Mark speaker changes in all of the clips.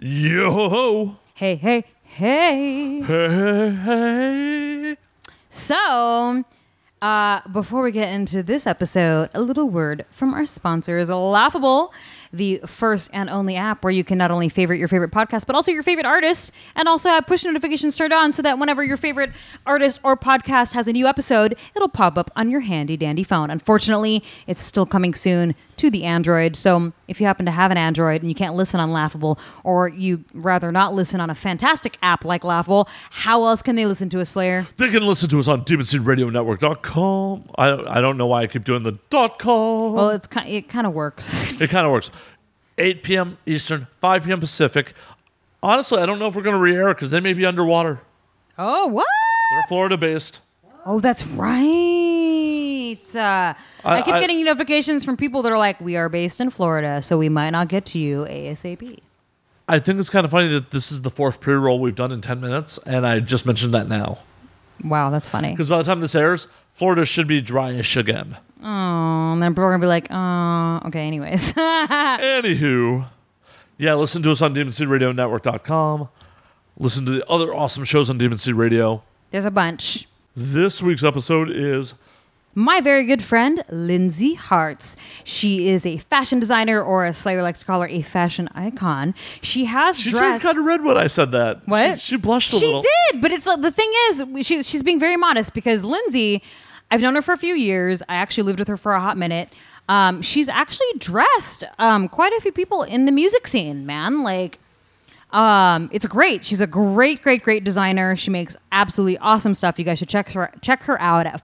Speaker 1: Yo ho!
Speaker 2: Hey, hey, hey.
Speaker 1: Hey, hey.
Speaker 2: So, uh, before we get into this episode, a little word from our sponsors, Laughable, the first and only app where you can not only favorite your favorite podcast, but also your favorite artist, and also have push notifications turned on so that whenever your favorite artist or podcast has a new episode, it'll pop up on your handy dandy phone. Unfortunately, it's still coming soon to the Android. So if you happen to have an Android and you can't listen on Laughable, or you rather not listen on a fantastic app like Laughable, how else can they listen to a Slayer?
Speaker 1: They can listen to us on DemonSeedRadioNetwork.com. I, I don't know why I keep doing the dot com.
Speaker 2: Well, it's ki- it kind of works.
Speaker 1: It kind of works. 8 p.m. Eastern, 5 p.m. Pacific. Honestly, I don't know if we're going to re air because they may be underwater.
Speaker 2: Oh, what?
Speaker 1: They're Florida based.
Speaker 2: Oh, that's right. Uh, I, keep
Speaker 1: I-
Speaker 2: getting notifications from people that are like, "We are based in Florida, so we might not get to you ASAP."
Speaker 1: I think it's kind of funny that this is the fourth pre roll we've done in 10 minutes, and I just mentioned that now.
Speaker 2: Wow, that's funny.
Speaker 1: Because by the time this airs, Florida should be dryish again.
Speaker 2: Oh, and then people are gonna be like, "Oh, okay." Anyways,
Speaker 1: Anywho, yeah, listen to us on DemonSeedRadioNetwork.com. Listen to the other awesome shows on Demon Seed Radio.
Speaker 2: there's a bunch.
Speaker 1: This week's episode is
Speaker 2: My very good friend, Lindsay Hartz. She is a fashion designer, or as Slayer likes to call her, a fashion icon. She has
Speaker 1: she turned
Speaker 2: dressed.
Speaker 1: kind of red when I said that.
Speaker 2: What?
Speaker 1: She, she blushed a
Speaker 2: she
Speaker 1: little.
Speaker 2: did, but it's like- the thing is, she, she's being very modest because Lindsay, I've known her for a few years. I actually lived with her for a hot minute. Um, she's actually dressed um, quite a few people in the music scene, man. Like, um, it's great. She's a great, great, great designer. She makes absolutely awesome stuff. You guys should check her check her out at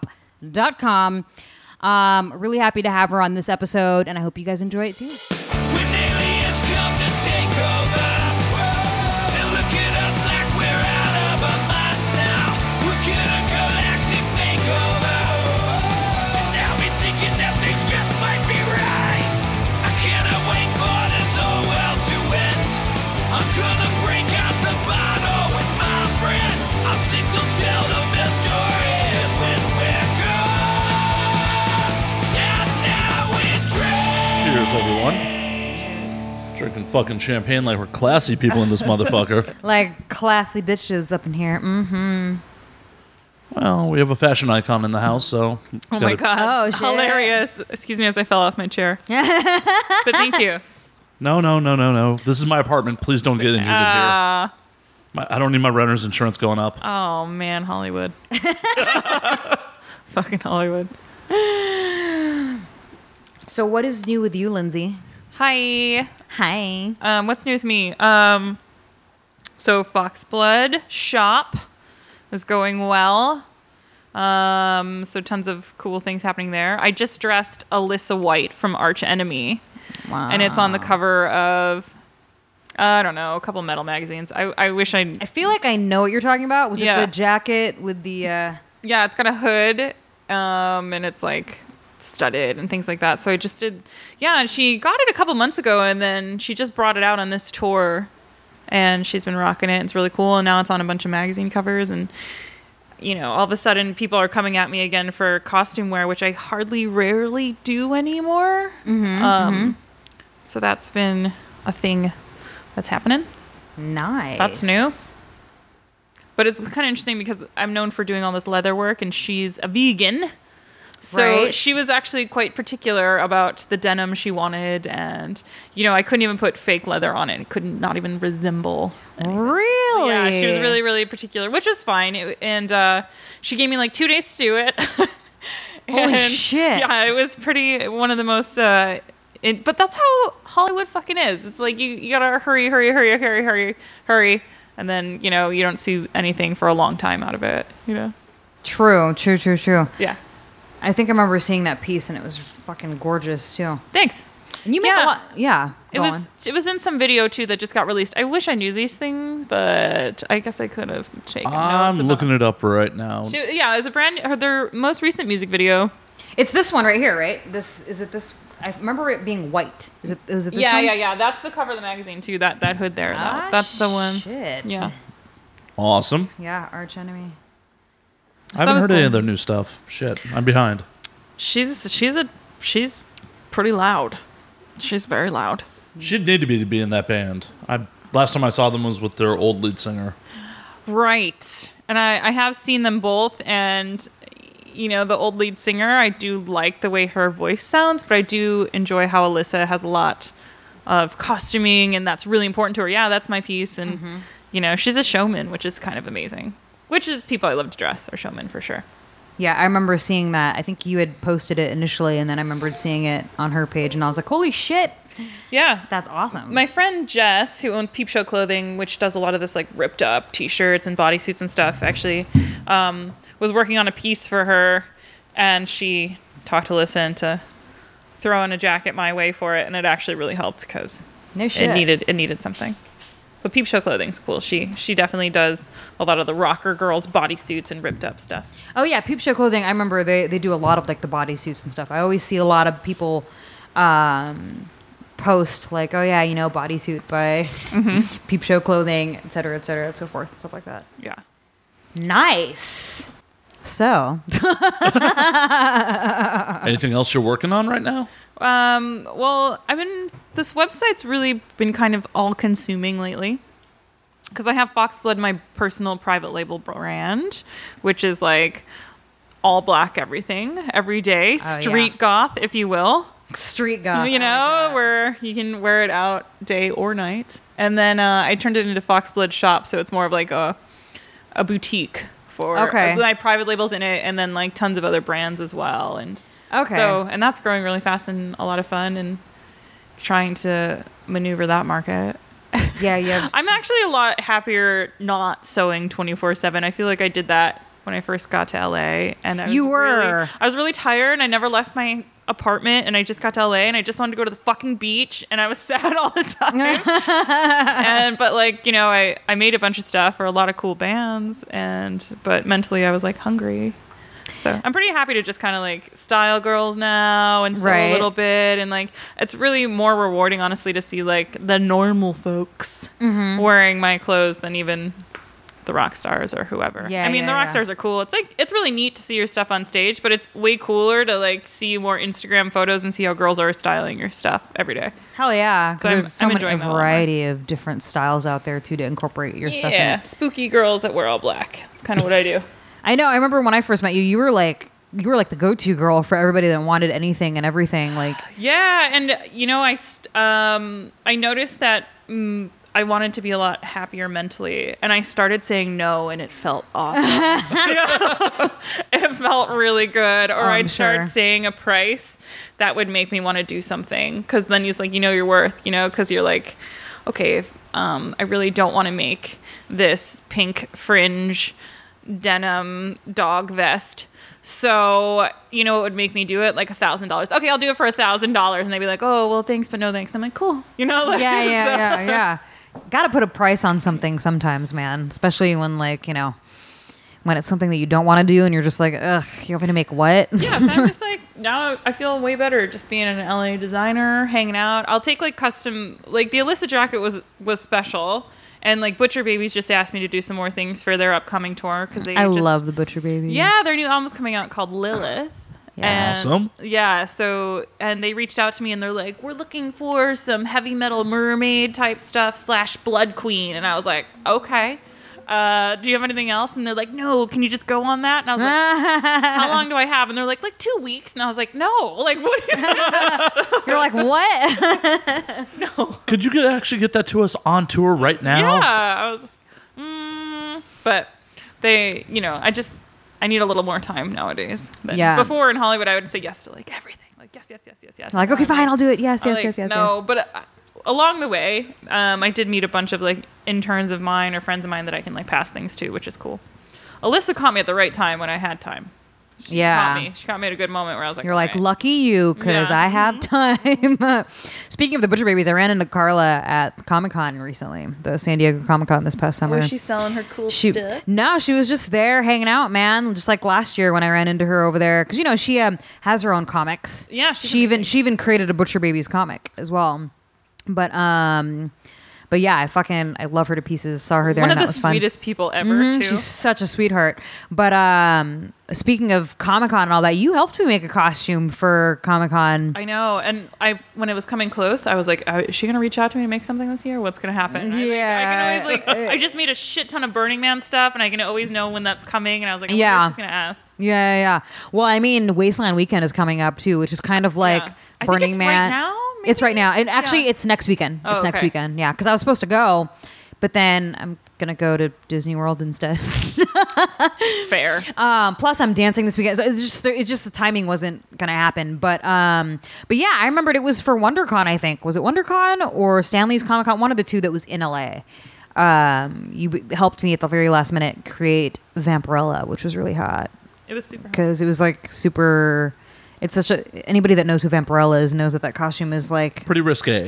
Speaker 2: foxbloodshop.com. Um, really happy to have her on this episode, and I hope you guys enjoy it too.
Speaker 3: When aliens come to take over, they look at us like we're out of our minds now. We're gonna galactic makeover. And now we thinking that they just might be right. I cannot wait for this whole world to end. I'm gonna break out the bottle with my friends. I think they'll tell the best stories when we're gone. And now we dream.
Speaker 1: Cheers, everyone. Drinking fucking champagne like we're classy people in this motherfucker.
Speaker 2: Like classy bitches up in here. Mm-hmm.
Speaker 1: Well, we have a fashion icon in the house, so.
Speaker 4: Oh my god!
Speaker 2: Oh, shit.
Speaker 4: Hilarious! Excuse me as I fell off my chair. but thank you.
Speaker 1: No, no, no, no, no. This is my apartment. Please don't get injured in here.
Speaker 4: Uh,
Speaker 2: Ah.
Speaker 1: My, I don't need my renter's insurance going up.
Speaker 4: oh man, Hollywood. Fucking Hollywood.
Speaker 2: So, what is new with you, Lindsay?
Speaker 4: Hi.
Speaker 2: Hi.
Speaker 4: Um, what's new with me? Um, so Foxblood shop is going well. Um, so tons of cool things happening there. I just dressed Alyssa White from Arch Enemy.
Speaker 2: Wow.
Speaker 4: and it's on the cover of uh, I don't know a couple metal magazines. I, I wish I
Speaker 2: I feel like I know what you're talking about. Was
Speaker 4: Yeah.
Speaker 2: it the jacket with the? Uh,
Speaker 4: yeah, it's got a hood um, and it's like studded and things like that. So I just did yeah, and she got it a couple months ago and then she just brought it out on this tour and she's been rocking it. It's really cool and now it's on a bunch of magazine covers and you know, all of a sudden people are coming at me again for costume wear, which I hardly rarely do anymore. um, So that's been a thing that's happening.
Speaker 2: nice.
Speaker 4: That's new. But it's kind of interesting because I'm known for doing all this leather work, and she's a vegan. So
Speaker 2: Right.
Speaker 4: she was actually quite particular about the denim she wanted, and you know I couldn't even put fake leather on it; it could not even resemble.
Speaker 2: Really?
Speaker 4: Yeah, she was really, really particular, which was fine. It, and uh, she gave me like two days to do it.
Speaker 2: Holy
Speaker 4: And,
Speaker 2: shit.
Speaker 4: Yeah, it was pretty one of the most. Uh, it, but that's how Hollywood fucking is. It's like you, you gotta hurry, hurry, hurry, hurry, hurry, hurry, and then you know you don't see anything for a long time out of it. You know.
Speaker 2: True. True. True. True.
Speaker 4: Yeah.
Speaker 2: I think I remember seeing that piece, and it was fucking gorgeous too.
Speaker 4: Thanks.
Speaker 2: And you make
Speaker 4: Yeah.
Speaker 2: a lot. Yeah.
Speaker 4: It
Speaker 2: go
Speaker 4: was it was in some video too that just got released. I wish I knew these things, but I guess I could have taken.
Speaker 1: I'm
Speaker 4: notes
Speaker 1: looking
Speaker 4: about-
Speaker 1: it up right now.
Speaker 4: She- Yeah, it was a brand. Her their most recent music video.
Speaker 2: on. It's this one right here, right? This is it. This I remember it being white. Is it? Was it this
Speaker 4: yeah,
Speaker 2: one?
Speaker 4: yeah, yeah. That's the cover of the magazine too. That that hood there.
Speaker 2: Ah,
Speaker 4: That, that's the one.
Speaker 2: Shit.
Speaker 4: Yeah.
Speaker 1: Awesome.
Speaker 2: Yeah. Arch enemy.
Speaker 1: I
Speaker 4: that
Speaker 1: haven't
Speaker 4: was
Speaker 1: heard any
Speaker 4: cool.
Speaker 1: of their new stuff. Shit, I'm behind.
Speaker 4: She's she's a she's pretty loud. She's very loud.
Speaker 1: She'd need to be to be in that band. I last time I saw them was with their old lead singer.
Speaker 4: Right. And I, I have seen them both. And, you know, the old lead singer, I do like the way her voice sounds, but I do enjoy how Alyssa has a lot of costuming, and that's really important to her. Yeah, that's my piece. And,
Speaker 2: Mm-hmm.
Speaker 4: you know, she's a showman, which is kind of amazing. Which is people I love to dress are showmen for sure.
Speaker 2: Yeah, I remember seeing that. I think you had posted it initially, and then I remembered seeing it on her page, and I was like, "Holy shit,
Speaker 4: Yeah.
Speaker 2: that's awesome!"
Speaker 4: my friend Jess, who owns Peep Show Clothing, which does a lot of this like ripped up T-shirts and bodysuits and stuff, actually um, was working on a piece for her, and she talked to Listen to throw in a jacket my way for it, and it actually really helped because
Speaker 2: no shit.
Speaker 4: it needed it needed something. But Peep Show Clothing's cool. She she definitely does a lot of the rocker girls bodysuits and ripped up stuff.
Speaker 2: Oh yeah, Peep Show clothing. I remember they, they do a lot of like the bodysuits and stuff. I always see a lot of people um, post like, "Oh yeah, you know, bodysuit by
Speaker 4: Mm-hmm.
Speaker 2: Peep Show clothing, et cetera, et cetera, and so forth, and stuff like that."
Speaker 4: Yeah.
Speaker 2: Nice. So Uh-uh.
Speaker 1: Anything else you're working on right now?
Speaker 4: Um, well, I've been this website's really been kind of all consuming lately. Because I have Foxblood, my personal private label brand, which is like all black everything every day,
Speaker 2: Oh, yeah. Oh,
Speaker 4: street goth, if you will.
Speaker 2: street guy,
Speaker 4: you know, where you can wear it out day or night. And then uh, I turned it into Foxblood Shop, so it's more of like a a boutique for uh,
Speaker 2: Okay.
Speaker 4: my private labels in it, and then like tons of other brands as well. And
Speaker 2: Okay.
Speaker 4: so and that's growing really fast and a lot of fun and trying to maneuver that market.
Speaker 2: yeah, yeah.
Speaker 4: I'm actually a lot happier not sewing 24 7. I feel like I did that when I first got to LA. And I was
Speaker 2: You were.
Speaker 4: Really, I was really tired and I never left my apartment and I just got to LA and I just wanted to go to the fucking beach and I was sad all the time. and but like, you know, I, I made a bunch of stuff for a lot of cool bands and but mentally I was like hungry. So I'm pretty happy to just kind of like style girls now and sew
Speaker 2: Right.
Speaker 4: a little bit and like it's really more rewarding honestly to see like the normal folks
Speaker 2: Mm-hmm.
Speaker 4: wearing my clothes than even the rock stars or whoever.
Speaker 2: Yeah,
Speaker 4: I mean the
Speaker 2: yeah,
Speaker 4: rock
Speaker 2: yeah.
Speaker 4: stars are cool. It's like it's really neat to see your stuff on stage, but it's way cooler to like see more Instagram photos and see how girls are styling your stuff every day.
Speaker 2: Hell yeah! 'cause
Speaker 4: So I'm-
Speaker 2: there's so
Speaker 4: I'm
Speaker 2: many a
Speaker 4: enjoying that a lot more.
Speaker 2: variety of different styles out there too to incorporate your stuff. in.
Speaker 4: Yeah, spooky girls that wear all black. That's kind of what I do.
Speaker 2: I know. I remember when I first met you, you were like you were like the go-to girl for everybody that wanted anything and everything. Like,
Speaker 4: Yeah, and you know, I st- um, I noticed that mm, I wanted to be a lot happier mentally, and I started saying no, and it felt awesome. it felt really good. Or
Speaker 2: Oh, I'm
Speaker 4: I'd
Speaker 2: sure.
Speaker 4: start saying a price that would make me want to do something, because then he's like, you know, your worth, you know, because you're like, okay, if, um, I really don't want to make this pink fringe denim dog vest. So, you know, it would make me do it like a thousand dollars. Okay, I'll do it for a thousand dollars. And they'd be like, oh, well, thanks, but no thanks. And I'm like, cool. You know, like,
Speaker 2: yeah, yeah,
Speaker 4: so-
Speaker 2: yeah, yeah. Got to put a price on something sometimes, man. Especially when like you know when it's something that you don't want to do and you're just like, ugh, you want me to make what?
Speaker 4: yeah, so I'm just like now I feel way better just being an LA designer, hanging out. I'll take like custom like the Alyssa jacket was was special. And like Butcher Babies just asked me to do some more things for their upcoming tour because they
Speaker 2: I
Speaker 4: just-
Speaker 2: love the butcher baby.
Speaker 4: yeah their new album's coming out called Lilith.
Speaker 2: Yeah.
Speaker 4: And-
Speaker 1: Awesome.
Speaker 4: Yeah. So and they reached out to me and they're like, we're looking for some heavy metal mermaid type stuff slash Blood Queen, and I was like, okay. Uh, do you have anything else? And they're like, no. Can you just go on that? And I was like, how long do I have? And they're like, like two weeks. And I was like, no, like what? do you-
Speaker 2: You're like, what?
Speaker 1: Could you get, actually get that to us on tour right now?
Speaker 4: yeah. I was, mm. but they, you know, I just, I need a little more time nowadays. But
Speaker 2: Yeah.
Speaker 4: Before in Hollywood, I would say yes to like everything. Like yes, yes, yes, yes, yes.
Speaker 2: like, okay, fine, I'll do it. Yes, yes,
Speaker 4: Like,
Speaker 2: yes, yes,
Speaker 4: No, but uh, along the way, um, I did meet a bunch of like interns of mine or friends of mine that I can like pass things to, which is cool. Alyssa caught me at the right time when I had time.
Speaker 2: yes.
Speaker 4: Caught
Speaker 2: Yeah.
Speaker 4: me. She caught me at a good moment where I was like,
Speaker 2: You're like,
Speaker 4: "All right."
Speaker 2: lucky you, because
Speaker 4: Yeah. mm-hmm.
Speaker 2: I have time. Speaking of the Butcher Babies, I ran into Carla at Comic Con recently, the San Diego Comic Con this past summer.
Speaker 4: Was she selling her cool
Speaker 2: she,
Speaker 4: stuff?
Speaker 2: no, she was just there hanging out, man. Just like last year when I ran into her over there, because you know she um, has her own comics.
Speaker 4: Yeah, she's
Speaker 2: she even
Speaker 4: amazing.
Speaker 2: she even created a Butcher Babies comic as well. But um, But yeah, I fucking I love her to pieces. Saw her there.
Speaker 4: One
Speaker 2: and
Speaker 4: of the
Speaker 2: that was fun. Mm-hmm.
Speaker 4: sweetest people ever, too.
Speaker 2: She's such a sweetheart. But um, speaking of Comic Con and all that, you helped me make a costume for Comic Con.
Speaker 4: I know, and I when it was coming close, I was like, "Uh, "Is she gonna reach out to me to make something this year? What's gonna happen?" And I, like,
Speaker 2: Yeah.
Speaker 4: I can always like, I just made a shit ton of Burning Man stuff, and I can always know when that's coming. And I was like, I wonder
Speaker 2: Yeah.
Speaker 4: if she's gonna ask."
Speaker 2: Yeah, yeah, yeah. Well, I mean, Wasteland Weekend is coming up too, which is kind of like
Speaker 4: Yeah. I think
Speaker 2: Burning
Speaker 4: it's right
Speaker 2: Man.
Speaker 4: now,
Speaker 2: It's right
Speaker 4: maybe?
Speaker 2: now, and actually,
Speaker 4: Yeah.
Speaker 2: it's next weekend.
Speaker 4: Oh,
Speaker 2: it's next
Speaker 4: okay.
Speaker 2: weekend. Yeah, because I was supposed to go, but then I'm gonna go to Disney World instead.
Speaker 4: Fair.
Speaker 2: Um, plus, I'm dancing this weekend. So it's just it's just the timing wasn't gonna happen. But um, but yeah, I remembered it was for WonderCon. I think was it WonderCon or Stanley's Comic Con? One of the two that was in LA. Um, you b- helped me at the very last minute create Vampirella, which was really hot
Speaker 4: it was super.
Speaker 2: because it was like super. It's such a anybody that knows who Vampirella is knows that that costume is like
Speaker 1: Pretty risque.
Speaker 2: made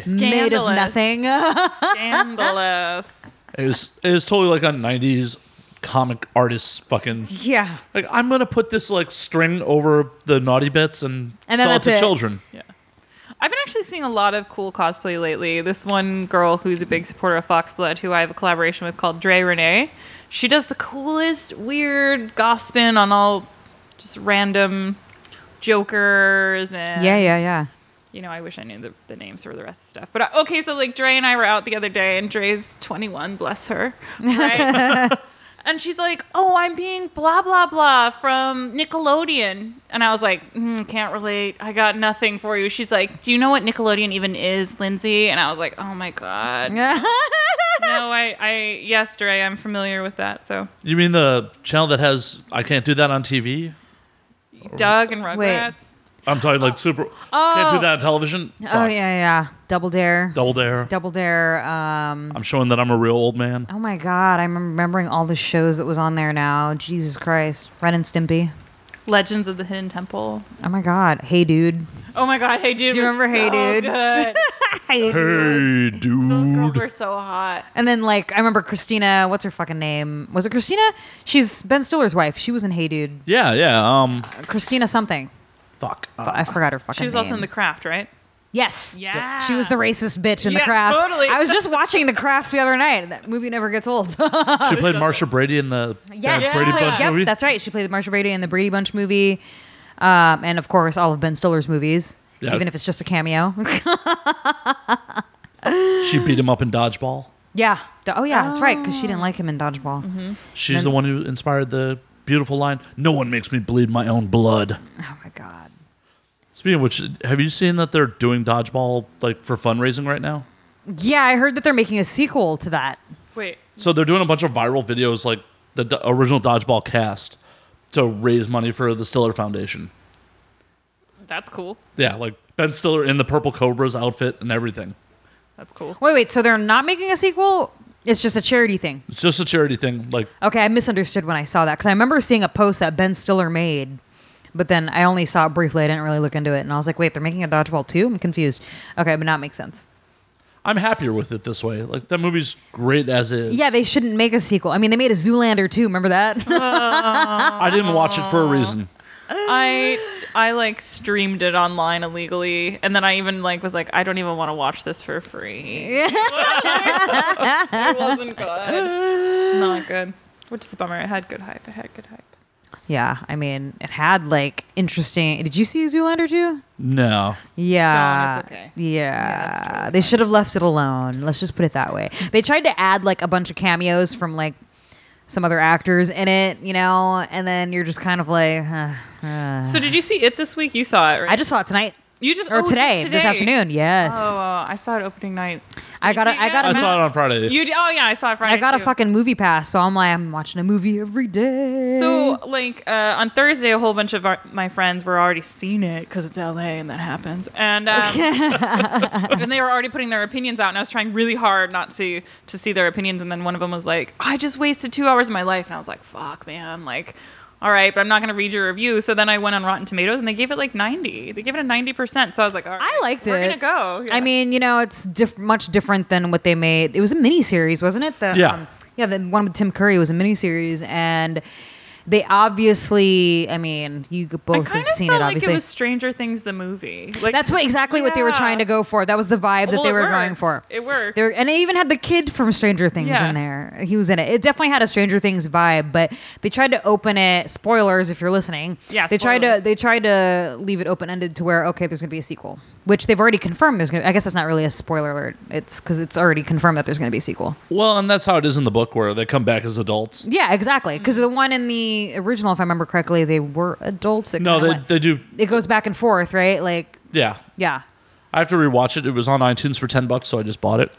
Speaker 2: of
Speaker 4: Scandalous.
Speaker 2: nothing.
Speaker 4: Scandalous.
Speaker 1: It was, it was totally like a 90s comic artist fucking.
Speaker 2: yeah,
Speaker 1: Like, I'm going to put this like string over the naughty bits and,
Speaker 2: And then
Speaker 1: sell it
Speaker 2: that's
Speaker 1: to
Speaker 2: it.
Speaker 1: children.
Speaker 4: I've been actually seeing a lot of cool cosplay lately. This one girl who's a big supporter of Foxblood, who I have a collaboration with called Dre Renee, she does the coolest, weird gossiping on all just random jokers and
Speaker 2: yeah, yeah, yeah.
Speaker 4: you know, I wish I knew the, the names for the rest of the stuff. But uh, okay, so like Dre and I were out the other day, and Dre's 21, bless her. Right? and she's like, oh, I'm being blah, blah, blah from Nickelodeon. And I was like, mm, can't relate. I got nothing for you. She's like, do you know what Nickelodeon even is, Lindsay? And I was like, oh my God. no, I, I, yes, Dre, I'm familiar with that. So
Speaker 2: Oh.
Speaker 1: You mean the channel that has I can't do that on TV?
Speaker 4: Doug and Rugrats.
Speaker 1: I'm talking like super. Can't do that on television.
Speaker 2: Oh yeah,
Speaker 1: Fuck.
Speaker 2: yeah. Double Dare,
Speaker 1: Double dare.
Speaker 2: Double Dare. Um,
Speaker 1: I'm showing that I'm a real old man.
Speaker 2: Oh my god, I'm remembering all the shows that was on there now. Jesus Christ. Ren and Stimpy.
Speaker 4: Legends of the Hidden Temple.
Speaker 2: Oh my god. Hey dude.
Speaker 4: Oh my God. Hey, dude.
Speaker 2: Do you
Speaker 4: was
Speaker 2: remember Hey
Speaker 4: so
Speaker 2: Dude?
Speaker 4: good.
Speaker 2: Hey
Speaker 1: Hey,
Speaker 4: Those girls
Speaker 1: dude.
Speaker 4: were so hot.
Speaker 2: And then like I remember Christina, what's her fucking name? Was it Christina? She's Ben Stiller's wife. She was in Hey Dude.
Speaker 1: Yeah, yeah. Um,
Speaker 2: Christina something.
Speaker 1: fuck. Uh,
Speaker 2: I forgot her fucking
Speaker 4: She was also in
Speaker 2: name.
Speaker 4: the craft, right?
Speaker 2: Yes.
Speaker 4: Yeah.
Speaker 2: She was the racist bitch in the
Speaker 4: Yeah,
Speaker 2: craft.
Speaker 4: totally.
Speaker 2: I was just watching the craft the other night. That movie never gets old.
Speaker 1: she played Marsha Brady in the
Speaker 2: Yeah,
Speaker 1: that
Speaker 4: she
Speaker 1: Brady
Speaker 4: played-
Speaker 1: Bunch
Speaker 2: yep,
Speaker 1: movie.
Speaker 2: that's right. She played Marsha Brady in the Brady Bunch movie, um, and of course all of Ben Stiller's movies,
Speaker 1: Yeah.
Speaker 2: even if it's just a cameo.
Speaker 1: She beat him up in Dodgeball.
Speaker 2: yeah. Do- Oh yeah, that's right. Because she didn't like him in Dodgeball.
Speaker 4: Mm-hmm.
Speaker 1: She's the one who inspired the beautiful line No one makes me bleed my own blood.
Speaker 2: Oh my god.
Speaker 1: Speaking of which, have you seen that they're doing Dodgeball like for fundraising right now?
Speaker 2: Yeah, I heard that they're making a sequel to that.
Speaker 4: Wait.
Speaker 1: So they're doing a bunch of viral videos like the do- original Dodgeball cast to raise money for the Stiller Foundation.
Speaker 4: That's cool.
Speaker 1: Yeah, like Ben Stiller in the Purple Cobra's outfit and everything.
Speaker 4: That's cool.
Speaker 2: Wait, wait. So they're not making a sequel. It's just a charity thing.
Speaker 1: It's just a charity thing. Like,
Speaker 2: Okay, I misunderstood when I saw that because I remember seeing a post that Ben Stiller made, but then I only saw it briefly. I didn't really look into it, and I was like, "Wait, they're making a Dodgeball too?" I'm confused. Okay, but that makes sense.
Speaker 1: I'm happier with it this way. Like, that movie's great as is.
Speaker 2: Yeah, they shouldn't make a sequel. I mean, they made a Zoolander too. Remember that?
Speaker 4: Uh-huh.
Speaker 1: I didn't watch it for a reason.
Speaker 4: I I like streamed it online illegally, and then I even like was like, I don't even want to watch this for free. it wasn't good. Not good. Which is a bummer. It had good hype. It had good hype.
Speaker 2: Yeah, I mean, it had like interesting. Did you see Zoolander too?
Speaker 1: No.
Speaker 2: Yeah,
Speaker 4: Gone, it's okay.
Speaker 2: Yeah,
Speaker 4: that's totally
Speaker 2: they should have left it alone. Let's just put it that way. They tried to add like a bunch of cameos from like some other actors in it, you know, and then you're just kind of like, huh.
Speaker 4: So did you see it this week? You saw it, right?
Speaker 2: I just saw it tonight
Speaker 4: you just
Speaker 2: or
Speaker 4: oh, just
Speaker 2: today, this afternoon. Yes,
Speaker 4: Oh, uh, I saw it opening night.
Speaker 2: I got a,
Speaker 4: see
Speaker 2: I
Speaker 4: it?
Speaker 2: got a,
Speaker 1: I
Speaker 2: mo-
Speaker 1: saw it on Friday.
Speaker 4: You d- oh yeah, I saw it Friday.
Speaker 2: I got a
Speaker 4: too.
Speaker 2: fucking movie pass, so I'm like, I'm watching a movie every day.
Speaker 4: So, like uh, on Thursday, a whole bunch of our, my friends were already seen it because it's LA and that happens, and um, and they were already putting their opinions out. And I was trying really hard not to to see their opinions. And then one of them was like, "I just wasted two hours of my life," and I was like, "Fuck, man!" Like, all right, but I'm not gonna read your review. So then I went on Rotten Tomatoes, and they gave it like 90. They gave it a 90 percent. So I was like, "All right,
Speaker 2: I liked
Speaker 4: we're
Speaker 2: it.
Speaker 4: We're gonna go." Yeah.
Speaker 2: I mean, you know, it's diff- much different than what they made. It was a miniseries, wasn't it? The,
Speaker 1: Yeah.
Speaker 2: yeah, the one with Tim Curry was a miniseries, and They obviously, I mean, you both
Speaker 4: I
Speaker 2: have
Speaker 4: kind of
Speaker 2: seen it,
Speaker 4: felt like
Speaker 2: obviously.
Speaker 4: it was Stranger Things the movie. Like
Speaker 2: That's what exactly what they were
Speaker 4: Yeah.
Speaker 2: trying to go for. That was the vibe that
Speaker 4: Well,
Speaker 2: they
Speaker 4: it
Speaker 2: were going
Speaker 4: works.
Speaker 2: for.
Speaker 4: It works.
Speaker 2: They were- and they even had the kid from Stranger Things
Speaker 4: Yeah.
Speaker 2: in there. He was in it. It definitely had a Stranger Things vibe, but they tried to open it. Spoilers, if you're listening.
Speaker 4: Yeah,
Speaker 2: They tried to
Speaker 4: spoilers.
Speaker 2: they tried to leave it open ended to where okay, there's going to be a sequel, which they've already confirmed. There's going. to I guess that's not really a spoiler alert. It's because it's already confirmed that there's going to be a sequel.
Speaker 1: Well, and that's how it is in the book where they come back as adults.
Speaker 2: Yeah, exactly. Because the one in the original, if I remember correctly, they were adults. It
Speaker 1: No,
Speaker 2: kinda
Speaker 1: they,
Speaker 2: went-
Speaker 1: they do.
Speaker 2: it goes back and forth, right? Like,
Speaker 1: Yeah.
Speaker 2: yeah.
Speaker 1: I have to rewatch it. It was on iTunes for 10 bucks, so I just bought it.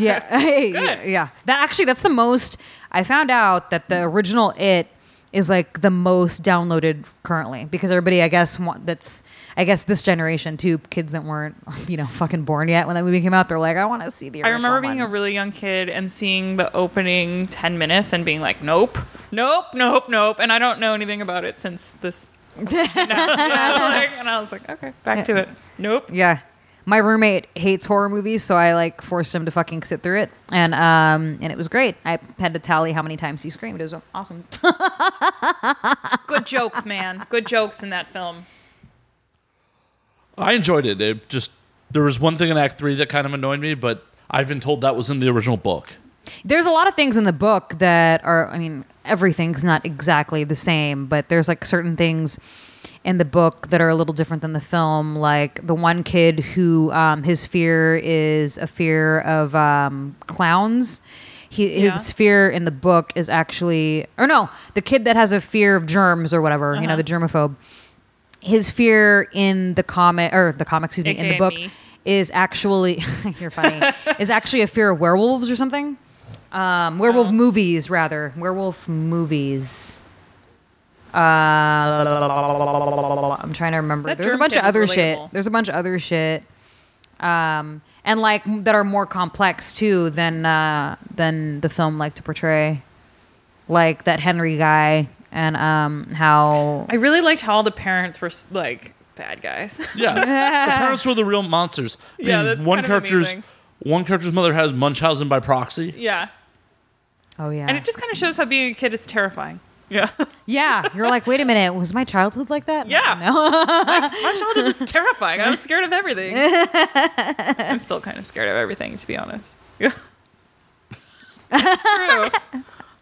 Speaker 2: yeah, yeah, yeah. That actually, that's the most. I found out that the original It is like the most downloaded currently because everybody, I guess, want, that's I guess this generation too. Kids that weren't you know fucking born yet when that movie came out, they're like, I want to see the.
Speaker 4: I
Speaker 2: Original
Speaker 4: remember being a
Speaker 2: one.
Speaker 4: really young kid and seeing the opening 10 minutes and being like, nope, nope, nope, nope. And I don't know anything about it since this. Like, and I was like, okay, back to it. Nope.
Speaker 2: Yeah. My roommate hates horror movies, so I like forced him to fucking sit through it, and um, and it was great. I had to tally how many times he screamed. It was awesome.
Speaker 4: Good jokes, man. Good jokes in that film.
Speaker 1: I enjoyed it. It just, there was one thing in Act 3 that kind of annoyed me, but I've been told that was in the original book.
Speaker 2: There's a lot of things in the book that are, I mean, everything's not exactly the same, but there's like certain things in the book that are a little different than the film. Like the one kid who, um, his fear is a fear of um, clowns. He,
Speaker 4: Yeah.
Speaker 2: His fear in the book is actually, or no, the kid that has a fear of germs or whatever,
Speaker 4: Uh-huh.
Speaker 2: you know, the germaphobe. His fear in the comic, or the comic, excuse me, in the
Speaker 4: AKA
Speaker 2: book
Speaker 4: me.
Speaker 2: is actually, you're funny, is actually a fear of werewolves or something um, werewolf
Speaker 4: Uh-huh.
Speaker 2: movies rather werewolf movies uh, i'm trying to remember
Speaker 4: That
Speaker 2: there's a
Speaker 4: germ
Speaker 2: bunch
Speaker 4: kid
Speaker 2: of
Speaker 4: is
Speaker 2: other shit
Speaker 4: relatable.
Speaker 2: there's a bunch of other shit um, and like m- that are more complex too than uh, than the film like to portray like that henry guy and um, how
Speaker 4: I really liked how all the parents were s- like bad guys.
Speaker 1: Yeah, the parents were the real monsters. I
Speaker 4: Yeah,
Speaker 1: mean,
Speaker 4: that's
Speaker 1: one
Speaker 4: kind of
Speaker 1: character's
Speaker 4: amazing.
Speaker 1: one character's mother has Munchausen by proxy.
Speaker 4: yeah.
Speaker 2: oh yeah
Speaker 4: And it just kind of shows how being a kid is terrifying. Yeah.
Speaker 2: yeah you're like wait a minute was my childhood like that
Speaker 4: Yeah.
Speaker 2: no
Speaker 4: My childhood was terrifying. I was scared of everything. I'm still kind of scared of everything, to be honest. it's true.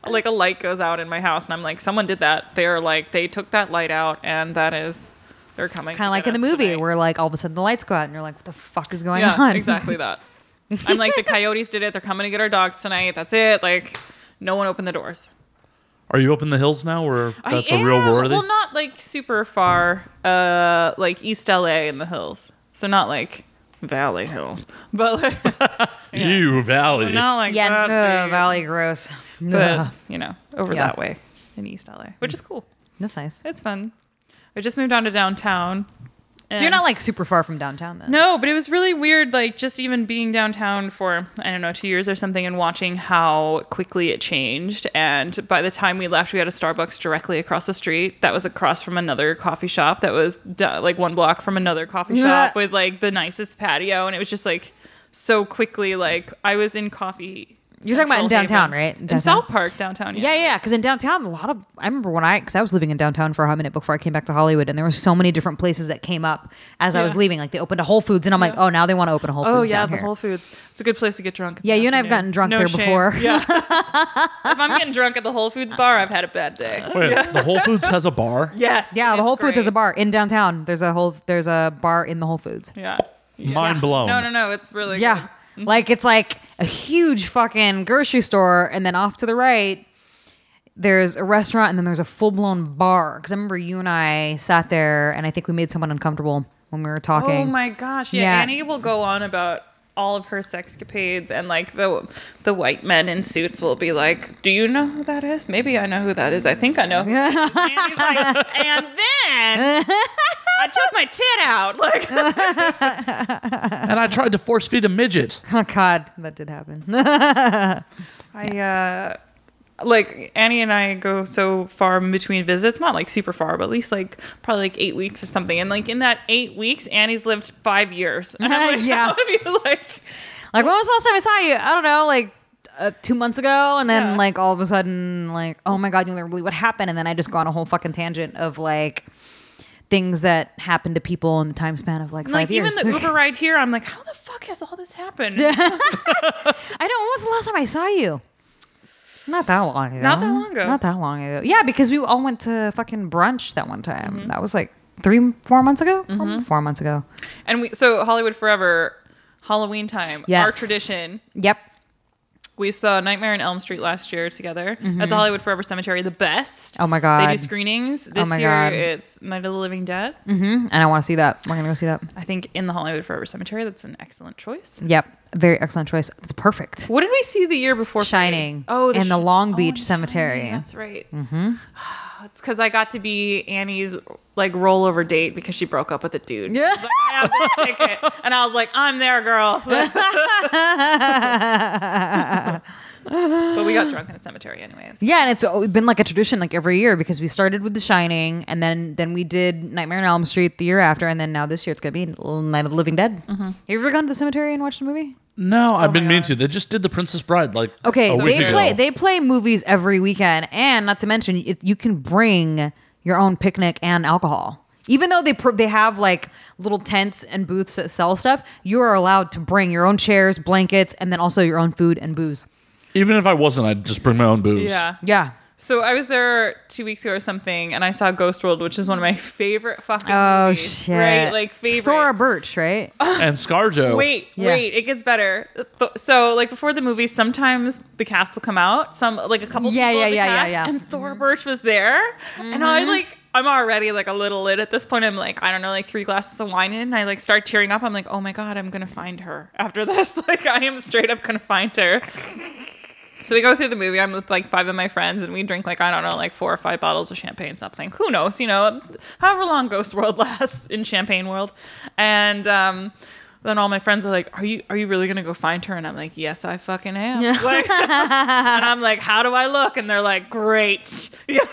Speaker 4: Like a light goes out in my house, and I'm like, someone did that. They're like, they took that light out, and that is, they're coming.
Speaker 2: kind of like in the movie where like all of a sudden the lights go out and you're like what the fuck is going
Speaker 4: yeah,
Speaker 2: on
Speaker 4: exactly that. I'm like, the coyotes did it. They're coming to get our dogs tonight. That's it. Like, no one opened the doors.
Speaker 1: Are you up in the hills now, or
Speaker 4: I
Speaker 1: that's a real
Speaker 4: am-
Speaker 1: worthy?
Speaker 4: Well, not like super far, uh, like East LA in the hills. So not like Valley Hills, but like,
Speaker 1: You valley.
Speaker 4: not like
Speaker 2: Yeah,
Speaker 4: that
Speaker 2: no,
Speaker 4: big,
Speaker 2: Valley Gross.
Speaker 4: but you know, over
Speaker 2: Yeah.
Speaker 4: that way in East LA, which is cool.
Speaker 2: That's nice.
Speaker 4: It's fun. I just moved down to downtown.
Speaker 2: So you're not like super far from downtown then.
Speaker 4: No, but it was really weird, like just even being downtown for, I don't know, two years or something and watching how quickly it changed. And by the time we left, we had a Starbucks directly across the street that was across from another coffee shop that was du- like one block from another coffee
Speaker 2: Yeah.
Speaker 4: shop with like the nicest patio. And it was just like so quickly, like I was in coffee.
Speaker 2: You're talking about in
Speaker 4: Central
Speaker 2: downtown,
Speaker 4: Haven.
Speaker 2: right?
Speaker 4: In
Speaker 2: Downtown?
Speaker 4: South Park, downtown.
Speaker 2: Yeah, yeah, because in downtown, a lot of I remember when I because I was living in downtown for a hot minute before I came back to Hollywood, and there were so many different places that came up as I was
Speaker 4: Yeah.
Speaker 2: leaving. Like they opened a Whole Foods, and I'm like, oh, now they want to open a Whole Foods.
Speaker 4: Oh yeah,
Speaker 2: down
Speaker 4: the
Speaker 2: here.
Speaker 4: Whole Foods. It's a good place to get drunk. in
Speaker 2: Yeah,
Speaker 4: the
Speaker 2: you and I have
Speaker 4: afternoon.
Speaker 2: gotten drunk there before.
Speaker 4: Yeah. if I'm getting drunk at the Whole Foods bar, I've had a bad day.
Speaker 1: Wait, the Whole Foods has a bar.
Speaker 4: Yes.
Speaker 2: yeah, the
Speaker 4: it's
Speaker 2: Whole Foods has a
Speaker 4: great.
Speaker 2: bar in downtown. There's a whole there's a bar in the Whole Foods.
Speaker 4: Yeah.
Speaker 1: Mind blown.
Speaker 4: No, no, no. It's really
Speaker 2: Yeah. Like mm-hmm. it's like a huge fucking grocery store, and then off to the right, there's a restaurant, and then there's a full blown bar. Because I remember you and I sat there, and I think we made someone uncomfortable when we were
Speaker 4: Good.
Speaker 2: talking.
Speaker 4: Oh my gosh. Yeah,
Speaker 2: Yeah.
Speaker 4: Annie will go on about all of her sexcapades and like the the white men in suits will be like, "Do you know who that is? Maybe I know who that is. I think I know." Who that is." and, he's like, and then I took my tit out. Like
Speaker 1: And I tried to force feed a midget.
Speaker 2: Oh God, that did happen.
Speaker 4: I uh like Annie and I go so far in between visits, not like super far, but at least like probably like eight weeks or something. And like in that eight weeks, Annie's lived five years. And I'm like,
Speaker 2: Yeah.
Speaker 4: how have you like
Speaker 2: like when was the last time I saw you? I don't know, like uh, two months ago, and then
Speaker 4: Yeah.
Speaker 2: like all of a sudden, like oh my god, you never believe what happened, and then I just go on a whole fucking tangent of like things that happened to people in the time span of like
Speaker 4: And,
Speaker 2: five
Speaker 4: like
Speaker 2: years.
Speaker 4: even the Uber ride here, I'm like, how the fuck has all this happened?
Speaker 2: I know. When was the last time I saw you? Not that long ago.
Speaker 4: Not that long ago.
Speaker 2: Not that long ago. Yeah, because we all went to fucking brunch that one time.
Speaker 4: Mm-hmm.
Speaker 2: That was like three, four months ago. Four- Four months ago.
Speaker 4: And we so Hollywood Forever, Halloween time,
Speaker 2: Yes.
Speaker 4: our tradition.
Speaker 2: Yep.
Speaker 4: We saw Nightmare on Elm Street last year together at the Hollywood Forever Cemetery, the best.
Speaker 2: Mm-hmm. Oh my
Speaker 4: They do
Speaker 2: God. Oh
Speaker 4: screenings. This
Speaker 2: my
Speaker 4: year
Speaker 2: God. Mm.
Speaker 4: it's Night of the Living Dead.
Speaker 2: And I want to see that. We're gonna go see that.
Speaker 4: I think in the Hollywood Forever Cemetery, that's an excellent choice.
Speaker 2: Yep. Very excellent choice. It's perfect.
Speaker 4: What did we see the year before?
Speaker 2: Shining.
Speaker 4: Oh,
Speaker 2: in the
Speaker 4: Shi-
Speaker 2: Long Mm-hmm.
Speaker 4: oh,
Speaker 2: Beach
Speaker 4: in
Speaker 2: Cemetery.
Speaker 4: Shining, That's right. it's because I got to be Annie's like rollover date because she broke up with a dude.
Speaker 2: Yeah.
Speaker 4: She's like, I have this ticket, and I was like, I'm there, girl. but we got drunk in a cemetery, anyways.
Speaker 2: Yeah, and it's al- been like a tradition like every year because we started with The Shining and then then we did Nightmare on Elm Street the year after and then now this year it's going to be Night of the Living Dead.
Speaker 4: Mm-hmm.
Speaker 2: Have you ever gone to the cemetery and watched a movie?
Speaker 1: No, I've been mean to. They just did The Princess Bride like
Speaker 2: Okay,
Speaker 1: a
Speaker 2: so
Speaker 1: week
Speaker 2: they
Speaker 1: ago.
Speaker 2: play they play movies every weekend and not to mention it, you can bring your own picnic and alcohol. Even though they pr- they have like little tents and booths that sell stuff, you are allowed to bring your own chairs, blankets, and then also your own food and booze.
Speaker 1: Even if I wasn't, I'd just bring my own booze.
Speaker 4: Yeah.
Speaker 2: Yeah.
Speaker 4: So I was there two weeks ago or something, and I saw Ghost World, which is one of my favorite fucking
Speaker 2: Oh
Speaker 4: movies.
Speaker 2: shit!
Speaker 4: Right? Like favorite.
Speaker 2: Thora Birch, right?
Speaker 1: And ScarJo.
Speaker 4: Wait,
Speaker 2: Yeah.
Speaker 4: wait, it gets better. Th- So, like before the movie, sometimes the cast will come out. Some like a couple.
Speaker 2: Yeah,
Speaker 4: people
Speaker 2: yeah,
Speaker 4: of the
Speaker 2: yeah, yeah,
Speaker 4: cast,
Speaker 2: yeah. Mm-hmm.
Speaker 4: And Thor Birch was there, and I like. I'm already like a little lit at this point. I'm like, I don't know, like three glasses of wine in, and I like start tearing up. I'm like, oh my god, I'm gonna find her after this. Like, I am straight up gonna find her. So we go through the movie. I'm with like five of my friends, and we drink like I don't know, like four or five bottles of champagne, something. Who knows? You know, however long Ghost World lasts in Champagne World, and um, then all my friends are like, "Are you are you really gonna go find her?" And I'm like, "Yes, I fucking am." Like, and I'm like, "How do I look?" And they're like, "Great." Yeah.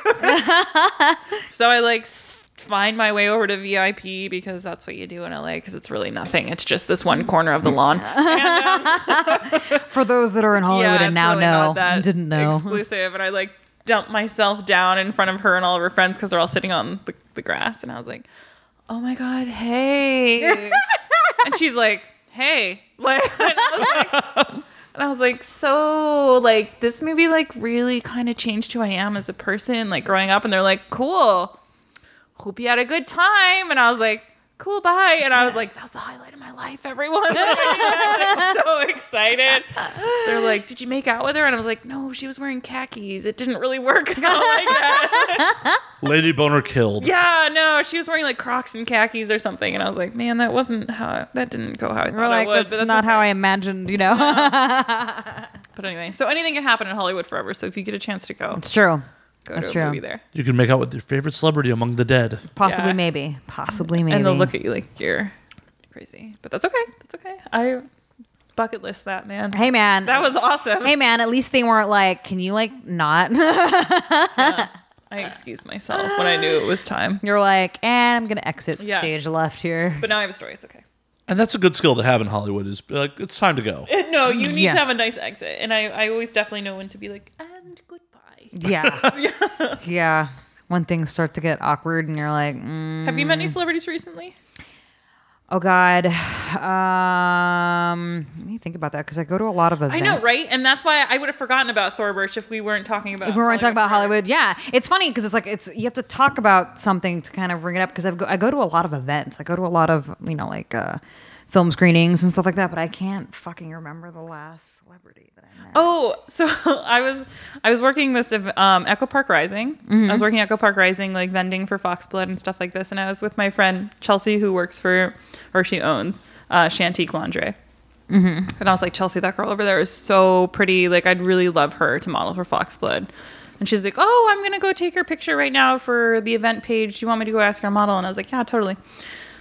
Speaker 4: so I like s- find my way over to VIP because that's what you do in LA because it's really nothing. It's just this one corner of the lawn.
Speaker 2: For those that are in Hollywood
Speaker 4: it's
Speaker 2: and now
Speaker 4: really
Speaker 2: know,
Speaker 4: not that
Speaker 2: didn't know.
Speaker 4: Exclusive, and I like dumped myself down in front of her and all of her friends because they're all sitting on the, the grass, and I was like, "Oh my god, hey!" and she's like, "Hey," like, and I was like. And I was like, so like this movie like really kind of changed who I am as a person, like growing up. And they're like, cool. Hope you had a good time. And I was like, cool, bye. And I was like, that's the highlight of my life, everyone. I'm like, so excited. They're like, did you make out with her? And I was like, no, she was wearing khakis. It didn't really work out like that.
Speaker 1: Lady Boner killed.
Speaker 4: yeah, no, she was wearing like Crocs and khakis or something. And I was like, man, that wasn't how that didn't go how I thought
Speaker 2: We're like,
Speaker 4: it would.
Speaker 2: that's, not how I imagined, you know.
Speaker 4: But anyway, so anything can happen in Hollywood forever. So if you get a chance to go,
Speaker 2: it's true.
Speaker 4: go
Speaker 2: That's
Speaker 4: to a
Speaker 2: true.
Speaker 4: movie there.
Speaker 1: You can make out with your favorite celebrity among the dead.
Speaker 2: Possibly,
Speaker 4: Yeah.
Speaker 2: maybe. Possibly, maybe.
Speaker 4: And they'll look at you like you're crazy. But that's okay. That's okay. I bucket list that, man.
Speaker 2: hey, man.
Speaker 4: That was awesome.
Speaker 2: Hey, man. At least they weren't like, can you like not?
Speaker 4: I excused myself when I knew it was time.
Speaker 2: You're like, and I'm gonna exit
Speaker 4: Yeah.
Speaker 2: stage left here.
Speaker 4: But now I have a story. It's okay.
Speaker 1: And that's a good skill to have in Hollywood is be like, it's time to go.
Speaker 4: No, you need
Speaker 2: Yeah.
Speaker 4: to have a nice exit. And I, I always definitely know when to be like, and goodbye.
Speaker 2: Yeah. yeah. When things start to get awkward, and you're like, mm,
Speaker 4: Have you met any celebrities recently?
Speaker 2: oh god. Um, let me think about that because I go to a lot of events.
Speaker 4: I know, right? And that's why I would have forgotten about Thor Birch if we weren't talking about
Speaker 2: if we weren't talking about
Speaker 4: Forever.
Speaker 2: Hollywood, yeah, it's funny because it's like it's you have to talk about something to kind of bring it up because I go I go to a lot of events, I go to a lot of you know like uh, film screenings and stuff like that, but I can't fucking remember the last celebrity that I met.
Speaker 4: Oh, so I was I was working this um, Echo Park Rising. I
Speaker 2: Mm-hmm.
Speaker 4: was working Echo Park Rising, like vending for Foxblood and stuff like this. And I was with my friend Chelsea, who works for or she owns uh, Shantique Laundry. And I was like, Chelsea, that girl over there is so pretty. Like, I'd really love her to model for Foxblood. And she's like, Oh, I'm gonna go take her picture right now for the event page. Do you want me to go ask her to model? And I was like, Yeah, totally.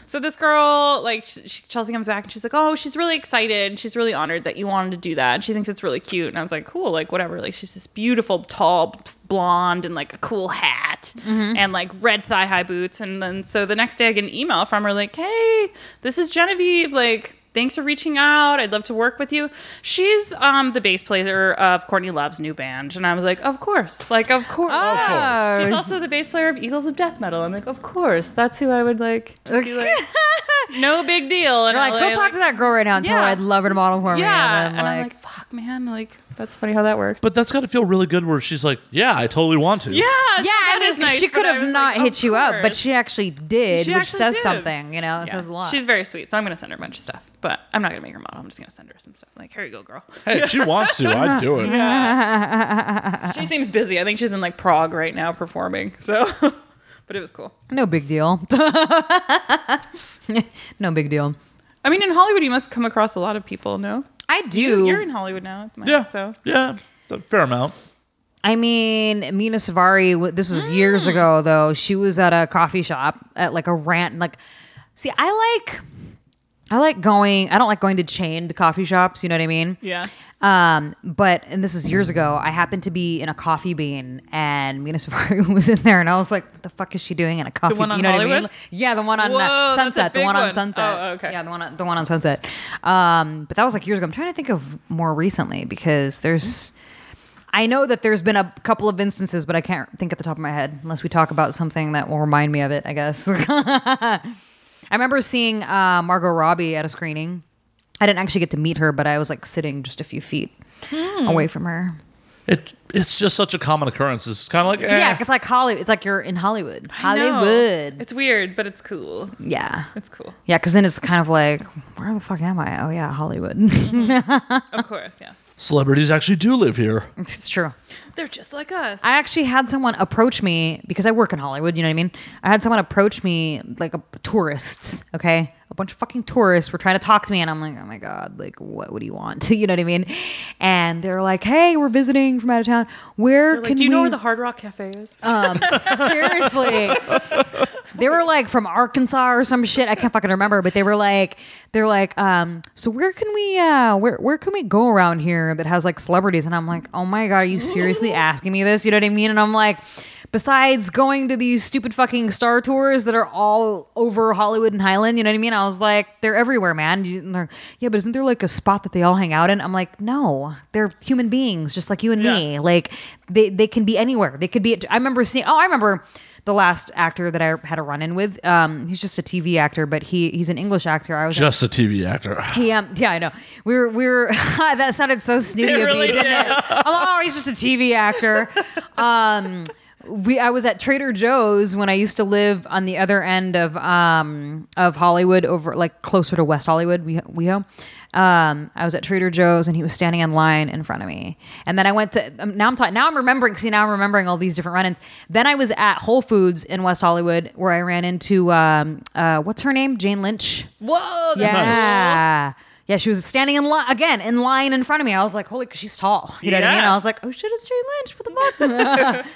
Speaker 4: So this girl, like sh she, Chelsea, comes back and she's like, "Oh, she's really excited. and She's really honored that you wanted to do that. And she thinks it's really cute." And I was like, "Cool, like whatever." Like she's this beautiful, tall, blonde, and like a cool hat and like red thigh high boots. And then so the next day, I get an email from her like, "Hey, this is Genevieve. Like, thanks for reaching out. I'd love to work with you. She's um, the bass player of Courtney Love's new band. And I was like, of course. Like, of course.
Speaker 2: course.
Speaker 4: She's also the bass player of Eagles of Death Metal. I'm like, of course. That's who I would like. Just be like, no big deal. And
Speaker 2: Like,
Speaker 4: I'll,
Speaker 2: go talk to that girl right now and tell her
Speaker 4: Yeah.
Speaker 2: I'd love her to model for me.
Speaker 4: Yeah.
Speaker 2: And
Speaker 4: And,
Speaker 2: then,
Speaker 4: I'm
Speaker 2: like,
Speaker 4: like, fuck, man. Like, that's funny how that works.
Speaker 1: But that's got to feel really good where she's like, yeah, I totally want to.
Speaker 4: yeah. so
Speaker 2: yeah, I
Speaker 4: that
Speaker 2: mean,
Speaker 4: is nice,
Speaker 2: she
Speaker 4: but
Speaker 2: could
Speaker 4: I
Speaker 2: have
Speaker 4: was
Speaker 2: not
Speaker 4: like,
Speaker 2: hit
Speaker 4: of
Speaker 2: you up, but
Speaker 4: course.
Speaker 2: she actually did,
Speaker 4: She
Speaker 2: which
Speaker 4: actually
Speaker 2: says
Speaker 4: did.
Speaker 2: something. You know, it
Speaker 4: Yeah.
Speaker 2: says a lot.
Speaker 4: She's very sweet, so I'm gonna send her a bunch of stuff. But I'm not gonna make her model. I'm just gonna send her some stuff. Like, here you go, girl.
Speaker 1: Hey, if she wants to, I'd do it.
Speaker 4: she seems busy. I think she's in like Prague right now performing. So, but it was cool.
Speaker 2: no big deal. no big deal.
Speaker 4: I mean, in Hollywood, you must come across a lot of people. No,
Speaker 2: I do.
Speaker 4: you're in Hollywood now. Matt,
Speaker 1: Yeah.
Speaker 4: So
Speaker 1: Yeah. A fair amount.
Speaker 2: I mean, Mina Savari, w- this was years ago though. She was at a coffee shop at like a rant. Like, see, I like, I like going, I don't like going to chained coffee shops. You know what I mean?
Speaker 4: yeah,
Speaker 2: Um, but and this is years ago. I happened to be in a coffee bean, and Mina Savari was in there, and I was like, "What the fuck is she doing in a coffee?"
Speaker 4: one
Speaker 2: bean?
Speaker 4: on
Speaker 2: you know what I mean?
Speaker 4: Hollywood?
Speaker 2: Like, Yeah, the one on
Speaker 4: Whoa,
Speaker 2: uh,
Speaker 4: that's a
Speaker 2: Sunset. The
Speaker 4: big
Speaker 2: one, on
Speaker 4: one.
Speaker 2: Sunset.
Speaker 4: Oh, okay.
Speaker 2: Yeah, the one on the one on Sunset. Um, but that was like years ago. I'm trying to think of more recently because there's. I know that there's been a couple of instances, but I can't think at the top of my head unless we talk about something that will remind me of it. I guess. I remember seeing uh, Margot Robbie at a screening. I didn't actually get to meet her, but I was like sitting just a few feet
Speaker 4: Hmm.
Speaker 2: away from her.
Speaker 1: It it's just such a common occurrence. It's kind of like eh.
Speaker 2: Yeah, it's like Hollywood. It's like you're in Hollywood.
Speaker 4: I know.
Speaker 2: Hollywood.
Speaker 4: It's weird, but it's cool.
Speaker 2: Yeah.
Speaker 4: It's cool.
Speaker 2: Yeah, because then it's kind of like, where the fuck am I? Oh, yeah, Hollywood.
Speaker 4: Of course, yeah.
Speaker 1: celebrities actually do live here.
Speaker 2: it's true.
Speaker 4: They're just like us.
Speaker 2: I actually had someone approach me because I work in Hollywood, you know what I mean? I had someone approach me like a tourists, okay? A bunch of fucking tourists were trying to talk to me and I'm like, "Oh my god, like what would you want?" you know what I mean? And they're like, "Hey, we're visiting from out of town. Where
Speaker 4: They're like,
Speaker 2: can
Speaker 4: do you
Speaker 2: we Oh.
Speaker 4: know where the Hard Rock Cafe is?
Speaker 2: Seriously. they were like from Arkansas or some shit. I can't fucking remember, but they were like they're like um so where can we uh where where can we go around here that has like celebrities and I'm like, "Oh my god, are you seriously asking me this?" You know what I mean? And I'm like besides going to these stupid fucking star tours that are all over Hollywood and Highland, you know what I mean? I was like, "They're everywhere, man." You- And they're, "Yeah, but isn't there like a spot that they all hang out in?" I'm like, "No, they're human beings just like you and me."
Speaker 4: Yeah.
Speaker 2: Like they they can be anywhere. They could be. At, I remember seeing. Oh, I remember the last actor that I had a run in with. Um, he's just a TV actor, but he he's an English actor. I was.
Speaker 1: Just a TV actor.
Speaker 2: at, he, um, yeah, I know. We were we were. that sounded so snooty of me,
Speaker 4: really
Speaker 2: didn't
Speaker 4: did.
Speaker 2: it? I'm like, oh, he's just a TV actor. Um, we I was at Trader Joe's when I used to live on the other end of um of Hollywood, over like closer to West Hollywood, we WeHo. Um, I was at Trader Joe's and he was standing in line in front of me. And then I went to um, now I'm talking now I'm remembering. See now I'm remembering all these different run-ins. Then I was at Whole Foods in West Hollywood where I ran into um uh what's her name Jane Lynch.
Speaker 4: Whoa, that's
Speaker 2: Yeah. Yeah, she was standing in line again in line in front of me. I was like, holy, 'cause she's tall. You know what I mean?
Speaker 4: Yeah.
Speaker 2: I was like, oh shit, it's Jane Lynch. What the fuck?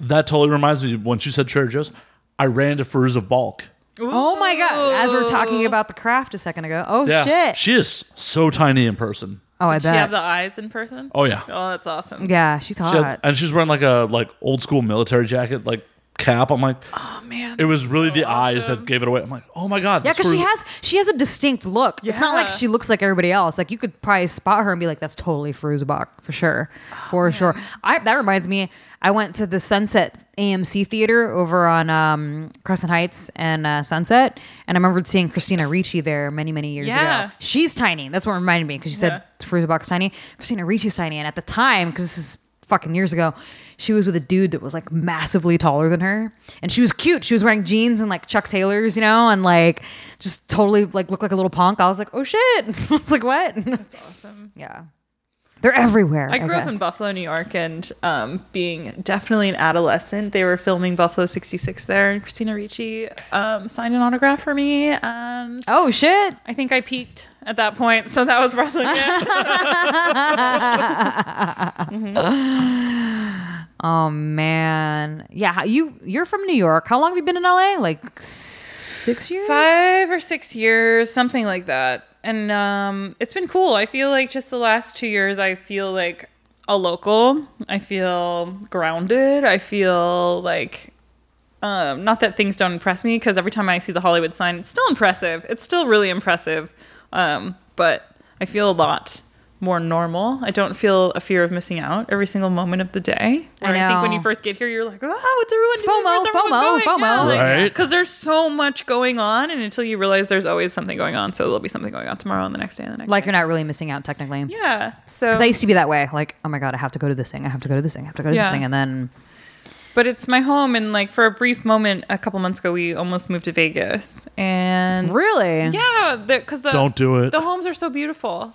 Speaker 1: That totally reminds me. Once you said Trader Joe's, I ran to Furs of Bulk.
Speaker 2: oh my god! As we we're talking about the craft a second ago. Oh shit!
Speaker 1: She is so tiny in person.
Speaker 2: oh, I
Speaker 4: Did she have
Speaker 2: bet.
Speaker 4: the eyes in person?
Speaker 1: Oh yeah.
Speaker 4: Oh, that's awesome.
Speaker 2: yeah, she's hot.
Speaker 1: She had- and she's wearing like a like old school military jacket, like cap. I'm like,
Speaker 4: Oh man,
Speaker 1: it was really
Speaker 4: so
Speaker 1: the eyes
Speaker 4: awesome.
Speaker 1: that gave it away. I'm like, oh my god.
Speaker 2: yeah,
Speaker 1: that's
Speaker 2: because she
Speaker 1: Furs-
Speaker 2: has she has a distinct look. It's not like
Speaker 4: Yeah.
Speaker 2: she looks like everybody else. Like you could probably spot her and be like, "That's totally Firuza Balk for sure,
Speaker 4: Oh,
Speaker 2: for sure." I that reminds me, I went to the Sunset AMC theater over on um, Crescent Heights and uh, Sunset, and I remembered seeing Christina Ricci there many many years
Speaker 4: Yeah.
Speaker 2: ago. She's tiny. That's what reminded me because you said
Speaker 4: Yeah.
Speaker 2: Firuza Balk's tiny. Christina Ricci's tiny, and at the time, because this is fucking years ago. She was with a dude that was like massively taller than her, and she was cute. She was wearing jeans and like Chuck Taylors, you know, and like just totally like looked like a little punk. I was like, oh shit! I was like, what?
Speaker 4: That's awesome.
Speaker 2: yeah, they're everywhere.
Speaker 4: I grew up in
Speaker 2: guess.
Speaker 4: Buffalo, New York, and um, being definitely an adolescent, they were filming Buffalo '66 there, and Christina Ricci um, signed an autograph for me, and
Speaker 2: Oh shit!
Speaker 4: I think I peaked at that point, so that was probably it.
Speaker 2: Oh man, yeah. how- You you're from New York. How long have you been in LA? Like six years.
Speaker 4: five or six years, something like that. And um, it's been cool. I feel like just the last two years, I feel like a local. I feel grounded. I feel like um, not that things don't impress me because every time I see the Hollywood sign, it's still impressive. It's still really impressive. Um, but I feel a lot more normal. I don't feel a fear of missing out every single moment of the day.
Speaker 2: I
Speaker 4: Where think when
Speaker 2: know.
Speaker 4: you first get here, you're like, oh, what's everyone doing?
Speaker 2: FOMO,
Speaker 4: Where's everyone
Speaker 2: FOMO,
Speaker 4: going?" Yeah,
Speaker 2: FOMO.
Speaker 4: like,
Speaker 1: Right.
Speaker 4: because there's so much going on, and until you realize there's always something going on, so there'll be something going on tomorrow and the next day and the next.
Speaker 2: Like
Speaker 4: day.
Speaker 2: you're not really missing out technically. Because
Speaker 4: yeah, so
Speaker 2: I used to be that way. Like, oh my god, I have to go to this thing. I have to go to this thing. I have to go to this
Speaker 4: Yeah.
Speaker 2: thing, and then
Speaker 4: but it's my home, and like for a brief moment, a couple months ago, we almost moved to Vegas, and
Speaker 2: really,
Speaker 4: yeah, because the,
Speaker 1: Don't do it.
Speaker 4: The homes are so beautiful.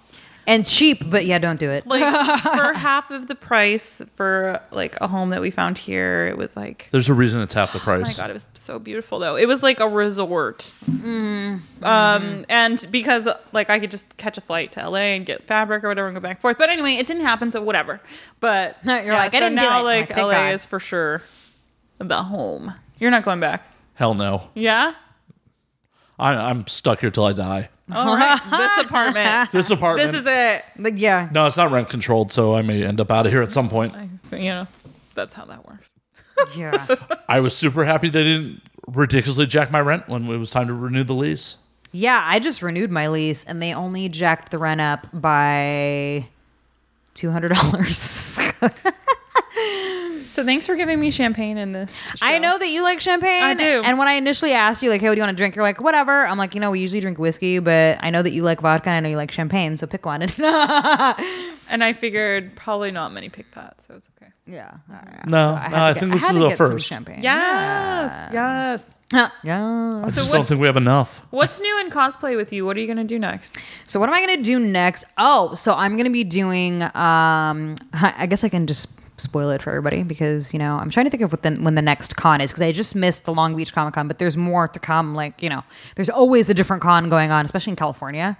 Speaker 2: and cheap, but yeah, don't do it.
Speaker 4: Like for half of the price for like a home that we found here, it was like
Speaker 1: There's a reason it's half the
Speaker 4: Oh my
Speaker 1: price.
Speaker 4: god, it was so beautiful though. It was like a resort.
Speaker 2: Mm-hmm.
Speaker 4: Um, and because like I could just catch a flight to LA and get fabric or whatever and go back and forth. But anyway, it didn't happen, so whatever. But
Speaker 2: You're like, "I didn't do
Speaker 4: now
Speaker 2: it." Like,
Speaker 4: like
Speaker 2: thank
Speaker 4: LA
Speaker 2: God.
Speaker 4: is for sure the home. You're not going back.
Speaker 1: Hell no.
Speaker 4: Yeah.
Speaker 1: I, I'm stuck here till I die.
Speaker 4: All right. this apartment.
Speaker 1: This apartment.
Speaker 4: This is it.
Speaker 2: Like, yeah,
Speaker 1: no, it's not rent controlled, so I may end up out of here at some point.
Speaker 4: You know, that's how that works.
Speaker 2: yeah.
Speaker 1: I was super happy they didn't ridiculously jack my rent when it was time to renew the lease.
Speaker 2: Yeah, I just renewed my lease and they only jacked the rent up by two hundred dollars.
Speaker 4: So thanks for giving me champagne in this.
Speaker 2: I
Speaker 4: show.
Speaker 2: know that you like champagne.
Speaker 4: I do.
Speaker 2: And when I initially asked you, like, hey, what do you want to drink? You're like, whatever. I'm like, you know, we usually drink whiskey, but I know that you like vodka and I know you like champagne, so pick one.
Speaker 4: And I figured probably not many pick that, so it's okay.
Speaker 2: yeah. No,
Speaker 1: No, no, I think this is a first.
Speaker 2: champagne.
Speaker 4: Yes. Yes.
Speaker 2: Huh, yeah.
Speaker 1: I just don't
Speaker 4: what's-
Speaker 1: think we have enough.
Speaker 4: What's new in cosplay with you? What are you going to do next?
Speaker 2: So what am I gonna do next? Oh, so I'm gonna be doing. Um, I I guess I can just spoil it for everybody because you know I'm trying to think of what the, when the next con is because I just missed the Long Beach Comic Con, but there's more to come. Like you know, there's always a different con going on, especially in California.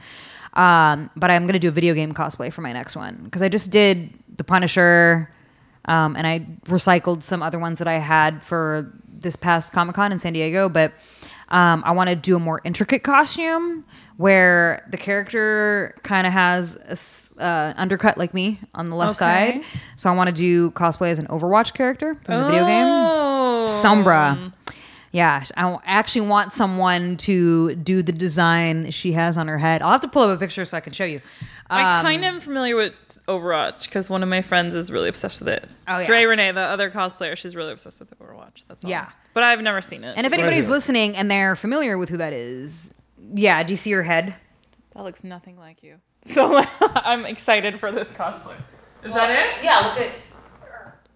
Speaker 2: Um, but I'm gonna do a video game cosplay for my next one because I just did the Punisher, um, and I recycled some other ones that I had for this past Comic Con in San Diego, but um, I want to do a more intricate costume where the character kind of has a s uh, undercut like me on the left
Speaker 4: Okay.
Speaker 2: side. So I want to do cosplay as an Overwatch character from the video game
Speaker 4: Oh.
Speaker 2: Sombra. Yeah, I w- actually want someone to do the design that she has on her head. I'll have to pull up a picture so I can show you. um,
Speaker 4: I kind of am familiar with Overwatch because one of my friends is really obsessed with it.
Speaker 2: Oh, yeah.
Speaker 4: Dre Renee, the other cosplayer, she's really obsessed with Overwatch. That's all.
Speaker 2: Yeah.
Speaker 4: But I've never seen it.
Speaker 2: And if anybody's
Speaker 1: here.
Speaker 2: listening and they're familiar with who that is, yeah, do you see her head?
Speaker 4: that looks nothing like you. So I'm excited for this cosplay. Is that it?
Speaker 2: Yeah, look at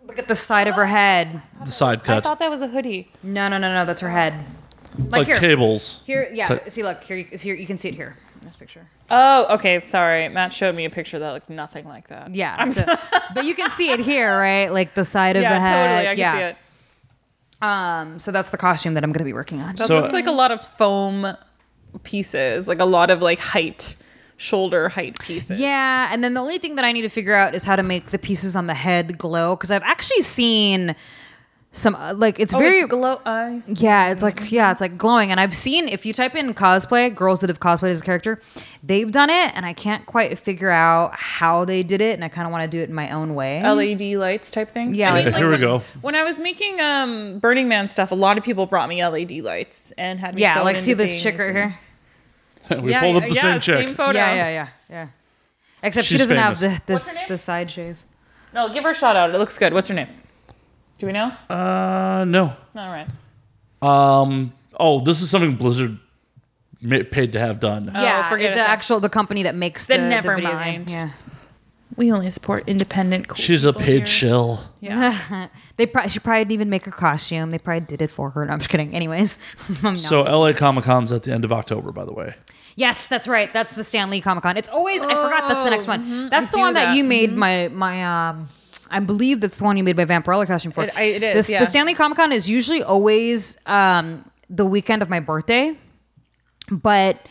Speaker 2: look at the side of her head.
Speaker 1: The side
Speaker 4: I
Speaker 1: cut,
Speaker 4: thought that was a hoodie.
Speaker 2: No, no, no, no, that's her head.
Speaker 1: like
Speaker 2: here.
Speaker 1: cables.
Speaker 2: Here, yeah.
Speaker 1: So-
Speaker 2: see, look here. You, it's here, you can see it here in this picture.
Speaker 4: Oh, okay. Sorry. Matt showed me a picture that looked nothing like that.
Speaker 2: Yeah,
Speaker 4: I'm
Speaker 2: so- but you can see it here, right? Like the side of
Speaker 4: yeah,
Speaker 2: the head.
Speaker 4: totally. I can see it.
Speaker 2: Um, so that's the costume that I'm going to be working on.
Speaker 4: That
Speaker 1: So-
Speaker 4: looks like a lot of foam pieces, like a lot of like height, shoulder height pieces.
Speaker 2: Yeah, and then the only thing that I need to figure out is how to make the pieces on the head glow because I've actually seen some uh, like it's
Speaker 4: Oh,
Speaker 2: very
Speaker 4: it's glow eyes.
Speaker 2: Yeah, it's like yeah, it's like glowing. And I've seen if you type in cosplay, girls that have cosplayed as a character, they've done it, and I can't quite figure out how they did it, and I kind of want to do it in my own way.
Speaker 4: LED E lights type thing.
Speaker 2: Yeah, like-
Speaker 1: Here we
Speaker 4: when,
Speaker 1: go.
Speaker 4: When I was making um, Burning Man stuff, a lot of people brought me LED lights and had me.
Speaker 2: yeah,
Speaker 4: sewn
Speaker 2: like see
Speaker 4: into
Speaker 2: this chick
Speaker 4: things
Speaker 2: right
Speaker 4: and-
Speaker 2: here.
Speaker 1: we
Speaker 4: yeah,
Speaker 1: pulled up
Speaker 4: yeah,
Speaker 1: the
Speaker 4: yeah,
Speaker 1: same chick.
Speaker 4: photo.
Speaker 2: Yeah, yeah, yeah, yeah. Except she
Speaker 1: She's
Speaker 2: doesn't
Speaker 1: famous.
Speaker 2: have the
Speaker 4: What's her
Speaker 2: this
Speaker 4: name?
Speaker 2: the side shave.
Speaker 4: No, give her a shout out. It looks good. What's her name? Do we know?
Speaker 1: Uh, no.
Speaker 4: All right.
Speaker 1: Um. Oh, this is something Blizzard ma- paid to have done.
Speaker 2: yeah,
Speaker 4: Oh, forget it
Speaker 2: the
Speaker 4: then.
Speaker 2: actual the company that makes the
Speaker 4: Then
Speaker 2: the
Speaker 4: never
Speaker 2: video game.
Speaker 4: mind.
Speaker 2: Yeah.
Speaker 4: We only support independent. Cool
Speaker 1: She's a
Speaker 4: people
Speaker 1: paid
Speaker 4: here.
Speaker 1: shill.
Speaker 4: Yeah.
Speaker 2: They probably she probably didn't even make her costume. They probably did it for her. No, I'm just kidding. Anyways, I'm not.
Speaker 1: So LA Comic Con's at the end of October, by the way.
Speaker 2: Yes, that's right. That's the Stan Lee Comic Con. It's always I forgot that's the next one. That's the
Speaker 4: Oh, mm-hmm. do
Speaker 2: one that,
Speaker 4: that. Mm-hmm.
Speaker 2: you made my my um I believe that's the one you made my Vampirella costume for.
Speaker 4: It- I- it is,
Speaker 2: This-
Speaker 4: yeah.
Speaker 2: The Stanley Comic Con is usually always um the weekend of my birthday, but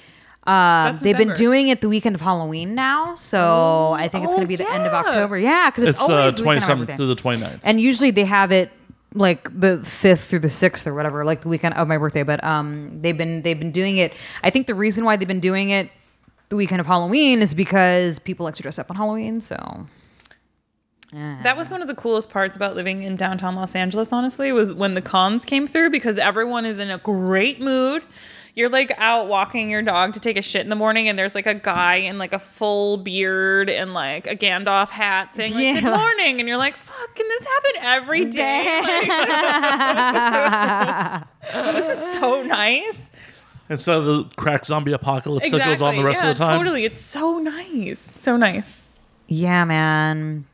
Speaker 2: uh,
Speaker 4: That's
Speaker 2: they've been
Speaker 4: November.
Speaker 2: doing it the weekend of Halloween now, so I think it's
Speaker 4: oh,
Speaker 2: going to be the end of
Speaker 4: yeah.
Speaker 2: October. Yeah, because it's,
Speaker 1: It's uh,
Speaker 2: always the weekend of my
Speaker 1: 27th
Speaker 2: birthday.
Speaker 1: to the 29th.
Speaker 2: And usually they have it like the fifth through the sixth or whatever, like the weekend of my birthday. But um, they've been they've been doing it. I think the reason why they've been doing it the weekend of Halloween is because people like to dress up on Halloween. So
Speaker 4: That was one of the coolest parts about living in downtown Los Angeles, honestly, was when the cons came through because everyone is in a great mood. you're like out walking your dog to take a shit in the morning, and there's like a guy in like a full beard and like a Gandalf hat saying like
Speaker 2: Yeah.
Speaker 4: "Good morning," and you're like, "Fuck, can this happen every day?" Like, this is so nice.
Speaker 1: Instead of the crack zombie apocalypse that goes on the rest
Speaker 4: yeah,
Speaker 1: of the time.
Speaker 4: Totally, it's so nice, so nice.
Speaker 2: Yeah, man.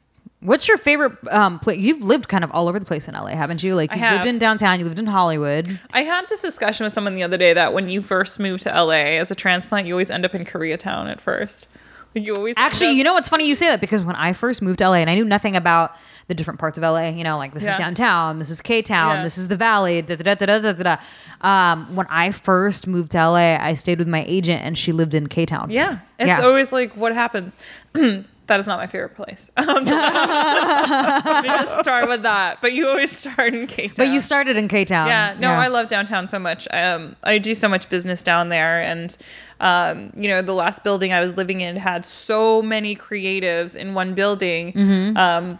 Speaker 2: What's your favorite um place? You've lived kind of all over the place in LA, haven't you? Like
Speaker 4: I
Speaker 2: you
Speaker 4: have.
Speaker 2: lived in downtown, you lived in Hollywood.
Speaker 4: I had this discussion with someone the other day that when you first move to LA as a transplant, you always end up in Koreatown at first. Like you always end
Speaker 2: Actually,
Speaker 4: up-
Speaker 2: you know what's funny? You say that because when I first moved to LA and I knew nothing about the different parts of LA, you know, like this
Speaker 4: Yeah.
Speaker 2: is downtown, this is K Town,
Speaker 4: Yeah.
Speaker 2: this is the Valley, da da da da da da. da. Um, when I first moved to LA, I stayed with my agent and she lived in K Town.
Speaker 4: Yeah, it's always like what happens. that is not my favorite place. Um, let me just start with that. But you always start in Cape
Speaker 2: But you started in K Town.
Speaker 4: Yeah, no, I love downtown so much. Um, I do so much business down there, and um, you know, the last building I was living in had so many creatives in one building. Um,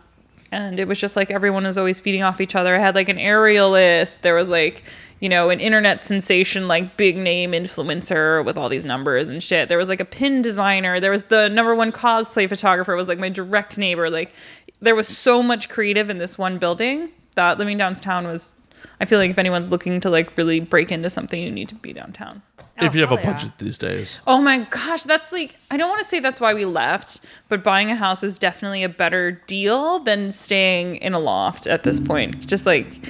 Speaker 4: and it was just like everyone was always feeding off each other. I had like an aerialist. There was like, you know, an internet sensation, like big name influencer with all these numbers and shit. There was like a pin designer. There was the number one cosplay photographer was like my direct neighbor. Like there was so much creative in this one building that living downtown was I feel like if anyone's looking to like really break into something, you need to be downtown.
Speaker 1: if you have a
Speaker 2: hell yeah.
Speaker 1: budget these days.
Speaker 4: Oh my gosh, that's like I don't want to say that's why we left, but buying a house is definitely a better deal than staying in a loft at this point. Just like,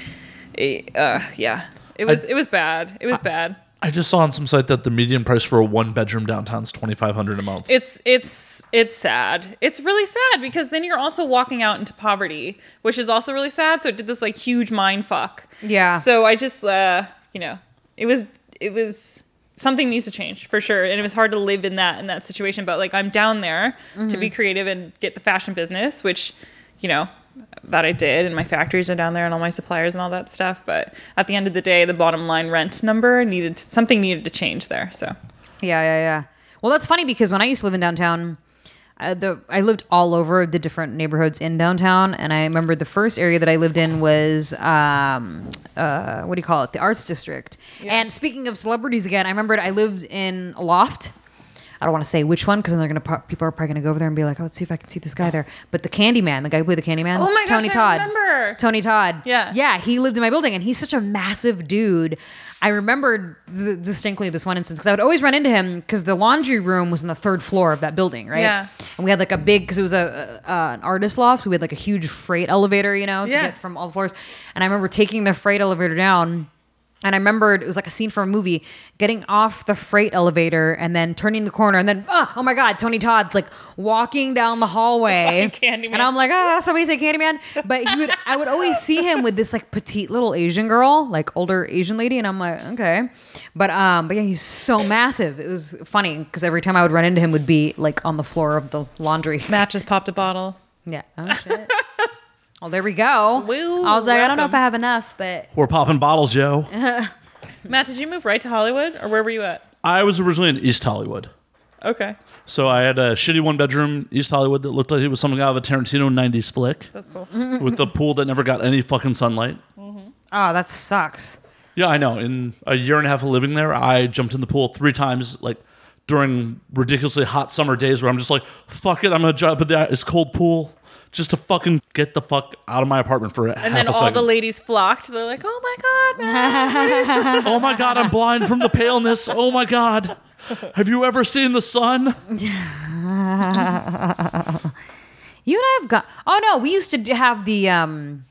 Speaker 4: eh, uh, yeah, it was it was bad. It was bad.
Speaker 1: I just saw on some site that the median price for a one bedroom downtown is twenty five hundred a month.
Speaker 4: It's it's it's sad. It's really sad because then you're also walking out into poverty, which is also really sad. So it did this like huge mind fuck.
Speaker 2: Yeah.
Speaker 4: So I just uh, you know, it was it was something needs to change for sure, and it was hard to live in that in that situation. But like I'm down there to be creative and get the fashion business, which you know that I did, and my factories are down there, and all my suppliers and all that stuff. But at the end of the day, the bottom line rent number needed something needed to change there. So
Speaker 2: Yeah, yeah, yeah. Well, that's funny because when I used to live in downtown, I, the, I lived all over the different neighborhoods in downtown, and I remember the first area that I lived in was um, uh, what do you call it? The Arts District. And speaking of celebrities again, I remembered I lived in a loft. I don't want to say which one because then they're gonna pro- people are probably gonna go over there and be like, oh, let's see if I can see this guy there. But the Candyman, the guy who played the Candyman,
Speaker 4: Oh my gosh,
Speaker 2: Tony
Speaker 4: I
Speaker 2: Todd,
Speaker 4: remember.
Speaker 2: Tony Todd,
Speaker 4: Yeah.
Speaker 2: yeah, he lived in my building, and he's such a massive dude. I remembered th- distinctly this one instance because I would always run into him because the laundry room was on the third floor of that building, right?
Speaker 4: Yeah.
Speaker 2: And we had like a big because it was a, a uh, an artist loft, so we had like a huge freight elevator, you know, to
Speaker 4: Yeah.
Speaker 2: get from all the floors. And I remember taking the freight elevator down. And I remembered it was like a scene from a movie, getting off the freight elevator and then turning the corner and then ah, oh my god, Tony Todd's like walking down the hallway.
Speaker 4: Fucking Candyman.
Speaker 2: And I'm like, ah, somebody say Candyman. But he would I would always see him with this like petite little Asian girl, like older Asian lady, and I'm like, okay. But um, but yeah, he's so massive. It was funny because every time I would run into him would be like on the floor of the laundry.
Speaker 4: matches popped a bottle.
Speaker 2: Yeah. Oh shit. Oh, there we go.
Speaker 4: Woo,
Speaker 2: I was like, I don't know if
Speaker 4: welcome.
Speaker 2: I have enough, but
Speaker 1: We're popping bottles, yo.
Speaker 4: Matt, did you move right to Hollywood or where were you at?
Speaker 1: I was originally in East Hollywood.
Speaker 4: Okay.
Speaker 1: So I had a shitty one bedroom East Hollywood that looked like it was something out of a Tarantino 90s flick
Speaker 4: That's cool.
Speaker 1: with a pool that never got any fucking sunlight.
Speaker 2: oh, that sucks.
Speaker 1: Yeah, I know. In a year and a half of living there, I jumped in the pool three times, like during ridiculously hot summer days where I'm just like, fuck it, I'm gonna jump in that it's cold pool just to fucking get the fuck out of my apartment for half
Speaker 4: And then
Speaker 1: a
Speaker 4: all
Speaker 1: second.
Speaker 4: the ladies flocked. They're like, oh my God. Matt."
Speaker 1: oh my god, I'm blind from the paleness. Oh my god. Have you ever seen the sun?
Speaker 2: You and I have got. Oh no, we used to d- have the um,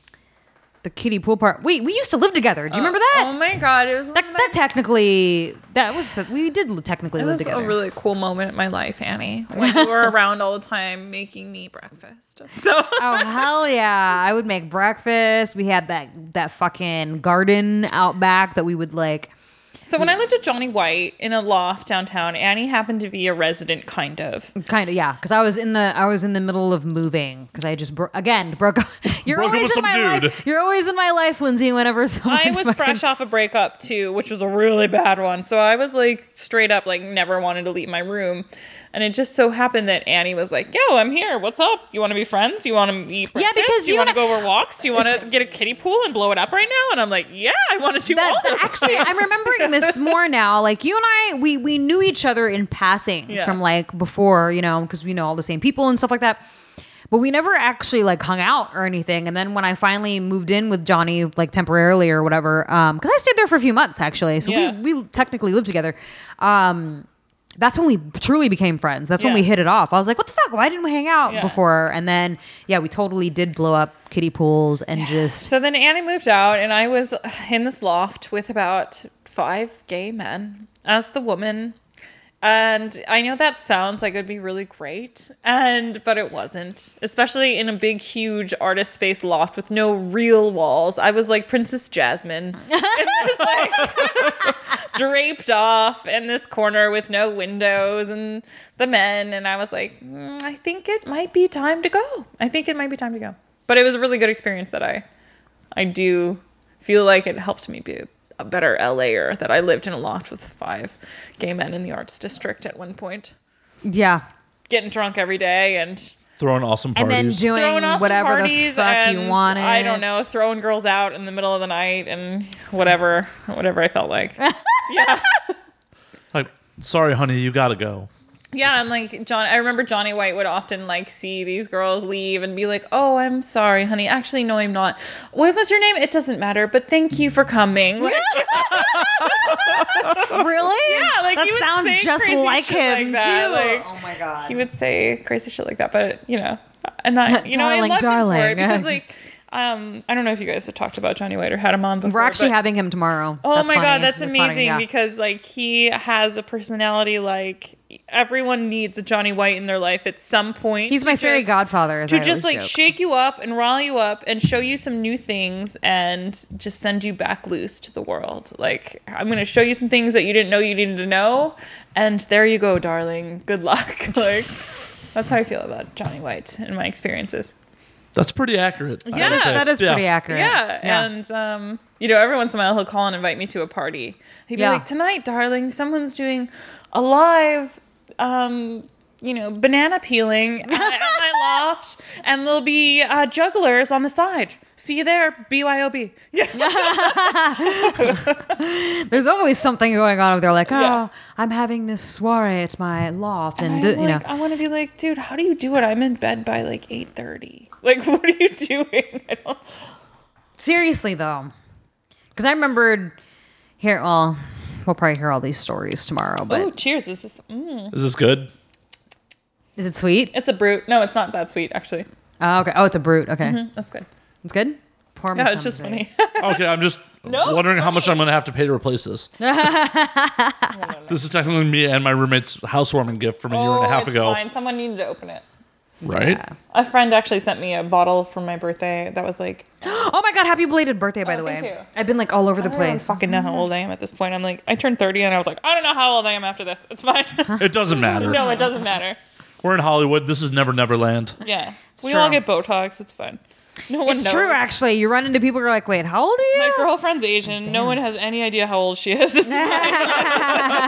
Speaker 2: the kiddie pool part. Wait, we used to live together. Do you remember that?
Speaker 4: Oh my God. It was,
Speaker 2: that, that technically, that was the, we did li- technically
Speaker 4: it
Speaker 2: live
Speaker 4: was
Speaker 2: together.
Speaker 4: a really cool moment in my life, Annie. When you were around all the time making me breakfast. So
Speaker 2: oh hell yeah! I would make breakfast. We had that that fucking garden out back that we would like.
Speaker 4: so when I lived at Johnny White in a loft downtown, Annie happened to be a resident kind of.
Speaker 2: Kind of yeah, because I was in the I was in the middle of moving because I just bro- again broke. You're
Speaker 1: Broke up
Speaker 2: always
Speaker 1: with some
Speaker 2: in my
Speaker 1: dude.
Speaker 2: life. You're always in my life, Lindsay. Whenever someone
Speaker 4: I was fresh off a breakup too, which was a really bad one. So I was like straight up like never wanted to leave my room. And it just so happened that Annie was like, "Yo, I'm here. What's up? You want to be friends? You want to eat? Breakfast?
Speaker 2: because
Speaker 4: Do you,
Speaker 2: you
Speaker 4: want to
Speaker 2: and I-
Speaker 4: go over walks. Do you want to get a kiddie pool and blow it up right now?" And I'm like, "Yeah, I want to do all
Speaker 2: that,
Speaker 4: those
Speaker 2: actually, I'm
Speaker 4: things."
Speaker 2: remembering this more now. Like you and I, we we knew each other in passing
Speaker 4: Yeah.
Speaker 2: from like before, you know, because we know all the same people and stuff like that. But we never actually like hung out or anything. And then when I finally moved in with Johnny, like temporarily or whatever, because I stayed there for a few months actually, so
Speaker 4: Yeah.
Speaker 2: we we technically lived together. Um, that's when we truly became friends. That's when we
Speaker 4: Yeah.
Speaker 2: hit it off. I was like, what the fuck? Why didn't we hang out
Speaker 4: Yeah.
Speaker 2: before? And then yeah, we totally did blow up kiddie pools and just
Speaker 4: So then Annie moved out, and I was in this loft with about five gay men as the woman. And I know that sounds like it'd be really great, and but it wasn't. Especially in a big, huge artist space loft with no real walls. I was like Princess Jasmine, and just like draped off in this corner with no windows, and the men. And I was like, "Mm, I think it might be time to go. I think it might be time to go. But it was a really good experience that I I do feel like it helped me be a better LAer that I lived in a loft with five gay men in the arts district at one point,
Speaker 2: yeah.
Speaker 4: getting drunk every day and
Speaker 1: Throwing awesome
Speaker 2: And
Speaker 1: parties.
Speaker 2: then doing
Speaker 4: throwing awesome
Speaker 2: whatever the
Speaker 4: parties
Speaker 2: fuck
Speaker 4: and
Speaker 2: you wanted.
Speaker 4: I don't know, throwing girls out in the middle of the night and whatever, whatever I felt like. yeah.
Speaker 1: like, sorry, honey, you gotta go.
Speaker 4: Yeah, and like John, I remember Johnny White would often like see these girls leave and be like, "Oh, I'm sorry, honey. Actually, no, I'm not. What was your name? It doesn't matter. But thank you for coming." Like,
Speaker 2: Really?
Speaker 4: Yeah, like,
Speaker 2: that
Speaker 4: he would
Speaker 2: sounds
Speaker 4: say
Speaker 2: just
Speaker 4: crazy
Speaker 2: like
Speaker 4: shit
Speaker 2: him
Speaker 4: like that,
Speaker 2: too.
Speaker 4: like,
Speaker 2: oh my god.
Speaker 4: he would say crazy shit like that, but you know, and not you know, I
Speaker 2: Darling,
Speaker 4: loved him for
Speaker 2: darling.
Speaker 4: it because like, um, I don't know if you guys have talked about Johnny White or had him on before.
Speaker 2: We're actually
Speaker 4: but-
Speaker 2: having him tomorrow.
Speaker 4: Oh
Speaker 2: That's
Speaker 4: my
Speaker 2: funny.
Speaker 4: god, that's,
Speaker 2: funny,
Speaker 4: amazing
Speaker 2: yeah.
Speaker 4: because like he has a personality like everyone needs a Johnny White in their life at some point.
Speaker 2: He's
Speaker 4: to
Speaker 2: my fairy
Speaker 4: just-
Speaker 2: godfather. As
Speaker 4: to
Speaker 2: I always
Speaker 4: just like
Speaker 2: joke.
Speaker 4: shake you up and rile you up and show you some new things and just send you back loose to the world. Like I'm going to show you some things that you didn't know you needed to know, and there you go, darling. Good luck. like that's how I feel about Johnny White and my experiences.
Speaker 1: That's pretty accurate. I
Speaker 4: Yeah,
Speaker 1: would say.
Speaker 2: that is
Speaker 1: Yeah.
Speaker 2: pretty accurate.
Speaker 4: Yeah, and um, you know, every once in a while he'll call and invite me to a party. He'd be
Speaker 2: Yeah.
Speaker 4: like, "Tonight, darling, someone's doing a live, um, you know, banana peeling at, at my loft, and there'll be uh, jugglers on the side. See you there, BYOB." Yeah,
Speaker 2: There's always something going on. Where they're like, oh,
Speaker 4: Yeah.
Speaker 2: I'm having this soiree at my loft, and,
Speaker 4: I'm
Speaker 2: do- you
Speaker 4: like, "Oh."
Speaker 2: know,
Speaker 4: I want to be like, dude, how do you do it? I'm in bed by like eight thirty. Like, what are you doing? I don't.
Speaker 2: seriously though, because I remembered here. Well, we'll probably hear all these stories tomorrow. But
Speaker 4: Oh, cheers! This is. Mm.
Speaker 1: Is this good?
Speaker 2: is it sweet?
Speaker 4: It's a brute. No, it's not that sweet actually.
Speaker 2: Oh, okay. Oh, it's a brute. Okay,
Speaker 4: That's good.
Speaker 2: it's good. Pour me some,
Speaker 4: No, Mm-hmm. it's just
Speaker 2: please.
Speaker 4: funny.
Speaker 1: Okay, I'm just
Speaker 4: No,
Speaker 1: wondering how much I'm gonna have to pay to replace this. this is technically me and my roommate's housewarming gift from a year and a half
Speaker 4: Oh, it's
Speaker 1: ago,
Speaker 4: Fine. Someone needed to open it.
Speaker 1: right?
Speaker 4: A friend actually sent me a bottle for my birthday that was like,
Speaker 2: Oh my god! Happy belated birthday, by
Speaker 4: Oh,
Speaker 2: the way.
Speaker 4: thank you.
Speaker 2: I've been like all over the
Speaker 4: I don't even
Speaker 2: place.
Speaker 4: fucking know how old I am at this point. I'm like, I turned 30 and I was like, I don't know how old I am after this. It's fine.
Speaker 1: It doesn't matter.
Speaker 4: no, it doesn't matter.
Speaker 1: We're in Hollywood. This is Never Never Land.
Speaker 4: Yeah. we
Speaker 2: true.
Speaker 4: all get Botox. It's fine. No one
Speaker 2: It's
Speaker 4: knows.
Speaker 2: true, actually. You run into people who are like, wait, how old are you?
Speaker 4: My girlfriend's Asian. No one has any idea how old she is. It's fine. I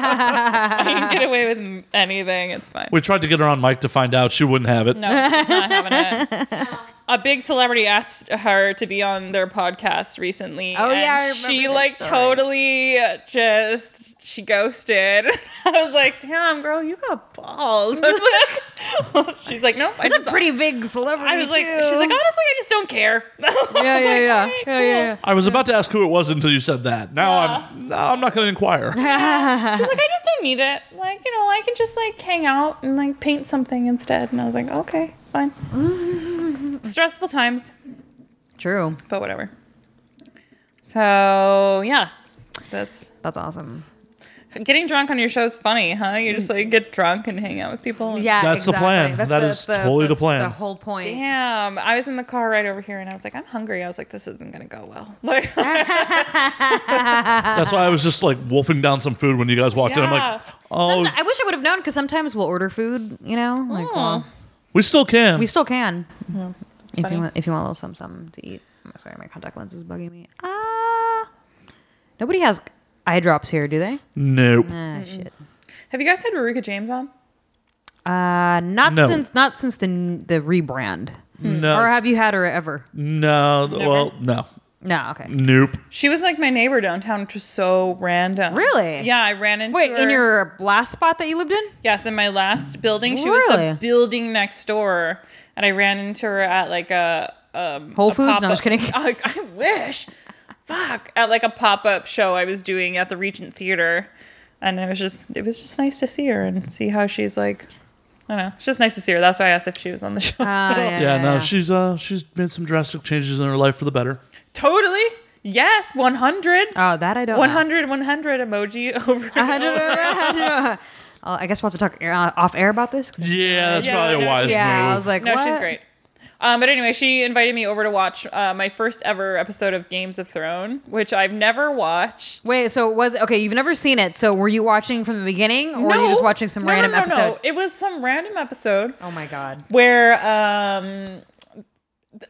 Speaker 4: can get away with anything. It's fine.
Speaker 1: We tried to get her on mic to find out. She wouldn't have it.
Speaker 4: No, she's not having it. A big celebrity asked her to be on their podcast recently.
Speaker 2: Oh, yeah,
Speaker 4: and
Speaker 2: I remember
Speaker 4: she
Speaker 2: this
Speaker 4: like
Speaker 2: story.
Speaker 4: totally just she ghosted. I was like, damn, girl, you got balls. I'm like- she's like, nope. I
Speaker 2: It's
Speaker 4: just,
Speaker 2: a pretty big celebrity.
Speaker 4: I was like,
Speaker 2: too.
Speaker 4: she's like, honestly, I just don't care.
Speaker 2: yeah, yeah, yeah, yeah, yeah,
Speaker 1: I was about to ask who it was until you said that. Now I'm no, I'm not going to inquire.
Speaker 4: She's like, I just don't need it. Like, you know, I can just like hang out and like paint something instead. And I was like, okay, fine. Stressful times. "Oh."
Speaker 2: yeah. True.
Speaker 4: but whatever. So yeah, that's
Speaker 2: That's awesome.
Speaker 4: getting drunk on your show is funny, huh? You just like get drunk and hang out with people. and-
Speaker 2: Yeah,
Speaker 1: That's the
Speaker 2: exactly.
Speaker 1: plan.
Speaker 2: That's
Speaker 1: That is totally the
Speaker 2: that's
Speaker 1: plan.
Speaker 2: The whole point.
Speaker 4: Damn, I was in the car right over here, and I was like, I'm hungry. I was like, this isn't gonna go well. Like,
Speaker 1: That's why I was just like wolfing down some food when you guys walked in. I'm like,
Speaker 4: Yeah.
Speaker 1: oh,
Speaker 2: Someti- I wish I would have known because sometimes we'll order food. You know, like
Speaker 4: Oh.
Speaker 2: well,
Speaker 1: we still can.
Speaker 2: we still can. if
Speaker 4: funny.
Speaker 2: you want, if you want a little some something to eat. I'm sorry, my contact lens is bugging me. Ah, nobody has eye drops here, do they?
Speaker 1: nope.
Speaker 2: Ah,
Speaker 4: Mm.
Speaker 2: shit.
Speaker 4: have you guys had Ruka James on?
Speaker 2: Uh, not
Speaker 1: No.
Speaker 2: since not since the the rebrand.
Speaker 1: No.
Speaker 4: uh,
Speaker 2: Or have you had her ever?
Speaker 1: No, th- well, no.
Speaker 2: No, okay.
Speaker 1: Nope.
Speaker 4: She was like my neighbor downtown, which was so random.
Speaker 2: Really?
Speaker 4: Yeah, I ran into
Speaker 2: Wait,
Speaker 4: her.
Speaker 2: in your last spot that you lived in?
Speaker 4: Yes, in my last building, she was
Speaker 2: Really?
Speaker 4: the building next door, and I ran into her at like a um,
Speaker 2: Whole
Speaker 4: a
Speaker 2: Foods? No, I'm
Speaker 4: pop-up-
Speaker 2: just kidding.
Speaker 4: I, I wish. Fuck, at like a pop up show I was doing at the Regent Theater, and it was just it was just nice to see her and see how she's like. I don't know. It's just nice to see her. That's why I asked if she was on the show.
Speaker 2: Ah,
Speaker 1: Yeah, no, she's uh she's made some drastic changes in her life for the better.
Speaker 4: totally. Yes, 100.
Speaker 2: Oh, that I don't. know.
Speaker 4: 100, 100 emoji over.
Speaker 2: I don't know, I don't know. Oh, I guess we'll have to talk air- uh, off air about this. 'cause-
Speaker 1: Yeah, that's
Speaker 4: Yeah,
Speaker 1: probably a
Speaker 4: no,
Speaker 1: wise
Speaker 2: yeah,
Speaker 1: move.
Speaker 2: I was like,
Speaker 4: no,
Speaker 2: what?
Speaker 4: she's great. Um, but anyway, she invited me over to watch uh, my first ever episode of Games of Throne, which I've never watched.
Speaker 2: Wait, so it was okay? You've never seen it, so were you watching from the beginning, or were you just watching some
Speaker 4: No, no,
Speaker 2: random
Speaker 4: no, no.
Speaker 2: episode?
Speaker 4: It was some random episode
Speaker 2: Oh my god!
Speaker 4: where um,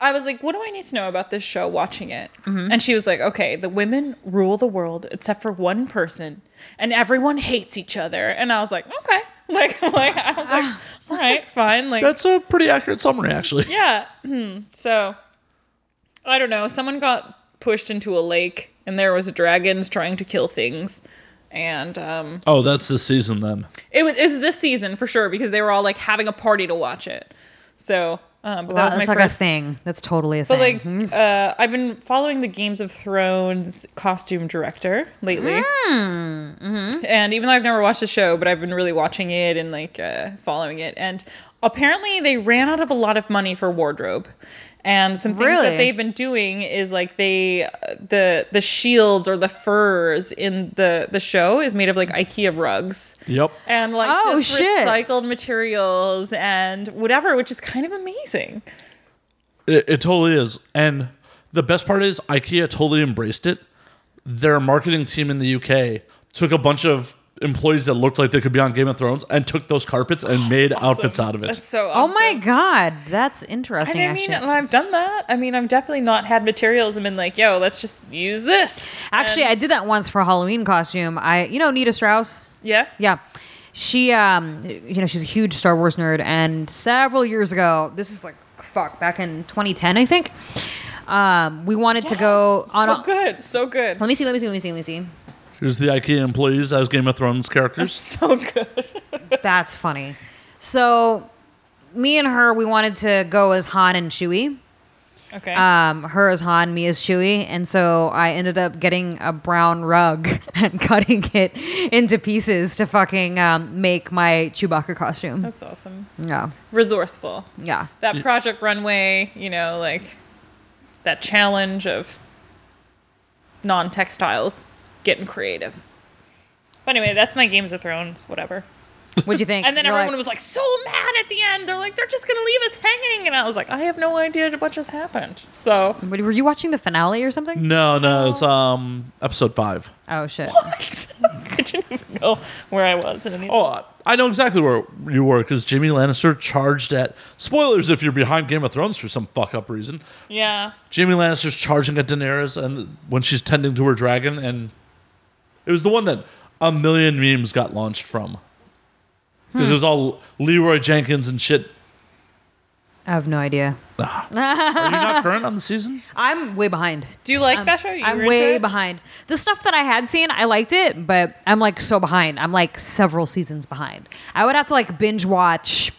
Speaker 4: I was like, "What do I need to know about this show?" Watching it,
Speaker 2: Mm-hmm.
Speaker 4: and she was like, "Okay, the women rule the world except for one person, and everyone hates each other." And I was like, "Okay." Like, like I was like, "All right, fine." Like,
Speaker 1: That's a pretty accurate summary, actually.
Speaker 4: Yeah. Hmm. so I don't know. Someone got pushed into a lake, and there was dragons trying to kill things. And um,
Speaker 1: Oh, that's the season then.
Speaker 4: it was is this season for sure because they were all like having a party to watch it. So um, but
Speaker 2: Wow,
Speaker 4: that was
Speaker 2: that's
Speaker 4: my
Speaker 2: like
Speaker 4: first.
Speaker 2: a thing. That's totally a
Speaker 4: But
Speaker 2: thing.
Speaker 4: like, uh, I've been following the Games of Thrones costume director lately,
Speaker 2: Hmm. Mm-hmm.
Speaker 4: and even though I've never watched the show, but I've been really watching it and like uh, following it. And apparently, they ran out of a lot of money for wardrobe, and some things
Speaker 2: Really?
Speaker 4: that they've been doing is like they uh, the the shields or the furs in the the show is made of like IKEA rugs
Speaker 1: Yep.
Speaker 4: and like
Speaker 2: Oh,
Speaker 4: just
Speaker 2: shit.
Speaker 4: recycled materials and whatever, which is kind of amazing.
Speaker 1: It, it totally is. And the best part is IKEA totally embraced it. Their marketing team in the UK took a bunch of employees that looked like they could be on Game of Thrones and took those carpets and made outfits out of it.
Speaker 4: That's so
Speaker 2: oh
Speaker 4: awesome.
Speaker 2: my god, that's
Speaker 4: And
Speaker 2: interesting.
Speaker 4: I mean,
Speaker 2: actually,
Speaker 4: and I've done that. I mean, I've definitely not had materials and been like, yo, let's just use this.
Speaker 2: actually,
Speaker 4: And-
Speaker 2: I did that once for a Halloween costume. I, you know, Nita Strauss.
Speaker 4: Yeah.
Speaker 2: Yeah. She um you know, she's a huge Star Wars nerd and several years ago, this is like fuck, back in 2010 I think. Um we wanted to go on
Speaker 4: so
Speaker 2: a,
Speaker 4: good. So good.
Speaker 2: Let me see, let me see, let me see, let me see.
Speaker 1: Here's the IKEA employees as Game of Thrones characters.
Speaker 4: So good.
Speaker 2: That's funny. So me and her we wanted to go as Han and Chewie.
Speaker 4: Okay.
Speaker 2: Um, her as Han, me as Chewie, and so I ended up getting a brown rug and cutting it into pieces to fucking um, make my Chewbacca costume.
Speaker 4: That's awesome.
Speaker 2: Yeah,
Speaker 4: Resourceful.
Speaker 2: yeah.
Speaker 4: That Project Runway, you know, like that challenge of non textiles getting creative. But anyway, that's my Games of Thrones, whatever.
Speaker 2: What'd you think?
Speaker 4: And then
Speaker 2: You're
Speaker 4: everyone
Speaker 2: like-
Speaker 4: was like so mad at the end. They're like, they're just gonna leave us hanging. And I was like, I have no idea what just happened. So
Speaker 2: Wait, Were you watching the finale or
Speaker 4: Mm.
Speaker 2: something?
Speaker 1: No, no, it's um episode five.
Speaker 2: Oh shit!
Speaker 4: I didn't even know Oh, where I was. In any-
Speaker 1: Oh, I- I know exactly where you were because Jamie Lannister charged at spoilers if you're behind Game of Thrones for some fuck up reason.
Speaker 4: yeah.
Speaker 1: Jamie Lannister's charging at Daenerys and when she's tending to her dragon, and it was the one that a million memes got launched from because it was all Leroy Jenkins and shit.
Speaker 2: I have no idea.
Speaker 1: Are you not current on the season?
Speaker 2: I'm way behind.
Speaker 4: Do you like that show? You
Speaker 2: Um, I'm
Speaker 4: were into
Speaker 2: way
Speaker 4: it?
Speaker 2: behind. The stuff that I had seen, I liked it, but I'm like so behind. I'm like several seasons behind. I would have to like binge watch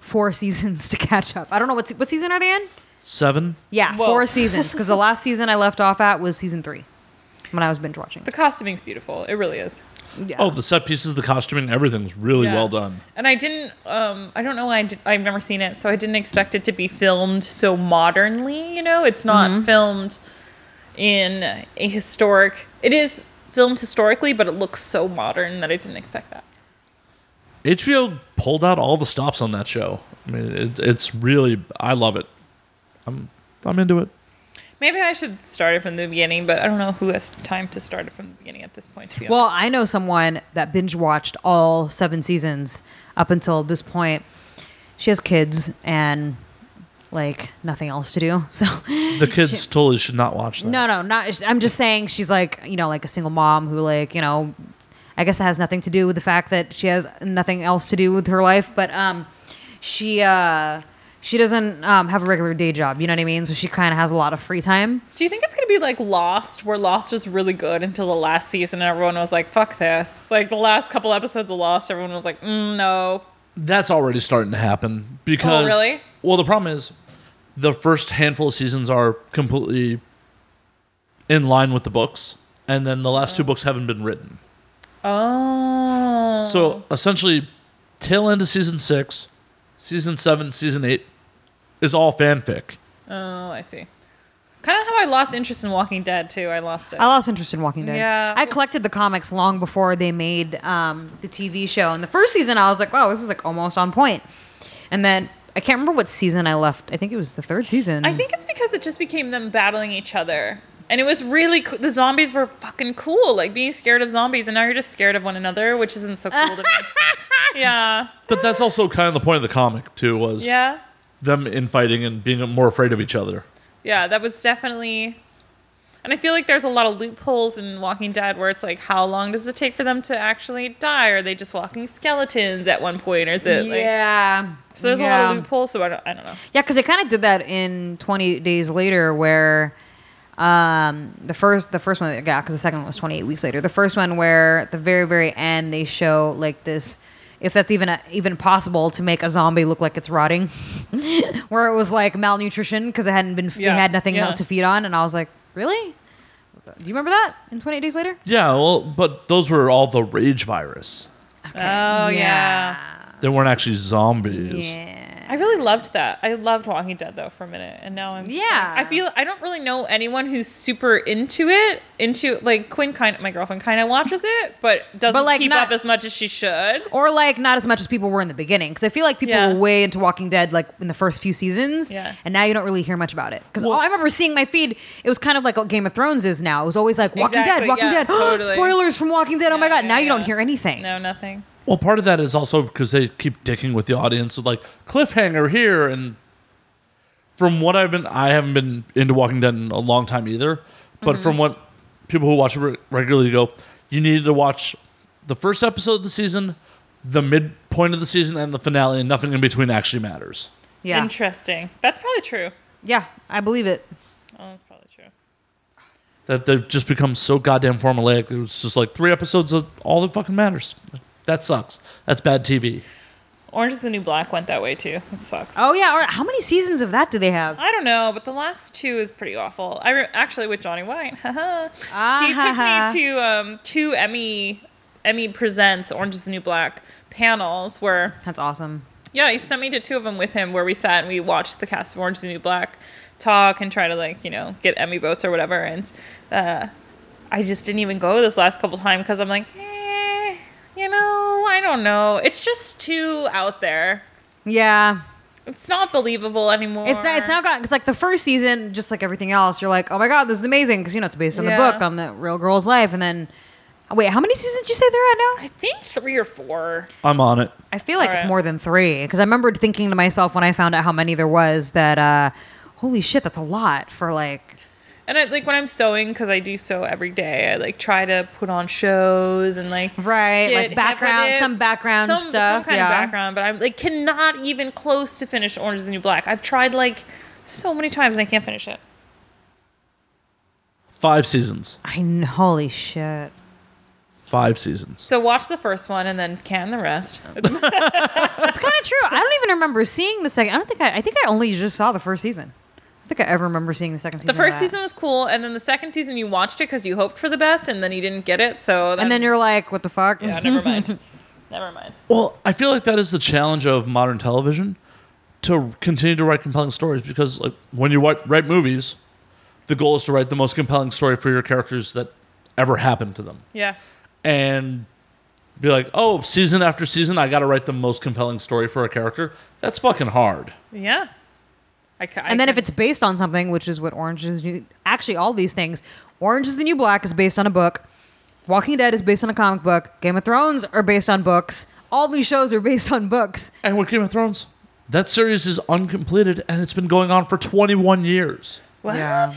Speaker 2: four seasons to catch up. I don't know what se- what season are they in?
Speaker 1: Seven.
Speaker 2: Yeah,
Speaker 4: Whoa.
Speaker 2: four seasons because the last season I left off at was season three when I was binge watching.
Speaker 4: The costuming's beautiful. It really is.
Speaker 2: Yeah.
Speaker 1: Oh, the set pieces, the costuming, everything's really
Speaker 4: Yeah.
Speaker 1: well done.
Speaker 4: And I didn't. Um, I don't know. why I did, I've never seen it, so I didn't expect it to be filmed so modernly. You know, it's not
Speaker 2: Mm-hmm.
Speaker 4: filmed in a historic. It is filmed historically, but it looks so modern that I didn't expect that.
Speaker 1: HBO pulled out all the stops on that show. I mean, it, it's really, I love it. I'm, I'm into it.
Speaker 4: Maybe I should start it from the beginning, but I don't know who has time to start it from the beginning at this point. To be
Speaker 2: Well, I know someone that binge watched all seven seasons up until this point. She has kids and like nothing else to do. So
Speaker 1: The kids totally should not watch that.
Speaker 2: no, no, not. I'm just saying she's like you know like a single mom who like you know, I guess that has nothing to do with the fact that she has nothing else to do with her life. But um, she uh, she doesn't um, have a regular day job. You know what I mean? So she kind of has a lot of free time.
Speaker 4: Do you think it's gonna be like Lost, where Lost was really good until the last season, and everyone was like, "Fuck this!" Like the last couple episodes of Lost, everyone was like, mm, "No."
Speaker 1: That's already starting to happen because.
Speaker 4: really?
Speaker 1: Well, the problem is, the first handful of seasons are completely in line with the books, and then the last two books haven't been written.
Speaker 4: Oh.
Speaker 1: So essentially, tail end of season six, season seven, season eight is all fanfic.
Speaker 4: Oh, I see. Kind of how I lost interest in Walking Dead too. I lost it.
Speaker 2: I lost interest in Walking Dead.
Speaker 4: Yeah.
Speaker 2: I collected the comics long before they made um, the TV show. And the first season, I was like, wow, this is like almost on point. And then I can't remember what season I left. I think it was the third season.
Speaker 4: I think it's because it just became them battling each other. And it was really cool. The zombies were fucking cool. Like being scared of zombies, and now you're just scared of one another, which isn't so cool to me. yeah.
Speaker 1: But that's also kind of the point of the comic too was
Speaker 4: Yeah.
Speaker 1: them infighting and being more afraid of each other.
Speaker 4: Yeah. That was definitely. And I feel like there's a lot of loopholes in Walking Dead where it's like, how long does it take for them to actually die? Are they just walking skeletons at one point, or is it like?
Speaker 2: Yeah.
Speaker 4: So there's a
Speaker 2: yeah.
Speaker 4: lot of loopholes. So I don't, I don't know.
Speaker 2: Yeah, because they kind of did that in Twenty Days Later, where um, the first the first one, yeah, because the second one was twenty eight weeks later. The first one, where at the very very end, they show like this, if that's even a, even possible to make a zombie look like it's rotting, where it was like malnutrition because it hadn't been
Speaker 4: Yeah,
Speaker 2: it had nothing
Speaker 4: yeah.
Speaker 2: to feed on, and I was like, really? Do you remember that in twenty eight days later?
Speaker 1: Yeah, well, but those were all the rage virus.
Speaker 2: Okay.
Speaker 4: Oh, yeah.
Speaker 1: They weren't actually zombies.
Speaker 2: Yeah.
Speaker 4: I really loved that. I loved Walking Dead though for a minute, and now I'm just like-
Speaker 2: Yeah.
Speaker 4: I feel I don't really know anyone who's super into it. Into like Quinn, kind of my girlfriend, kind of watches it, but doesn't
Speaker 2: But, like,
Speaker 4: keep
Speaker 2: not-
Speaker 4: up as much as she should.
Speaker 2: or like not as much as people were in the beginning because i feel like people
Speaker 4: Yeah.
Speaker 2: were way into walking dead like in the first few seasons
Speaker 4: Yeah.
Speaker 2: and now you don't really hear much about it because i remember seeing my feed it was kind of like what game of thrones is now it was always like walking
Speaker 4: Exactly,
Speaker 2: dead walking
Speaker 4: yeah,
Speaker 2: dead
Speaker 4: totally.
Speaker 2: spoilers from walking dead oh my
Speaker 4: Yeah,
Speaker 2: god now
Speaker 4: yeah,
Speaker 2: you don't
Speaker 4: yeah.
Speaker 2: hear anything
Speaker 4: No, nothing.
Speaker 1: Well, part of that is also because they keep dicking with the audience with like cliffhanger here and from what I've been I haven't been into Walking Dead in a long time either, but from what people who watch it re- regularly go, you needed to watch the first episode of the season, the midpoint of the season and the finale and nothing in between actually matters.
Speaker 2: yeah
Speaker 4: Interesting. That's probably true.
Speaker 2: yeah i believe it
Speaker 4: Oh, that's probably true.
Speaker 1: That they've just become so goddamn formulaic. It was just like three episodes of all that fucking matters. That sucks. That's bad TV.
Speaker 4: Orange is the New Black went that way too. It sucks.
Speaker 2: oh yeah or how many seasons of that do they have
Speaker 4: I don't know, but the last two is pretty awful. I re- actually with Johnny Wine, haha.
Speaker 2: Ah,
Speaker 4: he took me to um, two Emmy Emmy presents Orange is the New Black panels where
Speaker 2: that's awesome
Speaker 4: Yeah, he sent me to two of them with him where we sat and we watched the cast of Orange is the New Black talk and try to like, you know, get Emmy votes or whatever. And uh, I just didn't even go this last couple time because I'm like, eh, you know, I don't know. It's just too out there.
Speaker 2: yeah
Speaker 4: It's not believable anymore.
Speaker 2: It's not. It's now gotten because like the first season, just like everything else, you're like, oh my god, this is amazing because you know it's based on
Speaker 4: Yeah.
Speaker 2: the book on the real girl's life, and then. Wait, how many seasons did you say they're at now?
Speaker 4: I think three or four.
Speaker 1: I'm on it.
Speaker 2: I feel like
Speaker 4: All
Speaker 2: it's
Speaker 4: right.
Speaker 2: more than three because I remembered thinking to myself when I found out how many there was that, uh, holy shit, that's a lot for like.
Speaker 4: And I, like when I'm sewing, because I do sew every day, I like try to put on shows and like
Speaker 2: Right, like
Speaker 4: get hip
Speaker 2: background-
Speaker 4: with it.
Speaker 2: some background
Speaker 4: some,
Speaker 2: stuff,
Speaker 4: some kind
Speaker 2: yeah.
Speaker 4: of background. But I'm like cannot even close to finish Orange Is the New Black. I've tried like so many times and I can't finish it.
Speaker 1: Five seasons.
Speaker 2: I kn- holy shit.
Speaker 1: Five seasons.
Speaker 4: So watch the first one and then can the rest.
Speaker 2: That's kind of true. I don't even remember seeing the second. I don't think I. I think I only just saw the first season. I don't think I ever remember seeing the second season.
Speaker 4: The
Speaker 2: of
Speaker 4: first
Speaker 2: that.
Speaker 4: season was cool, and then the second season you watched it because you hoped for the best, and then you didn't get it. So
Speaker 2: and then you're like, what the fuck?
Speaker 4: yeah, never mind, never mind.
Speaker 1: Well, I feel like that is the challenge of modern television to continue to write compelling stories because like when you write, write movies, the goal is to write the most compelling story for your characters that ever happened to them.
Speaker 4: Yeah,
Speaker 1: And be like, "Oh, season after season I got to write the most compelling story for a character." That's fucking hard.
Speaker 4: yeah. I, ca- I
Speaker 2: And then if
Speaker 4: couldn't-
Speaker 2: it's based on something, which is what Orange is New, actually all these things. Orange is the New Black is based on a book. Walking Dead is based on a comic book. Game of Thrones are based on books. All these shows are based on books.
Speaker 1: And with Game of Thrones, that series is uncompleted and it's been going on for 21 years.
Speaker 4: what?
Speaker 2: Yeah.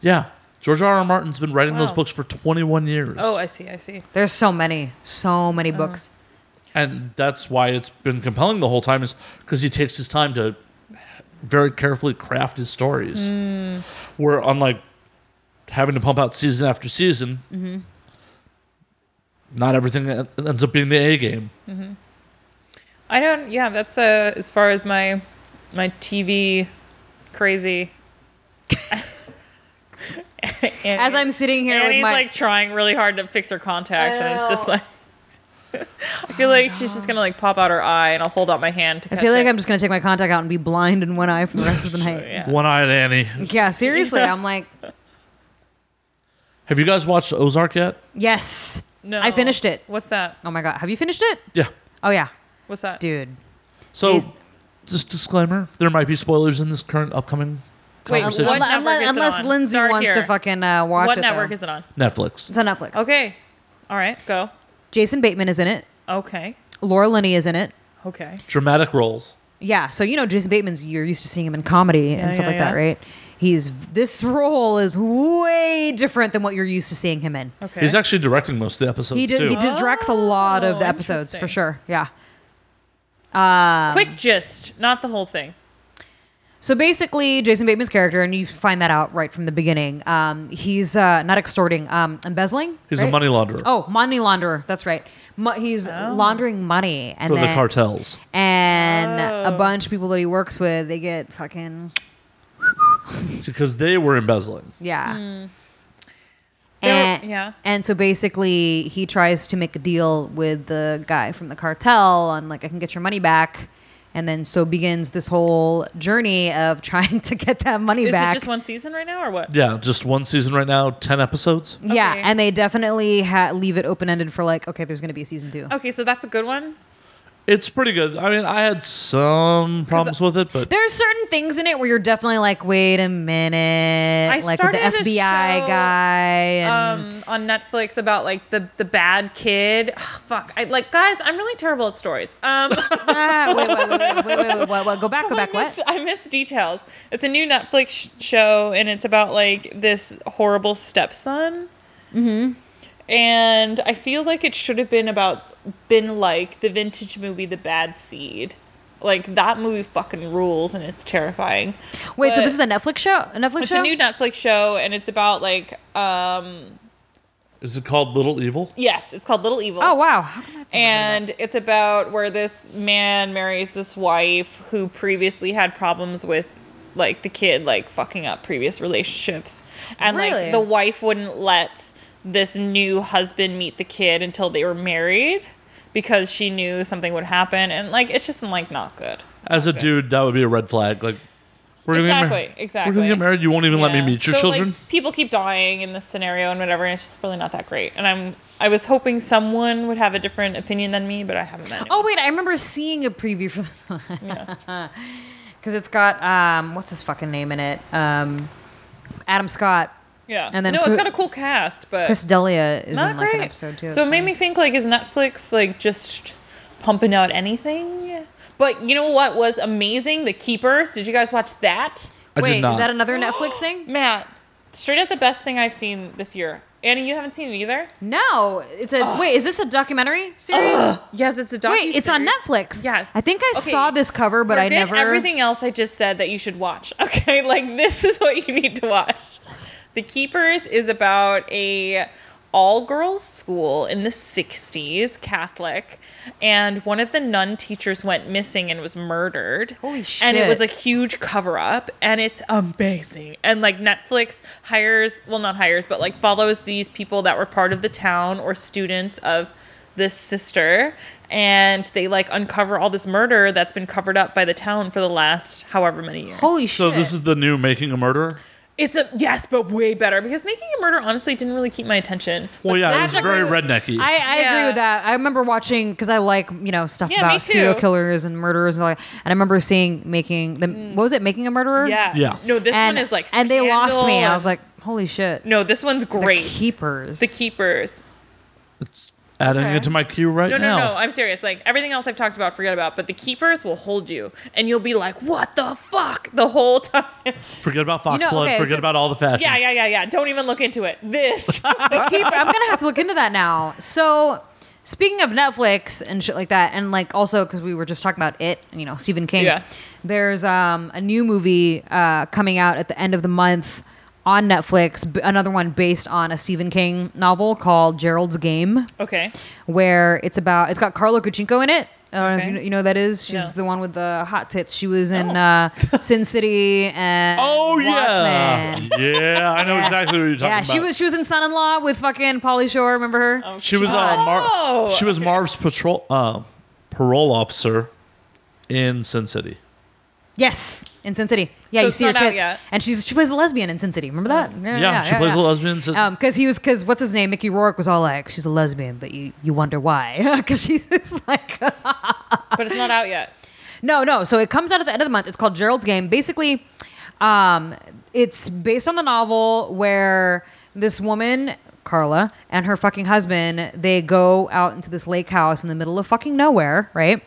Speaker 1: Yeah. George R. R. Martin's been writing those
Speaker 4: Wow.
Speaker 1: books for 21 years.
Speaker 4: Oh, I see, I see.
Speaker 2: There's so many, so many
Speaker 4: Uh-huh.
Speaker 2: books.
Speaker 1: and that's why it's been compelling the whole time is because he takes his time to very carefully crafted stories. Where unlike having to pump out season after season, not everything en- ends up being the A game.
Speaker 4: I don't. Yeah, that's uh, as far as my my TV crazy. And
Speaker 2: As I'm sitting here
Speaker 4: Annie's
Speaker 2: with my
Speaker 4: like trying really hard to fix her contacts, and it's just
Speaker 2: Oh.
Speaker 4: like I feel like she's just gonna like pop out her eye, and I'll hold out my hand to.
Speaker 2: I feel like I'm just gonna take my contact out and be blind in one eye for the rest of the night. yeah.
Speaker 1: One eyed Annie.
Speaker 2: seriously. I'm like,
Speaker 1: Have you guys watched Ozark yet?
Speaker 2: yes.
Speaker 4: No,
Speaker 2: I finished it.
Speaker 4: What's that?
Speaker 2: Oh my god. Have you finished it?
Speaker 1: Yeah.
Speaker 2: Oh yeah.
Speaker 4: What's that?
Speaker 2: Dude.
Speaker 1: So,
Speaker 2: Jeez.
Speaker 1: just disclaimer: there might be spoilers in this current upcoming
Speaker 4: Wait,
Speaker 1: conversation.
Speaker 4: what
Speaker 2: Unle-
Speaker 4: network
Speaker 2: unless
Speaker 4: is it
Speaker 2: unless
Speaker 4: on?
Speaker 2: Lindsay
Speaker 4: Start
Speaker 2: wants to
Speaker 4: here.
Speaker 2: fucking uh, watch
Speaker 4: what
Speaker 2: it.
Speaker 4: network
Speaker 2: though.
Speaker 4: is it on?
Speaker 1: Netflix.
Speaker 2: It's on Netflix.
Speaker 4: Okay, all right, go.
Speaker 2: Jason Bateman is in it.
Speaker 4: Okay,
Speaker 2: Laura Linney is in it.
Speaker 4: okay.
Speaker 1: Dramatic roles.
Speaker 2: Yeah, so you know Jason Bateman's you're used to seeing him in comedy and
Speaker 4: Yeah,
Speaker 2: stuff
Speaker 4: yeah,
Speaker 2: like that,
Speaker 4: yeah.
Speaker 2: right? He's this role is way different than what you're used to seeing him in.
Speaker 4: Okay.
Speaker 1: He's actually directing most of the episodes
Speaker 2: He did,
Speaker 1: too.
Speaker 2: he did directs a lot of the
Speaker 4: Oh,
Speaker 2: episodes for
Speaker 4: interesting.
Speaker 2: sure. Yeah. Um,
Speaker 4: Quick gist, not the whole thing.
Speaker 2: So basically, Jason Bateman's character, and you find that out right from the beginning. Um, he's uh, not extorting, um, embezzling.
Speaker 1: He's a
Speaker 2: right?
Speaker 1: money launderer
Speaker 2: Oh, money launderer. That's right. Mo- he's
Speaker 4: Oh.
Speaker 2: laundering money, and
Speaker 1: for the
Speaker 2: then-
Speaker 1: cartels.
Speaker 2: and a
Speaker 4: Oh.
Speaker 2: bunch of people that he works with, they get fucking
Speaker 1: because they were embezzling.
Speaker 2: Yeah.
Speaker 4: Hmm. There-
Speaker 2: And,
Speaker 4: yeah.
Speaker 2: and so basically, he tries to make a deal with the guy from the cartel on, like, I can get your money back. And then so begins this whole journey of trying to get that money
Speaker 4: Is
Speaker 2: back.
Speaker 4: it just one season right now, or what?
Speaker 1: Yeah, just one season right now, 10 episodes.
Speaker 2: Yeah.
Speaker 4: Okay.
Speaker 2: And they definitely ha- leave it open ended for, like, okay, there's going to be a season two.
Speaker 4: Okay, so that's a good one.
Speaker 1: It's pretty good. I mean, I had some problems with it, but
Speaker 2: There are certain things in it where you're definitely like, wait a minute.
Speaker 4: I
Speaker 2: like with the
Speaker 4: started a
Speaker 2: FBI
Speaker 4: show,
Speaker 2: guy. And
Speaker 4: um, on Netflix about like the the bad kid. Ugh, fuck, I like guys. I'm really terrible at stories. Um,
Speaker 2: Ah, wait, wait, wait, wait, wait, wait, wait, wait, wait. Go back, go back.
Speaker 4: I
Speaker 2: What?
Speaker 4: miss, I miss details. It's a new Netflix sh- show, and it's about like this horrible stepson. Mm-hmm. And I feel like it should have been about been like the vintage movie, The Bad Seed. Like that movie fucking rules, and it's terrifying.
Speaker 2: Wait, so
Speaker 4: But-
Speaker 2: this is a Netflix show? A Netflix
Speaker 4: It's
Speaker 2: show?
Speaker 4: a new Netflix show, and it's about like um
Speaker 1: is it called Little Evil?
Speaker 4: yes, it's called Little Evil.
Speaker 2: Oh wow! How come I-
Speaker 4: and it's about where this man marries this wife who previously had problems with like the kid like fucking up previous relationships and
Speaker 2: Really?
Speaker 4: like the wife wouldn't let this new husband meet the kid until they were married because she knew something would happen and like it's just like not good
Speaker 1: As a dude, that would be a red flag. Like, we're gonna get
Speaker 4: Exactly,
Speaker 1: married.
Speaker 4: exactly.
Speaker 1: We're gonna get married. You won't even let me
Speaker 4: Yeah.
Speaker 1: meet your
Speaker 4: So, like,
Speaker 1: children.
Speaker 4: people keep dying in this scenario and whatever and it's just really not that great and i'm i was hoping someone would have a different opinion than me but i haven't met
Speaker 2: Oh
Speaker 4: anyone.
Speaker 2: wait, I remember seeing a preview for this one
Speaker 4: Yeah.
Speaker 2: because it's got um, what's his fucking name in it? Um, Adam Scott,
Speaker 4: yeah
Speaker 2: and then
Speaker 4: no
Speaker 2: Cru-
Speaker 4: it's got a cool cast but
Speaker 2: Chris Delia is
Speaker 4: not
Speaker 2: in like
Speaker 4: great.
Speaker 2: an episode too.
Speaker 4: So it
Speaker 2: It's
Speaker 4: made me think like, is Netflix like just pumping out anything? But you know what was amazing? The Keepers. Did you guys watch that?
Speaker 2: fine.
Speaker 1: I
Speaker 2: wait,
Speaker 1: did not.
Speaker 2: is that another Netflix thing?
Speaker 4: Matt, straight up the best thing I've seen this year. Annie, you haven't seen it either.
Speaker 2: No, it's a
Speaker 4: Oh.
Speaker 2: wait. Is this a documentary series?
Speaker 4: Yes, it's a docu.
Speaker 2: Wait, it's on Netflix.
Speaker 4: Oh. Yes.
Speaker 2: I think I
Speaker 4: Okay.
Speaker 2: saw this cover, but I
Speaker 4: Forget
Speaker 2: never.
Speaker 4: Everything else I just said that you should watch. Okay, like this is what you need to watch. The Keepers is about a all girls school in the 60s, Catholic, and one of the nun teachers went missing and was murdered.
Speaker 2: Holy
Speaker 4: And it was
Speaker 2: shit.
Speaker 4: a huge cover up and it's amazing. And like Netflix hires, well not hires, but like follows these people that were part of the town or students of this sister and they like uncover all this murder that's been covered up by the town for the last however many years.
Speaker 2: Holy
Speaker 1: so
Speaker 2: shit!
Speaker 1: this is the new Making a Murderer.
Speaker 4: It's a yes, but way better because making a murder honestly didn't really keep my attention.
Speaker 1: Well, yeah,
Speaker 2: that's
Speaker 1: it's very
Speaker 2: like-
Speaker 1: rednecky.
Speaker 2: I, I agree
Speaker 4: Yeah.
Speaker 2: with that. I remember watching because I like you know stuff
Speaker 4: Yeah, me
Speaker 2: about
Speaker 4: too.
Speaker 2: serial killers and murderers and all that. And I remember seeing making the what was it making a murderer?
Speaker 4: Mm. Yeah.
Speaker 1: Yeah.
Speaker 4: No, this
Speaker 2: and,
Speaker 4: one is like
Speaker 2: and they lost me.
Speaker 4: Scandal
Speaker 2: I was like, holy shit.
Speaker 4: and- no, this one's great.
Speaker 2: The keepers.
Speaker 4: The keepers.
Speaker 1: Adding
Speaker 2: okay.
Speaker 1: it to my queue right
Speaker 4: No, no,
Speaker 1: now.
Speaker 4: no. I'm serious. Like everything else I've talked about, forget about. But the keepers will hold you, and you'll be like, "What the fuck?" the whole time.
Speaker 1: Forget about Foxblood.
Speaker 2: You know, okay,
Speaker 1: forget
Speaker 2: so-
Speaker 1: about all the fashion.
Speaker 4: yeah, yeah, yeah, yeah. Don't even look into it. This.
Speaker 2: keeper. I'm gonna have to look into that now. So Speaking of Netflix and shit like that, and like also because we were just talking about it, you know, Stephen King.
Speaker 4: Yeah.
Speaker 2: There's um, a new movie uh, coming out at the end of the month on Netflix. b- Another one based on a Stephen King novel called Gerald's Game,
Speaker 4: Okay.
Speaker 2: where it's about it's got Carlo Cucinco in it. I don't know if you
Speaker 4: Okay.
Speaker 2: know, you know who that is. She's
Speaker 4: No. Oh.
Speaker 2: the one with the hot tits. She was in uh, Sin City and
Speaker 1: Oh yeah,
Speaker 2: Watchmen.
Speaker 1: yeah. I know
Speaker 2: Yeah.
Speaker 1: exactly what you're talking
Speaker 2: Yeah,
Speaker 1: about.
Speaker 2: she was she was in Son in Law with fucking Polly Shore. Remember her?
Speaker 4: Oh.
Speaker 1: She was uh, Mar- She was Marv's patrol uh, parole officer in Sin City.
Speaker 2: Yes, in Sin City. Yeah,
Speaker 4: So
Speaker 2: you
Speaker 4: it's
Speaker 2: see her
Speaker 4: not out
Speaker 2: tits,
Speaker 4: yet. Oh.
Speaker 2: and she's she plays a lesbian in Sin City. Remember that?
Speaker 1: Oh, Yeah, she plays a lesbian. To-
Speaker 2: Um, because he was because what's his name? Mickey Rourke was all like, she's a lesbian, but you you wonder why because she's like.
Speaker 4: but it's not out yet.
Speaker 2: No, no. So it comes out at the end of the month. It's called Gerald's Game. Basically, um, it's based on the novel where this woman, Carla, and her fucking husband, they go out into this lake house in the middle of fucking nowhere, right?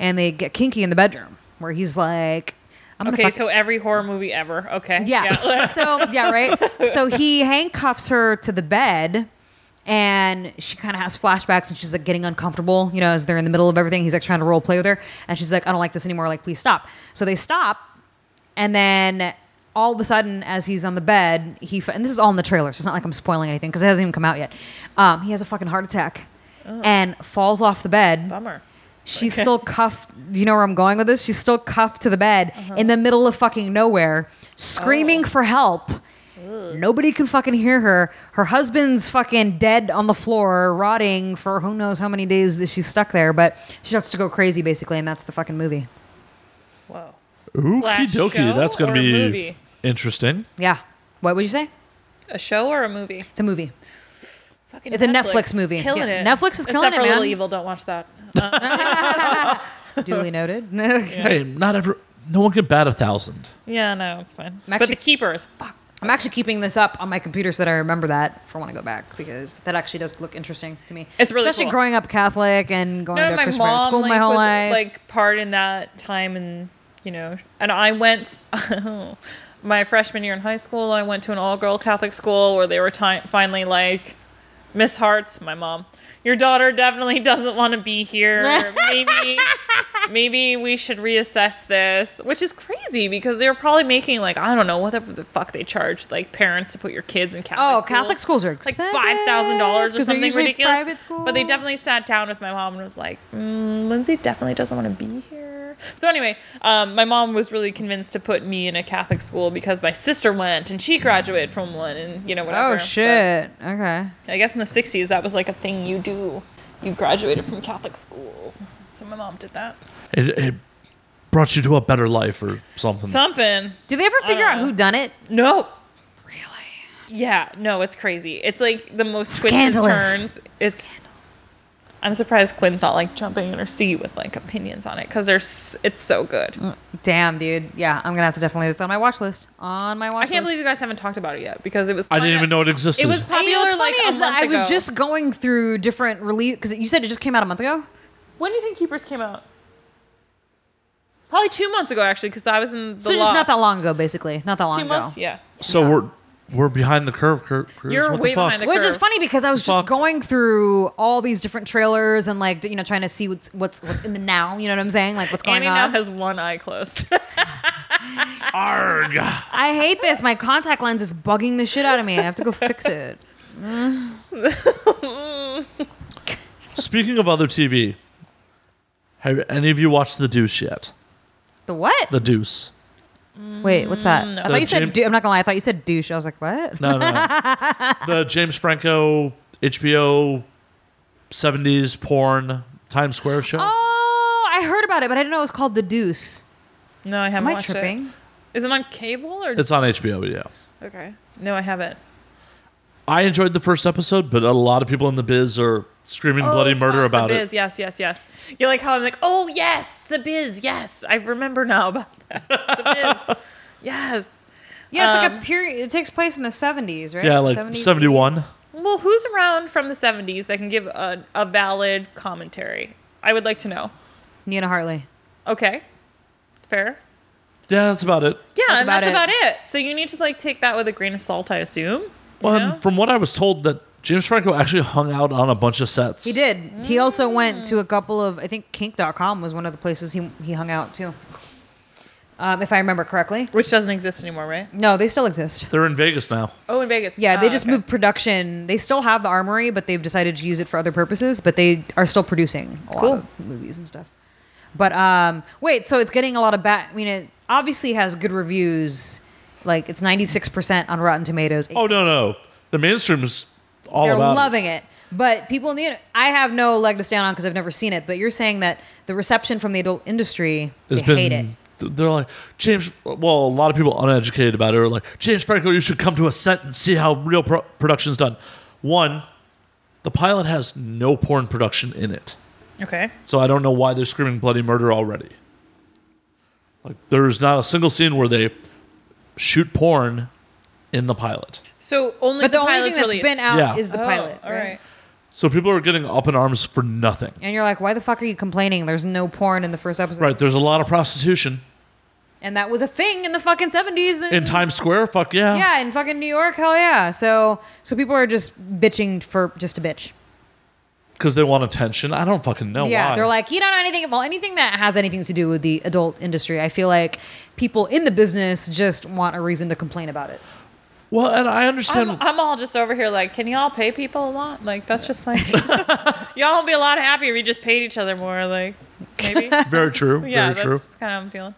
Speaker 2: And they get kinky in the bedroom where he's like, I'm gonna
Speaker 4: Okay,
Speaker 2: fuck-
Speaker 4: so every horror movie ever. Okay.
Speaker 2: yeah. so yeah, right. So he handcuffs her to the bed, and she kind of has flashbacks, and she's like getting uncomfortable. You know, as they're in the middle of everything, he's like trying to role play with her, and she's like, "I don't like this anymore. Like, please stop." So they stop, and then all of a sudden, as he's on the bed, he f- and this is all in the trailer, so it's not like I'm spoiling anything because it hasn't even come out yet. Um, he has a fucking heart attack and falls off the bed.
Speaker 4: Bummer.
Speaker 2: She's still cuffed. You know where I'm going with this? She's still cuffed to the bed
Speaker 4: Uh-huh.
Speaker 2: in the middle of fucking nowhere, screaming
Speaker 4: Oh.
Speaker 2: for help. Nobody can fucking hear her. Her husband's fucking dead on the floor, rotting for who knows how many days that she's stuck there, but she starts to go crazy basically, and that's the fucking movie.
Speaker 4: Whoa.
Speaker 1: Okie
Speaker 4: Slash
Speaker 1: dokie,
Speaker 4: show
Speaker 1: that's gonna
Speaker 4: or
Speaker 1: be
Speaker 4: movie?
Speaker 1: interesting.
Speaker 2: Yeah. What would you say?
Speaker 4: A show or a movie?
Speaker 2: It's a movie.
Speaker 4: Fucking
Speaker 2: It's a Netflix movie.
Speaker 4: Killing
Speaker 2: Yeah,
Speaker 4: it.
Speaker 2: Netflix is killing
Speaker 4: Except
Speaker 2: it,
Speaker 4: for Little
Speaker 2: man.
Speaker 4: Evil. Don't watch that.
Speaker 2: Duly noted.
Speaker 1: Hey, not ever. No one can bat a thousand.
Speaker 4: Yeah, no, it's fine.
Speaker 2: I'm
Speaker 4: but
Speaker 2: actually-
Speaker 4: the keeper is fuck.
Speaker 2: I'm actually keeping this up on my computer so that I remember that for when I go back because that actually does look interesting to me.
Speaker 4: It's really
Speaker 2: especially
Speaker 4: cool.
Speaker 2: growing up Catholic and going
Speaker 4: No,
Speaker 2: to
Speaker 4: my
Speaker 2: Christian private
Speaker 4: mom
Speaker 2: school
Speaker 4: like,
Speaker 2: my whole
Speaker 4: was
Speaker 2: life.
Speaker 4: like part in that time, and you know, and I went. my freshman year in high school, I went to an all-girl Catholic school where they were ti finally like, Miss Hearts, my mom, your daughter definitely doesn't want to be here. Maybe, maybe we should reassess this, which is crazy because they were probably making like I don't know whatever the fuck they charged like parents to put your kids in Catholic.
Speaker 2: oh,
Speaker 4: schools
Speaker 2: Catholic schools are
Speaker 4: like
Speaker 2: expensive.
Speaker 4: five thousand dollars or
Speaker 2: 'cause they're
Speaker 4: something
Speaker 2: usually
Speaker 4: ridiculous.
Speaker 2: Private school.
Speaker 4: But they definitely sat down with my mom and was like, mm, "Lindsay definitely doesn't want to be here." So anyway, um, my mom was really convinced to put me in a Catholic school because my sister went and she graduated from one, and you know whatever.
Speaker 2: Oh shit. Okay.
Speaker 4: But I guess in the '60s that was like a thing you do. You graduated from Catholic schools, so my mom did that.
Speaker 1: It, it brought you to a better life or something.
Speaker 4: Something.
Speaker 2: Do they ever figure out
Speaker 4: know.
Speaker 2: who done it?
Speaker 4: Nope. Really? Yeah. No, it's crazy. It's like the most twists and
Speaker 2: Scandalous.
Speaker 4: turns. It's. I'm surprised Quinn's not like jumping in her seat with like opinions on it because there's it's so good.
Speaker 2: Damn, dude. Yeah, I'm gonna have to definitely. It's on my watch list. On my watch.
Speaker 4: I
Speaker 2: list.
Speaker 4: can't believe you guys haven't talked about it yet because it was.
Speaker 1: I didn't
Speaker 4: kinda-
Speaker 1: even know it existed.
Speaker 4: It was
Speaker 2: I
Speaker 4: popular
Speaker 2: mean, what's
Speaker 4: like
Speaker 2: funny
Speaker 4: a
Speaker 2: is that
Speaker 4: month
Speaker 2: I was
Speaker 4: ago.
Speaker 2: just going through different release because you said it just came out a month ago.
Speaker 4: When do you think Keepers came out? Probably two months ago, actually, because I was in the
Speaker 2: So just not
Speaker 4: loft.
Speaker 2: that long ago, basically. Not that long
Speaker 4: Two
Speaker 2: ago.
Speaker 4: months, yeah.
Speaker 1: so we're we're behind the curve, Cur- Cruz.
Speaker 4: You're
Speaker 1: what
Speaker 4: way
Speaker 1: the fuck?
Speaker 4: behind the
Speaker 2: Which is
Speaker 4: curve.
Speaker 2: funny because I was just
Speaker 1: Fuck.
Speaker 2: going through all these different trailers and like you know trying to see what's what's what's in the now. You know what I'm saying? Like what's going
Speaker 4: Annie now
Speaker 2: on.
Speaker 4: has one eye closed.
Speaker 1: Arg.
Speaker 2: I hate this. My contact lens is bugging the shit out of me. I have to go fix it.
Speaker 1: Speaking of other TV, have any of you watched The Deuce yet?
Speaker 2: The what?
Speaker 1: The Deuce.
Speaker 2: Wait, what's that?
Speaker 4: Mm,
Speaker 2: I
Speaker 1: The
Speaker 2: thought you said.
Speaker 1: Jim-
Speaker 2: du- I'm not gonna lie. I thought you said douche. I was like, what?
Speaker 1: No, no. no. the James Franco HBO 70s porn Times Square show.
Speaker 2: Oh, I heard about it, but I didn't know it was called the Deuce.
Speaker 4: no, I haven't
Speaker 2: Am I
Speaker 4: watched
Speaker 2: tripping?
Speaker 4: it. Is it on cable or?
Speaker 1: It's on HBO, yeah.
Speaker 4: okay. No, I haven't.
Speaker 1: I enjoyed the first episode, but a lot of people in the biz are screaming
Speaker 2: Oh,
Speaker 1: bloody
Speaker 4: Oh, fuck,
Speaker 1: murder about
Speaker 4: the
Speaker 1: it.
Speaker 4: biz. Yes, yes, yes. You like how I'm like, oh yes, the biz. Yes, I remember now about that. The biz. yes.
Speaker 2: Yeah, it's like
Speaker 4: Um,
Speaker 2: a period. It takes place in the 70s, right?
Speaker 1: Yeah, like
Speaker 2: 70s.
Speaker 1: 71.
Speaker 4: Well, who's around from the '70s that can give a, a valid commentary? I would like to know.
Speaker 2: Nina Hartley.
Speaker 4: Okay, fair.
Speaker 1: Yeah, that's about it.
Speaker 4: Yeah,
Speaker 2: That's
Speaker 4: and
Speaker 2: about
Speaker 4: that's
Speaker 2: it.
Speaker 4: about it. So you need to like take that with a grain of salt, I assume.
Speaker 1: Well,
Speaker 4: Yeah.
Speaker 1: and from what I was told, that James Franco actually hung out on a bunch of sets.
Speaker 2: He did. He also went to a couple of, I think kink.com was one of the places he, he hung out too. Um, if I remember correctly.
Speaker 4: which doesn't exist anymore, right?
Speaker 2: No, they still exist.
Speaker 1: They're in Vegas now.
Speaker 4: Oh, in Vegas.
Speaker 2: Yeah, they
Speaker 4: Ah,
Speaker 2: just
Speaker 4: okay.
Speaker 2: moved production. They still have the armory, but they've decided to use it for other purposes, but they are still producing a
Speaker 4: Cool.
Speaker 2: lot of movies and stuff. But um, wait, so it's getting a lot of bat. I mean, it obviously has good reviews. Like it's 96% on Rotten Tomatoes.
Speaker 1: Oh no no, the mainstream is all
Speaker 2: They're
Speaker 1: about. it.
Speaker 2: loving it. But people in the inter- I have no leg to stand on because I've never seen it. But you're saying that the reception from the adult industry,
Speaker 1: has
Speaker 2: they hate it.
Speaker 1: th- They're like James. Well, a lot of people uneducated about it are like James Franco. You should come to a set and see how real pro- production's done. One, the pilot has no porn production in it,
Speaker 4: Okay.
Speaker 1: so I don't know why they're screaming bloody murder already. Like there's not a single scene where they shoot porn in the pilot,
Speaker 4: So only
Speaker 2: But the,
Speaker 4: the,
Speaker 2: only thing
Speaker 4: pilot's
Speaker 2: that's
Speaker 4: released.
Speaker 2: been out
Speaker 1: Yeah.
Speaker 2: is the
Speaker 4: Oh,
Speaker 2: pilot.
Speaker 4: All right.
Speaker 1: so people are getting up in arms for nothing.
Speaker 2: And you're like, why the fuck are you complaining? There's no porn in the first episode.
Speaker 1: Right? There's a lot of prostitution
Speaker 2: And that was a thing in the fucking 70s. and-
Speaker 1: in Times Square. Fuck yeah.
Speaker 2: Yeah, in fucking New York. Hell yeah. So so people are just bitching for just a bitch.
Speaker 1: Because they want attention. I don't fucking know
Speaker 2: Yeah,
Speaker 1: why.
Speaker 2: they're like, you don't know anything about anything that has anything to do with the adult industry. I feel like people in the business just want a reason to complain about it.
Speaker 1: well, and I understand.
Speaker 4: I'm, I'm all just over here like, can y'all pay people a lot? Like that's just like y'all would be a lot happier if you just paid each other more. Like maybe.
Speaker 1: Very true.
Speaker 4: yeah,
Speaker 1: very true.
Speaker 4: that's kind of how I'm feeling.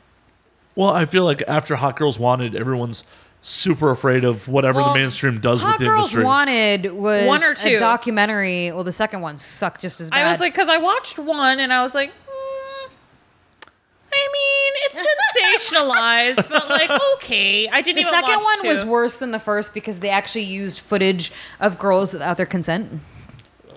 Speaker 1: Well, I feel like after Hot Girls Wanted, everyone's super afraid of whatever
Speaker 2: Well,
Speaker 1: the mainstream does
Speaker 2: Hot
Speaker 1: with the
Speaker 2: Girls
Speaker 1: industry.
Speaker 2: Wanted was
Speaker 4: One or
Speaker 2: a
Speaker 4: two.
Speaker 2: documentary. Well, the second one sucked just as bad.
Speaker 4: I was like, because I watched one and I was like, mm, I mean, it's sensationalized, but like okay, I didn't
Speaker 2: the
Speaker 4: even
Speaker 2: second one
Speaker 4: watch
Speaker 2: was
Speaker 4: two.
Speaker 2: worse than the first because they actually used footage of girls without their consent.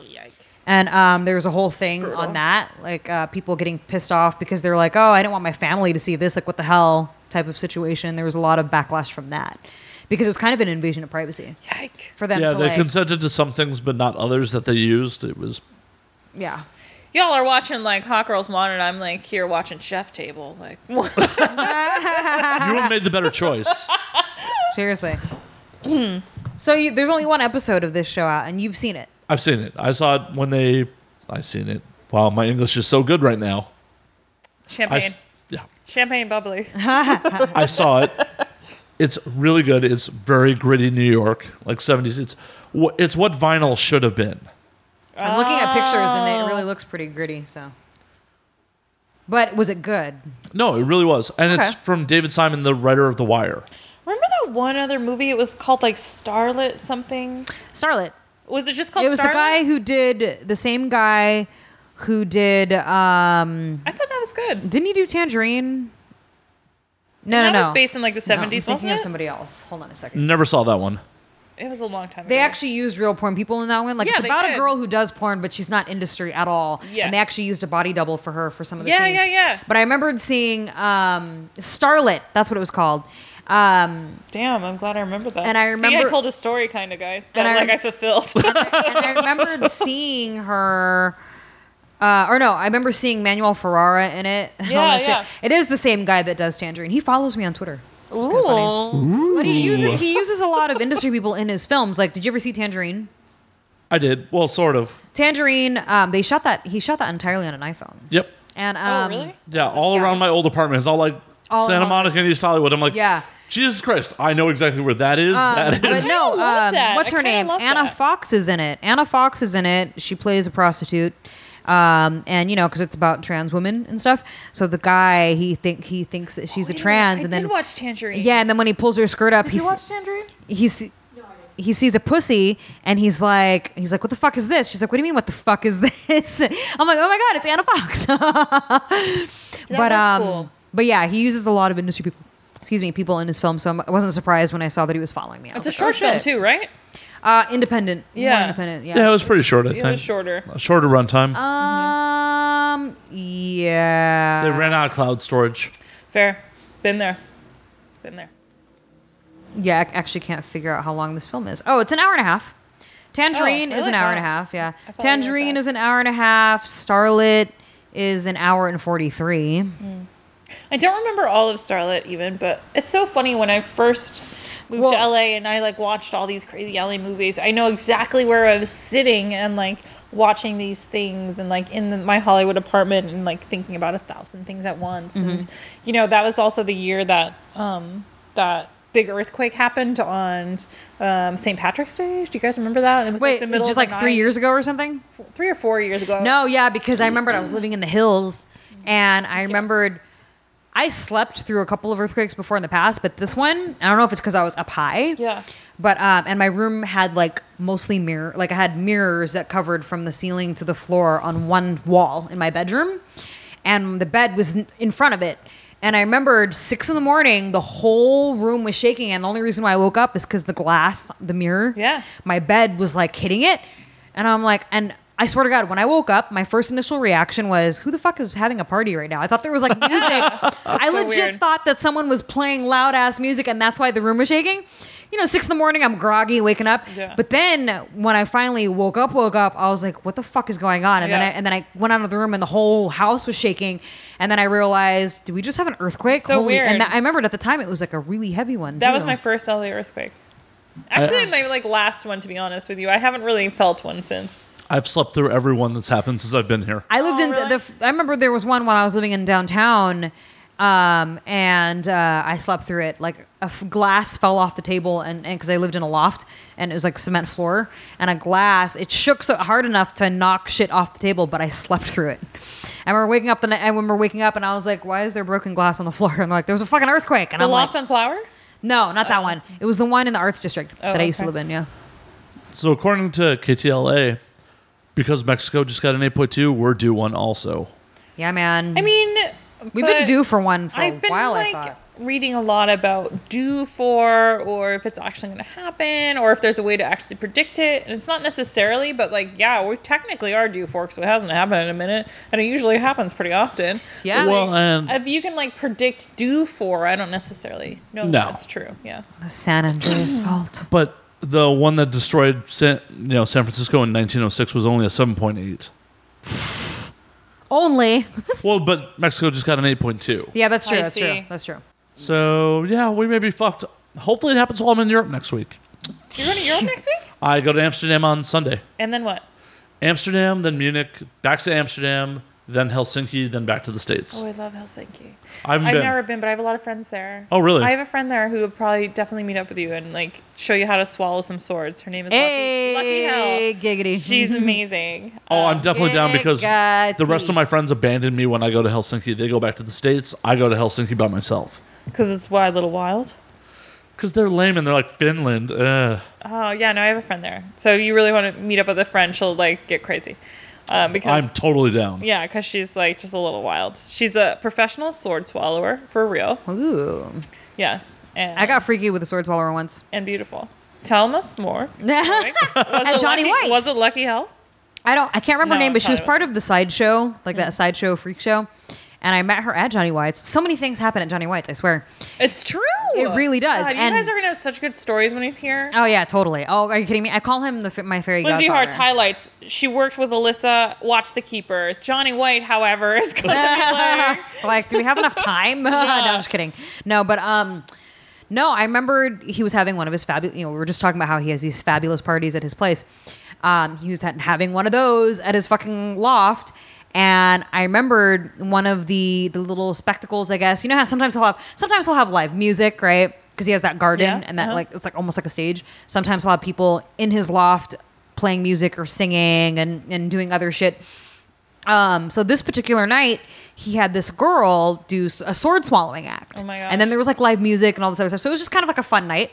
Speaker 4: Yike.
Speaker 2: And um, there was a whole thing on that, like uh, people getting pissed off because they're like, "Oh, I don't want my family to see this. Like, what the hell?" Type of situation. There was a lot of backlash from that because it was kind of an invasion of privacy
Speaker 4: Yike.
Speaker 2: for them
Speaker 1: yeah,
Speaker 2: to
Speaker 1: they
Speaker 2: like,
Speaker 1: consented to some things, but not others that they used. It was
Speaker 2: yeah.
Speaker 4: Y'all are watching like Hot Girls One, and I'm like here watching Chef Table. Like,
Speaker 1: you have made the better choice.
Speaker 2: Seriously. so you, there's only one episode of this show out, and you've seen it.
Speaker 1: I've seen it. I saw it when they. I seen it. Wow, my English is so good right now. I
Speaker 4: champagne,
Speaker 1: s- yeah,
Speaker 4: champagne bubbly.
Speaker 1: I saw it. It's really good. It's very gritty New York, like seventies. It's wh- it's what vinyl should have been.
Speaker 2: I'm looking at pictures, and it
Speaker 1: Oh.
Speaker 2: really looks pretty gritty. So, but was it good?
Speaker 1: No, it really was, and it's
Speaker 2: Okay.
Speaker 1: from David Simon, the writer of The Wire.
Speaker 4: Remember that one other movie? It was called like Starlit something.
Speaker 2: Starlet.
Speaker 4: Was it just called?
Speaker 2: it was
Speaker 4: Starlit?
Speaker 2: the guy who did the same guy who did. Um,
Speaker 4: I thought that was good.
Speaker 2: Didn't he do Tangerine? No,
Speaker 4: that
Speaker 2: no, no.
Speaker 4: was based in like the
Speaker 2: No, I'm
Speaker 4: seventies,
Speaker 2: thinking
Speaker 4: wasn't
Speaker 2: of
Speaker 4: it? Mm.
Speaker 2: somebody else. Hold on a second.
Speaker 1: Never saw that one.
Speaker 4: It was a long time.
Speaker 2: They
Speaker 4: ago.
Speaker 2: actually used real porn people in that one. Like
Speaker 4: Yeah,
Speaker 2: it's
Speaker 4: they
Speaker 2: about a
Speaker 4: did.
Speaker 2: girl who does porn, but she's not industry at all.
Speaker 4: Yeah.
Speaker 2: And they actually used a body double for her for some of the
Speaker 4: Yeah,
Speaker 2: scenes.
Speaker 4: yeah, yeah.
Speaker 2: But I remembered seeing um, Starlet. That's what it was called. Um,
Speaker 4: Damn, I'm glad I remember that.
Speaker 2: And I
Speaker 4: See, I
Speaker 2: remember-
Speaker 4: told a story, kind of guys.
Speaker 2: And
Speaker 4: That
Speaker 2: I-
Speaker 4: like I fulfilled.
Speaker 2: and I remembered seeing her. Uh, or no, I remember seeing Manuel Ferrara in it. and all
Speaker 4: Yeah,
Speaker 2: that shit.
Speaker 4: yeah.
Speaker 2: It is the same guy that does Tangerine. He follows me on Twitter.
Speaker 4: Ooh.
Speaker 2: But he uses he uses a lot of industry people in his films. Like, did you ever see Tangerine?
Speaker 1: I did. Well, sort of.
Speaker 2: Tangerine, um, they shot that. He shot that entirely on an iPhone.
Speaker 1: Yep.
Speaker 2: And
Speaker 4: Oh,
Speaker 2: um,
Speaker 4: really?
Speaker 1: Yeah, all around my old apartment is all like
Speaker 2: All
Speaker 1: Santa
Speaker 2: around.
Speaker 1: Monica and East Hollywood. I'm like,
Speaker 2: Yeah.
Speaker 1: Jesus Christ, I know exactly where that is.
Speaker 2: Um,
Speaker 1: that
Speaker 2: but
Speaker 1: is.
Speaker 2: no,
Speaker 4: love
Speaker 2: um,
Speaker 4: that.
Speaker 2: what's
Speaker 4: I
Speaker 2: her
Speaker 4: kinda
Speaker 2: name?
Speaker 4: love
Speaker 2: Anna
Speaker 4: that.
Speaker 2: Fox is in it. Anna Fox is in it. She plays a prostitute, um, and you know, because it's about trans women and stuff. So the guy he think he thinks that she's a trans,
Speaker 4: Oh, I
Speaker 2: and
Speaker 4: did
Speaker 2: then
Speaker 4: watch Tangerine.
Speaker 2: yeah, and then when he pulls her skirt up,
Speaker 4: Did
Speaker 2: he's
Speaker 4: you watch Tangerine?
Speaker 2: he se- he sees a pussy and he's like he's like what the fuck is this she's like what do you mean what the fuck is this i'm like oh my god it's anna fox but
Speaker 4: is
Speaker 2: um
Speaker 4: cool.
Speaker 2: but yeah he uses a lot of industry people excuse me people in his film so I'm- i wasn't surprised when i saw that he was following me I
Speaker 4: It's a
Speaker 2: was like, oh,
Speaker 4: short film
Speaker 2: shit.
Speaker 4: too, right?
Speaker 2: uh independent More
Speaker 4: Yeah.
Speaker 2: independent yeah,
Speaker 1: yeah, it was pretty short, I
Speaker 4: It
Speaker 1: think.
Speaker 4: was shorter.
Speaker 1: A shorter runtime.
Speaker 2: Uh, um yeah
Speaker 1: they ran out of cloud storage.
Speaker 4: Fair. Been there. Been there.
Speaker 2: Yeah, I actually can't figure out how long this film is. Oh, it's an hour and a half. Tangerine
Speaker 4: Oh,
Speaker 2: is an
Speaker 4: really?
Speaker 2: hour and a
Speaker 4: Wow.
Speaker 2: half. Yeah,
Speaker 4: I thought we were
Speaker 2: Tangerine
Speaker 4: fast.
Speaker 2: is an hour and a half. Starlit is an hour and forty-three.
Speaker 4: I don't remember all of Starlet even, but it's so funny when I first moved to
Speaker 2: Well-
Speaker 4: LA and I like watched all these crazy LA movies. I know exactly where I was sitting and like watching these things and like in the, my Hollywood apartment and like thinking about a thousand things at once. And
Speaker 2: Mm-hmm.
Speaker 4: you know, that was also the year that um that big earthquake happened on um, St. Patrick's Day. Do you guys remember that? It was
Speaker 2: Wait,
Speaker 4: the middle
Speaker 2: just
Speaker 4: of the
Speaker 2: like three
Speaker 4: night.
Speaker 2: years ago or something?
Speaker 4: three or four years ago.
Speaker 2: No, yeah, because I remembered I was living in the hills and I remembered I slept through a couple of earthquakes before in the past, but this one, I don't know if it's because I was up high.
Speaker 4: Yeah.
Speaker 2: But um and my room had like mostly mirror like I had mirrors that covered from the ceiling to the floor on one wall in my bedroom and the bed was n- in front of it. And I remembered six in the morning, the whole room was shaking. And the only reason why I woke up is because the glass, the mirror,
Speaker 4: Yeah.
Speaker 2: my bed was like hitting it. And I'm like, and I swear to God, when I woke up, my first initial reaction was, who the fuck is having a party right now? I thought there was like music. I
Speaker 4: So
Speaker 2: legit
Speaker 4: weird.
Speaker 2: thought that someone was playing loud ass music and that's why the room was shaking. You know, six in the morning, I'm groggy, waking up.
Speaker 4: Yeah.
Speaker 2: But then when I finally woke up, woke up, I was like, what the fuck is going on? And
Speaker 4: Yeah.
Speaker 2: then I and then I went out of the room and the whole house was shaking. And then I realized, did we just have an earthquake?
Speaker 4: So weird.
Speaker 2: And I remembered at the time it was like a really heavy one.
Speaker 4: That was
Speaker 2: too.
Speaker 4: my first LA earthquake.
Speaker 2: uh,
Speaker 4: Actually, my like last one, to be honest with you. I haven't really felt one since.
Speaker 1: I've slept through every one that's happened since I've been here.
Speaker 2: I lived
Speaker 4: Oh,
Speaker 2: in
Speaker 4: really?
Speaker 2: the. f- I remember there was one while I was living in downtown, um, and uh, I slept through it. Like a f- glass fell off the table, and because I lived in a loft and it was like cement floor, and a glass it shook so hard enough to knock shit off the table, but I slept through it. I remember waking up the night. I remember waking up, and I was like, "Why is there broken glass on the floor?" And they're like, "There was a fucking earthquake." And
Speaker 4: The
Speaker 2: I'm
Speaker 4: loft
Speaker 2: like,
Speaker 4: on Flower?
Speaker 2: "No, not that one. It was the one in the arts district that I used to
Speaker 4: okay.
Speaker 2: live in." Yeah.
Speaker 1: So according to KTLA, because Mexico just got an 8.2, we're due one also.
Speaker 2: Yeah, man.
Speaker 4: I mean,
Speaker 2: we've been due for one for
Speaker 4: I've
Speaker 2: a
Speaker 4: been
Speaker 2: while.
Speaker 4: like
Speaker 2: I thought.
Speaker 4: reading a lot about due for, or if it's actually going to happen, or if there's a way to actually predict it. And it's not necessarily, but like, yeah, we technically are due for, so it hasn't happened in a minute, and it usually happens pretty often.
Speaker 2: Yeah.
Speaker 1: Well, and
Speaker 4: If you can like predict due for, I don't necessarily know
Speaker 1: No.
Speaker 4: that that's true. Yeah.
Speaker 2: San Andreas fault.
Speaker 1: but the one that destroyed San, you know San Francisco in 1906 was only a 7.8.
Speaker 2: Only.
Speaker 1: Well, but Mexico just got an 8.2.
Speaker 2: Yeah, that's true.
Speaker 4: I
Speaker 2: that's
Speaker 4: see.
Speaker 2: true. That's true.
Speaker 1: So yeah, we may be fucked. Hopefully, it happens while I'm in Europe next week.
Speaker 4: You're going to Europe next week?
Speaker 1: I go to Amsterdam on Sunday.
Speaker 4: And then what?
Speaker 1: Amsterdam, then Munich, back to Amsterdam, then Helsinki, then back to the states.
Speaker 4: Oh, I love Helsinki.
Speaker 1: I haven't
Speaker 4: I've
Speaker 1: been.
Speaker 4: never been, but I have a lot of friends there.
Speaker 1: Oh, really?
Speaker 4: I have a friend there who would probably definitely meet up with you and like show you how to swallow some swords. Her name is
Speaker 2: Hey,
Speaker 4: Lucky, Lucky Hell.
Speaker 2: giggity.
Speaker 4: She's amazing. Uh,
Speaker 1: oh, I'm definitely down because
Speaker 2: Giggity.
Speaker 1: the rest of my friends abandon me when I go to Helsinki. They go back to the states. I go to Helsinki by myself
Speaker 4: because it's wild, little wild.
Speaker 1: because they're lame and they're like Finland. uh, Ugh.
Speaker 4: Oh yeah, no, I have a friend there. So you really want to meet up with a friend? She'll like get crazy. Um, because
Speaker 1: I'm totally down.
Speaker 4: yeah, because she's like just a little wild. She's a professional sword swallower for real.
Speaker 2: Ooh.
Speaker 4: Yes, and
Speaker 2: I got freaky with a sword swallower once.
Speaker 4: and beautiful. Tell us more.
Speaker 2: I
Speaker 4: Was it
Speaker 2: Johnny
Speaker 4: lucky-
Speaker 2: White.
Speaker 4: was it Lucky Hell?
Speaker 2: don't. I can't remember her
Speaker 4: No, Mm.
Speaker 2: name, but she was
Speaker 4: probably-
Speaker 2: part of the sideshow, like that sideshow freak show. And I met her at Johnny White's. So many things happen at Johnny White's. I swear.
Speaker 4: It's true.
Speaker 2: It really does.
Speaker 4: God, you
Speaker 2: And-
Speaker 4: guys are gonna have such good stories when he's here.
Speaker 2: Oh yeah, totally. Oh, are you kidding me? I call him the fa- my fairy
Speaker 4: Lizzie
Speaker 2: godfather.
Speaker 4: Hart's highlights. She worked with Alyssa. Watch the keepers. Johnny White, however, is going to be like
Speaker 2: like, do we have enough time? no, I'm just kidding. No, but um, no, I remembered he was having one of his fabulous. You know, we were just talking about how he has these fabulous parties at his place. Um, he was ha- having one of those at his fucking loft. And I remembered one of the the little spectacles, I guess. You know how sometimes he'll have sometimes he'll have live music, right? Because he has that garden
Speaker 4: Yeah,
Speaker 2: and that
Speaker 4: uh-huh.
Speaker 2: like it's like almost like a stage. Sometimes he'll have people in his loft playing music or singing and and doing other shit. Um, so this particular night, he had this girl do s- a sword swallowing act.
Speaker 4: Oh my
Speaker 2: And then
Speaker 4: gosh.
Speaker 2: there was like live music and all this other stuff. So it was just kind of like a fun night.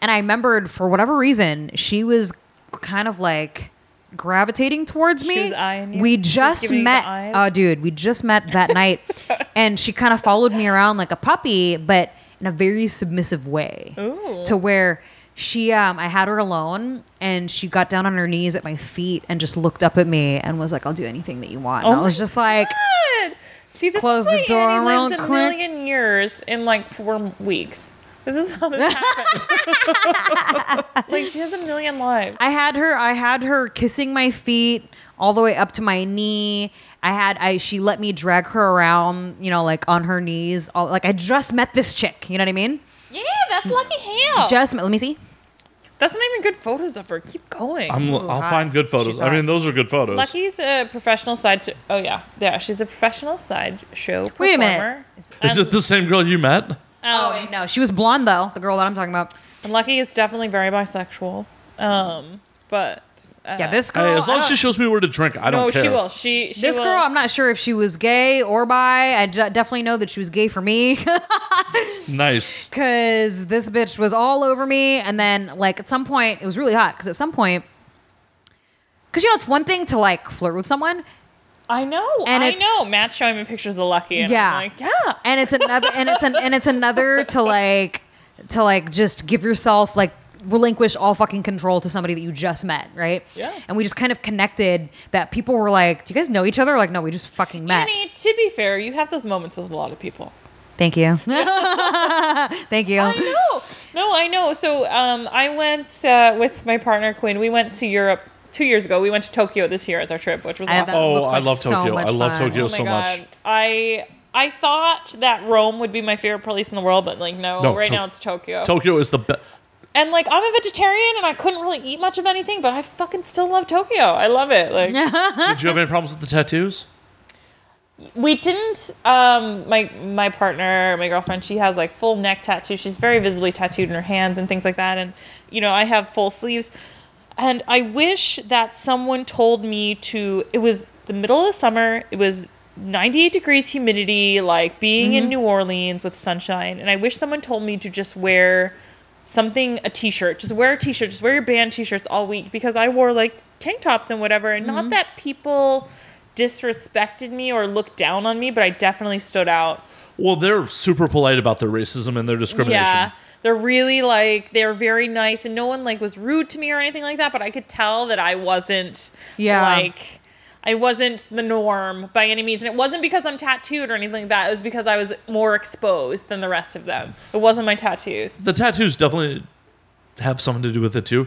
Speaker 2: And I remembered for whatever reason, she was kind of like gravitating towards me.
Speaker 4: She was eyeing you?
Speaker 2: We
Speaker 4: She was
Speaker 2: just
Speaker 4: giving you the
Speaker 2: met.
Speaker 4: eyes?
Speaker 2: Oh, dude, we just met that night, and she kind of followed me around like a puppy, but in a very submissive way.
Speaker 4: Ooh.
Speaker 2: To where she, um, I had her alone, and she got down on her knees at my feet and just looked up at me and was like, "I'll do anything that you want." And I
Speaker 4: Oh my
Speaker 2: was just like,
Speaker 4: God. See, this
Speaker 2: Close
Speaker 4: is why
Speaker 2: the door
Speaker 4: Annie
Speaker 2: real
Speaker 4: lives a
Speaker 2: quick.
Speaker 4: million years in like four weeks. This is how this happens. like she has a million lives.
Speaker 2: I had her. I had her kissing my feet all the way up to my knee. I had. I she let me drag her around. You know, like on her knees. All like I just met this chick. You know what I mean?
Speaker 4: Yeah, that's Lucky Hale.
Speaker 2: Just let me see.
Speaker 4: that's not even good photos of her. Keep going.
Speaker 1: I'm,
Speaker 2: Ooh,
Speaker 1: I'll
Speaker 2: hot.
Speaker 1: find good photos.
Speaker 2: She's
Speaker 1: I mean,
Speaker 2: hot.
Speaker 1: those are good photos.
Speaker 4: Lucky's a professional side. To, oh yeah, yeah. She's a professional side show performer.
Speaker 2: Wait a minute.
Speaker 1: Is it the same girl you met?
Speaker 4: Um,
Speaker 2: Oh wait, no, she was blonde though. The girl that I'm talking about.
Speaker 4: And Lucky is definitely very bisexual. Um, but uh,
Speaker 2: Yeah, this girl.
Speaker 1: Hey, as long
Speaker 2: I
Speaker 1: as she
Speaker 2: don't-
Speaker 1: shows me where to drink, I don't
Speaker 4: No,
Speaker 1: care.
Speaker 4: she will. She, she
Speaker 2: this
Speaker 4: will.
Speaker 2: girl, um, I'm not sure if she was gay or bi. I d- definitely know that she was gay for me.
Speaker 1: Nice.
Speaker 2: because this bitch was all over me. And then, like, at some point, it was really hot because at some point, because you know, it's one thing to like flirt with someone,
Speaker 4: I know.
Speaker 2: And
Speaker 4: I
Speaker 2: it's-
Speaker 4: know. Matt's showing me pictures of Lucky, and
Speaker 2: yeah,
Speaker 4: I'm like, yeah.
Speaker 2: and it's another, and it's an, and it's another to like, to like just give yourself like relinquish all fucking control to somebody that you just met, right?
Speaker 4: Yeah.
Speaker 2: And we just kind of connected that people were like, "Do you guys know each other?" Like, no, we just fucking met.
Speaker 4: Annie, to be fair, you have those moments with a lot of people.
Speaker 2: Thank you. Thank you.
Speaker 4: I know. No, I know. So um, I went uh, with my partner Quinn. We went to Europe two years ago. We went to Tokyo this year as our trip, which was
Speaker 2: I have
Speaker 4: awesome.
Speaker 2: That
Speaker 1: Oh,
Speaker 2: looked
Speaker 1: I
Speaker 2: like
Speaker 1: love
Speaker 2: so
Speaker 1: Tokyo.
Speaker 2: much
Speaker 1: I love
Speaker 2: fun.
Speaker 1: Tokyo
Speaker 4: oh my
Speaker 1: so
Speaker 4: god!
Speaker 1: much.
Speaker 4: I I thought that Rome would be my favorite place in the world, but like no,
Speaker 1: No,
Speaker 4: right
Speaker 1: To-
Speaker 4: now it's Tokyo.
Speaker 1: Tokyo is the best.
Speaker 4: and like I'm a vegetarian, and I couldn't really eat much of anything, but I fucking still love Tokyo. I love it. Like
Speaker 1: Did you have any problems with the tattoos?
Speaker 4: we didn't um my my partner my girlfriend she has like full neck tattoo she's very visibly tattooed in her hands and things like that and you know i have full sleeves and i wish that someone told me to it was the middle of the summer it was 98 degrees humidity like being in new orleans with sunshine and i wish someone told me to just wear something a t-shirt just wear a t-shirt just wear your band t-shirts all week because i wore like tank tops and whatever and not that people disrespected me or looked down on me but i definitely stood out
Speaker 1: Well, they're super polite about their racism and their discrimination.
Speaker 4: yeah they're really like they're very nice and no one like was rude to me or anything like that but i could tell that i wasn't
Speaker 2: Yeah.
Speaker 4: like i wasn't the norm by any means and it wasn't because i'm tattooed or anything like that it was because i was more exposed than the rest of them it wasn't my tattoos
Speaker 1: The tattoos definitely have something to do with it too.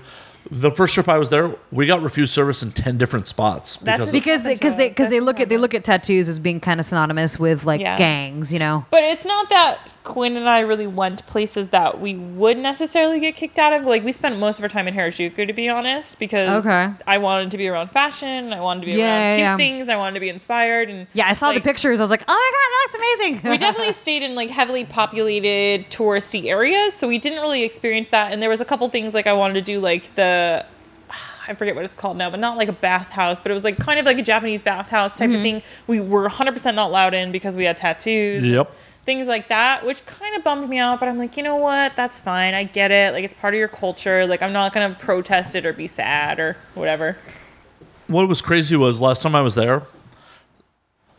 Speaker 1: The first trip I was there, we got refused service in ten different spots
Speaker 4: That's
Speaker 1: because of-
Speaker 2: because
Speaker 4: happened to
Speaker 2: because they
Speaker 4: us.
Speaker 2: because they
Speaker 4: That's
Speaker 2: look at they look at tattoos as being kind of synonymous with like
Speaker 4: Yeah.
Speaker 2: gangs, you know.
Speaker 4: But it's not that Quinn and I really went places that we would necessarily get kicked out of. Like we spent most of our time in Harajuku, to be honest, because
Speaker 2: Okay.
Speaker 4: I wanted to be around fashion, I wanted to be
Speaker 2: Yeah,
Speaker 4: around
Speaker 2: yeah,
Speaker 4: cute
Speaker 2: yeah.
Speaker 4: things, I wanted to be inspired, and
Speaker 2: Yeah, I saw the
Speaker 4: like,
Speaker 2: pictures. I was like, oh my god, that's amazing.
Speaker 4: we definitely stayed in like heavily populated touristy areas, so we didn't really experience that. And there was a couple things like I wanted to do, like the I forget what it's called now, but not like a bathhouse, but it was like kind of like a Japanese bathhouse type
Speaker 2: Mm-hmm.
Speaker 4: of thing. We were 100% not allowed in because we had tattoos.
Speaker 1: Yep.
Speaker 4: Things like that, which kind of bummed me out, but I'm like, you know what? That's fine. I get it. Like, it's part of your culture. Like, I'm not going to protest it or be sad or whatever.
Speaker 1: what was crazy was last time I was there,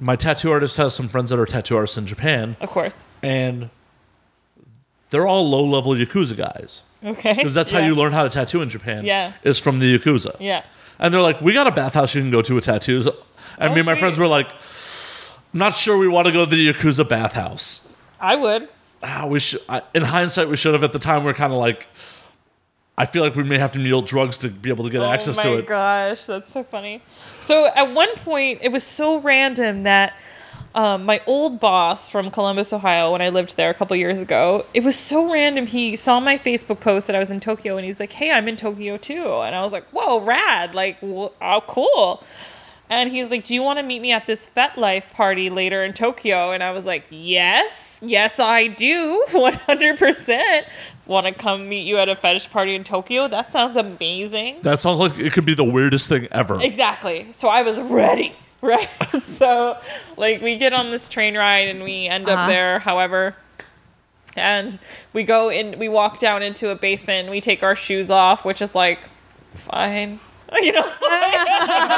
Speaker 1: my tattoo artist has some friends that are tattoo artists in Japan,
Speaker 4: Of course.
Speaker 1: and they're all low level yakuza guys
Speaker 4: Okay.
Speaker 1: because that's how
Speaker 4: Yeah.
Speaker 1: you learn how to tattoo in Japan.
Speaker 4: Yeah.
Speaker 1: is from the yakuza.
Speaker 4: Yeah.
Speaker 1: And they're like, we got a bathhouse you can go to with tattoos. And me and my
Speaker 4: Oh, sweet.
Speaker 1: friends were like, I'm not sure we want to go to the Yakuza bathhouse.
Speaker 4: I would.
Speaker 1: Ah, we should, I, in hindsight, we should have. At the time, we are kind of like, I feel like we may have to mule drugs to be able to get access
Speaker 4: oh
Speaker 1: to
Speaker 4: my
Speaker 1: it.
Speaker 4: gosh, that's so funny. So at one point, it was so random that um, my old boss from Columbus, Ohio, when I lived there a couple years ago, it was so random. He saw my Facebook post that I was in Tokyo, and he's like, "Hey, I'm in Tokyo too," and I was like, "Whoa, rad! Like, wh- how cool!" And he's like, "Do you want to meet me at this FetLife party later in Tokyo?" And I was like, "Yes, yes, I do, one hundred percent." Want to come meet you at a fetish party in Tokyo? That sounds amazing.
Speaker 1: That sounds like it could be the weirdest thing ever.
Speaker 4: Exactly. So I was ready, right? so, like, we get on this train ride and we end up
Speaker 2: Uh-huh.
Speaker 4: there, however. And we go in, we walk down into a basement and we take our shoes off, which is like, fine. You know,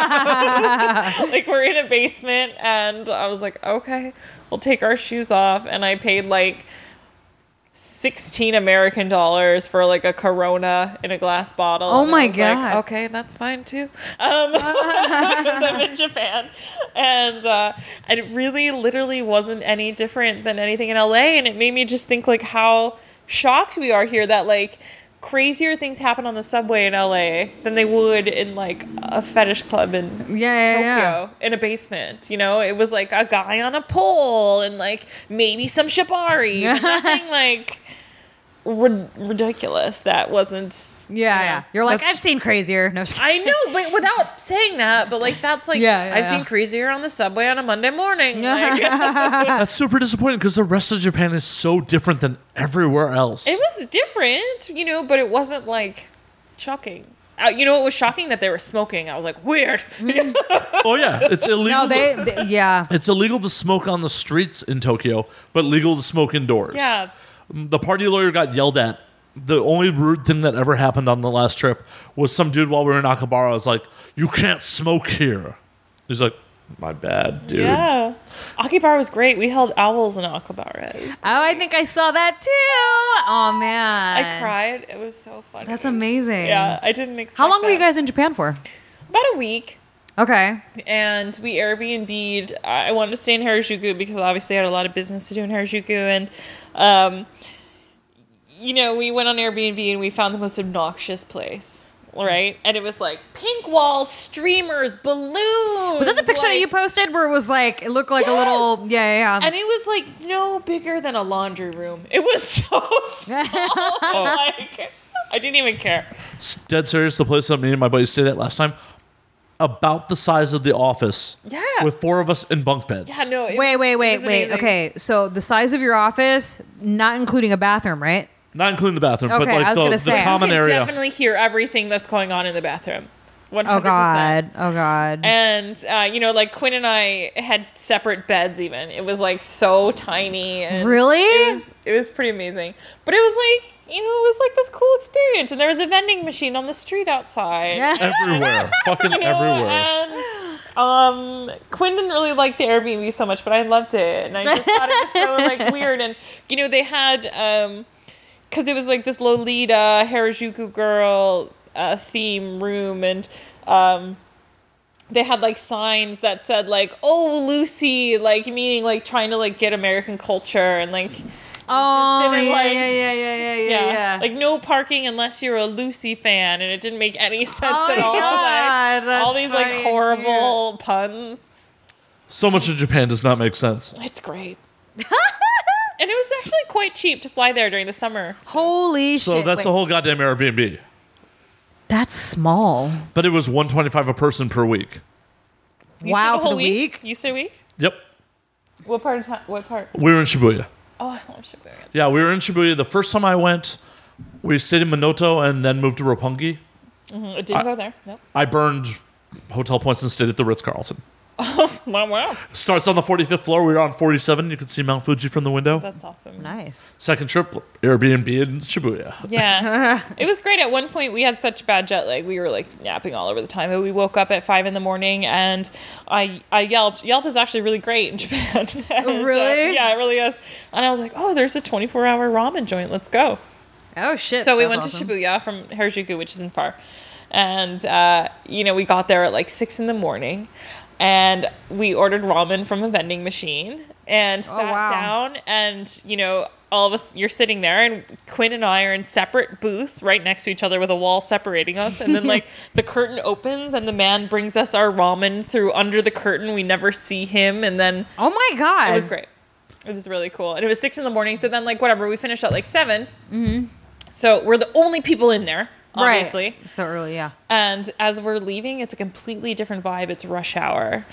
Speaker 4: like we're in a basement, and I was like, okay, we'll take our shoes off. And I paid like 16 American dollars for like a Corona in a glass bottle.
Speaker 2: Oh
Speaker 4: and I
Speaker 2: my
Speaker 4: was like,
Speaker 2: God.
Speaker 4: okay, that's fine too. Um, because I'm in Japan, and uh, and it really literally wasn't any different than anything in LA, and it made me just think like how shocked we are here that like crazier things happen on the subway in LA than they would in like a fetish club in
Speaker 2: Yeah, yeah, yeah.
Speaker 4: Tokyo in a basement. You know, it was like a guy on a pole and like maybe some shibari, but nothing like rid- ridiculous that wasn't.
Speaker 2: Yeah, yeah. You're like,
Speaker 4: That's-
Speaker 2: I've seen crazier. No, I'm just kidding.
Speaker 4: I know, but without saying that, but like that's like
Speaker 2: Yeah, yeah,
Speaker 4: I've
Speaker 2: yeah.
Speaker 4: seen crazier on the subway on a Monday morning. Like,
Speaker 1: That's super disappointing because the rest of Japan is so different than everywhere else.
Speaker 4: it was different, you know, but it wasn't like shocking. Uh, you know, it was shocking that they were smoking. I was like, weird.
Speaker 2: Mm.
Speaker 1: oh yeah, it's illegal.
Speaker 2: no, they, they- yeah.
Speaker 1: it's illegal to smoke on the streets in Tokyo, but legal to smoke indoors.
Speaker 4: yeah.
Speaker 1: The party lawyer got yelled at. The only rude thing that ever happened on the last trip was some dude while we were in Akabara was like, "You can't smoke here." He's like, "My bad, dude."
Speaker 4: Yeah. Akibar was great. We held owls in Akibar.
Speaker 2: Oh, I think I saw that too. Oh man,
Speaker 4: I cried. It was so funny.
Speaker 2: That's amazing.
Speaker 4: Yeah, I didn't expect
Speaker 2: How long were you
Speaker 4: that.
Speaker 2: guys in Japan for?
Speaker 4: About a week.
Speaker 2: Okay.
Speaker 4: and we Airbnb'd. I wanted to stay in Harajuku because obviously I had a lot of business to do in Harajuku, and um, you know, we went on Airbnb and we found the most obnoxious place, right? And it was like pink walls, streamers, balloons.
Speaker 2: Was that the picture that
Speaker 4: like-
Speaker 2: you posted where it was like it looked like a little yeah yeah, yeah.
Speaker 4: And it was like no bigger than a laundry room. It was so small. like I didn't even care.
Speaker 1: S- Dead serious. The place that me and my buddy stayed at last time, about the size of the office.
Speaker 4: Yeah.
Speaker 1: With four of us in bunk beds.
Speaker 4: Yeah, no. it
Speaker 2: wait
Speaker 4: was-
Speaker 2: wait
Speaker 4: it
Speaker 2: wait
Speaker 4: was
Speaker 2: wait
Speaker 4: amazing.
Speaker 2: okay so the size of your office not including a bathroom right
Speaker 1: Not including the bathroom, but
Speaker 2: Okay,
Speaker 1: like
Speaker 2: I was
Speaker 1: the,
Speaker 2: gonna
Speaker 1: the
Speaker 2: say.
Speaker 1: common
Speaker 4: You can
Speaker 1: area.
Speaker 4: definitely hear everything that's going on in the bathroom. 100%.
Speaker 2: oh god oh god
Speaker 4: And uh, you know, like Quinn and I had separate beds. Even it was like so tiny. And
Speaker 2: Really?
Speaker 4: It was, it was pretty amazing. But it was like you know, it was like this cool experience. And there was a vending machine on the street outside.
Speaker 1: everywhere. Fucking
Speaker 4: You know,
Speaker 1: everywhere.
Speaker 4: And um, Quinn didn't really like the Airbnb so much, but I loved it, and I just thought it was so like weird. And you know, they had um, because it was like this Lolita Harajuku girl uh, theme room, and um. They had like signs that said like "Oh Lucy," like meaning like trying to like get American culture and like
Speaker 2: oh
Speaker 4: didn't
Speaker 2: yeah,
Speaker 4: like-
Speaker 2: yeah yeah yeah yeah yeah yeah
Speaker 4: like no parking unless you're a Lucy fan, and it didn't make any sense
Speaker 2: Oh
Speaker 4: at
Speaker 2: my
Speaker 4: all.
Speaker 2: God,
Speaker 4: like,
Speaker 2: that's
Speaker 4: all these
Speaker 2: funny
Speaker 4: like
Speaker 2: and
Speaker 4: horrible puns.
Speaker 1: So much of Japan does not make sense.
Speaker 4: It's great. and it was actually quite cheap to fly there during the summer.
Speaker 2: holy
Speaker 1: So
Speaker 2: shit
Speaker 1: that's
Speaker 2: wait.
Speaker 1: the whole goddamn Airbnb.
Speaker 2: that's small
Speaker 1: But it was 125 a person per week.
Speaker 4: You
Speaker 2: Wow,
Speaker 4: stayed a
Speaker 2: for the
Speaker 4: whole
Speaker 2: week?
Speaker 4: You stayed a week?
Speaker 1: Yep.
Speaker 4: What part of town? What part?
Speaker 1: We were in Shibuya.
Speaker 4: Oh, I love Shibuya.
Speaker 1: Yeah, we were in Shibuya. The first time I went, we stayed in Minoto and then moved to Roppongi.
Speaker 4: It didn't go there. Nope.
Speaker 1: I burned hotel points and stayed at the Ritz Carlton.
Speaker 4: Wow, wow.
Speaker 1: Starts on the 45th floor. We were on 47. You could see Mount Fuji from the window.
Speaker 4: That's awesome.
Speaker 2: nice
Speaker 1: Second trip, Airbnb in Shibuya.
Speaker 4: Yeah. it was great. At one point, we had such bad jet lag. We were like napping all over the time. But we woke up at five in the morning and I, I yelped. Yelp is actually really great in Japan. And, uh,
Speaker 2: Really?
Speaker 4: yeah, it really is. And I was like, oh, there's a 24 hour ramen joint. Let's go.
Speaker 2: oh shit
Speaker 4: So we
Speaker 2: that's
Speaker 4: went
Speaker 2: awesome.
Speaker 4: to Shibuya from Harajuku, which isn't far. And, uh, you know, we got there at like six in the morning and we ordered ramen from a vending machine and sat
Speaker 2: Oh, wow.
Speaker 4: down. And, you know, all of us, you're sitting there, and Quinn and I are in separate booths right next to each other with a wall separating us. And then, like, the curtain opens and the man brings us our ramen through under the curtain. We never see him. And then
Speaker 2: oh my god
Speaker 4: it was great. It was really cool. And it was six in the morning. So then, like, whatever, we finished at like 7 Mm-hmm. So we're the only people in there,
Speaker 2: Right.
Speaker 4: obviously.
Speaker 2: so early yeah
Speaker 4: And as we're leaving, it's a completely different vibe. It's rush hour.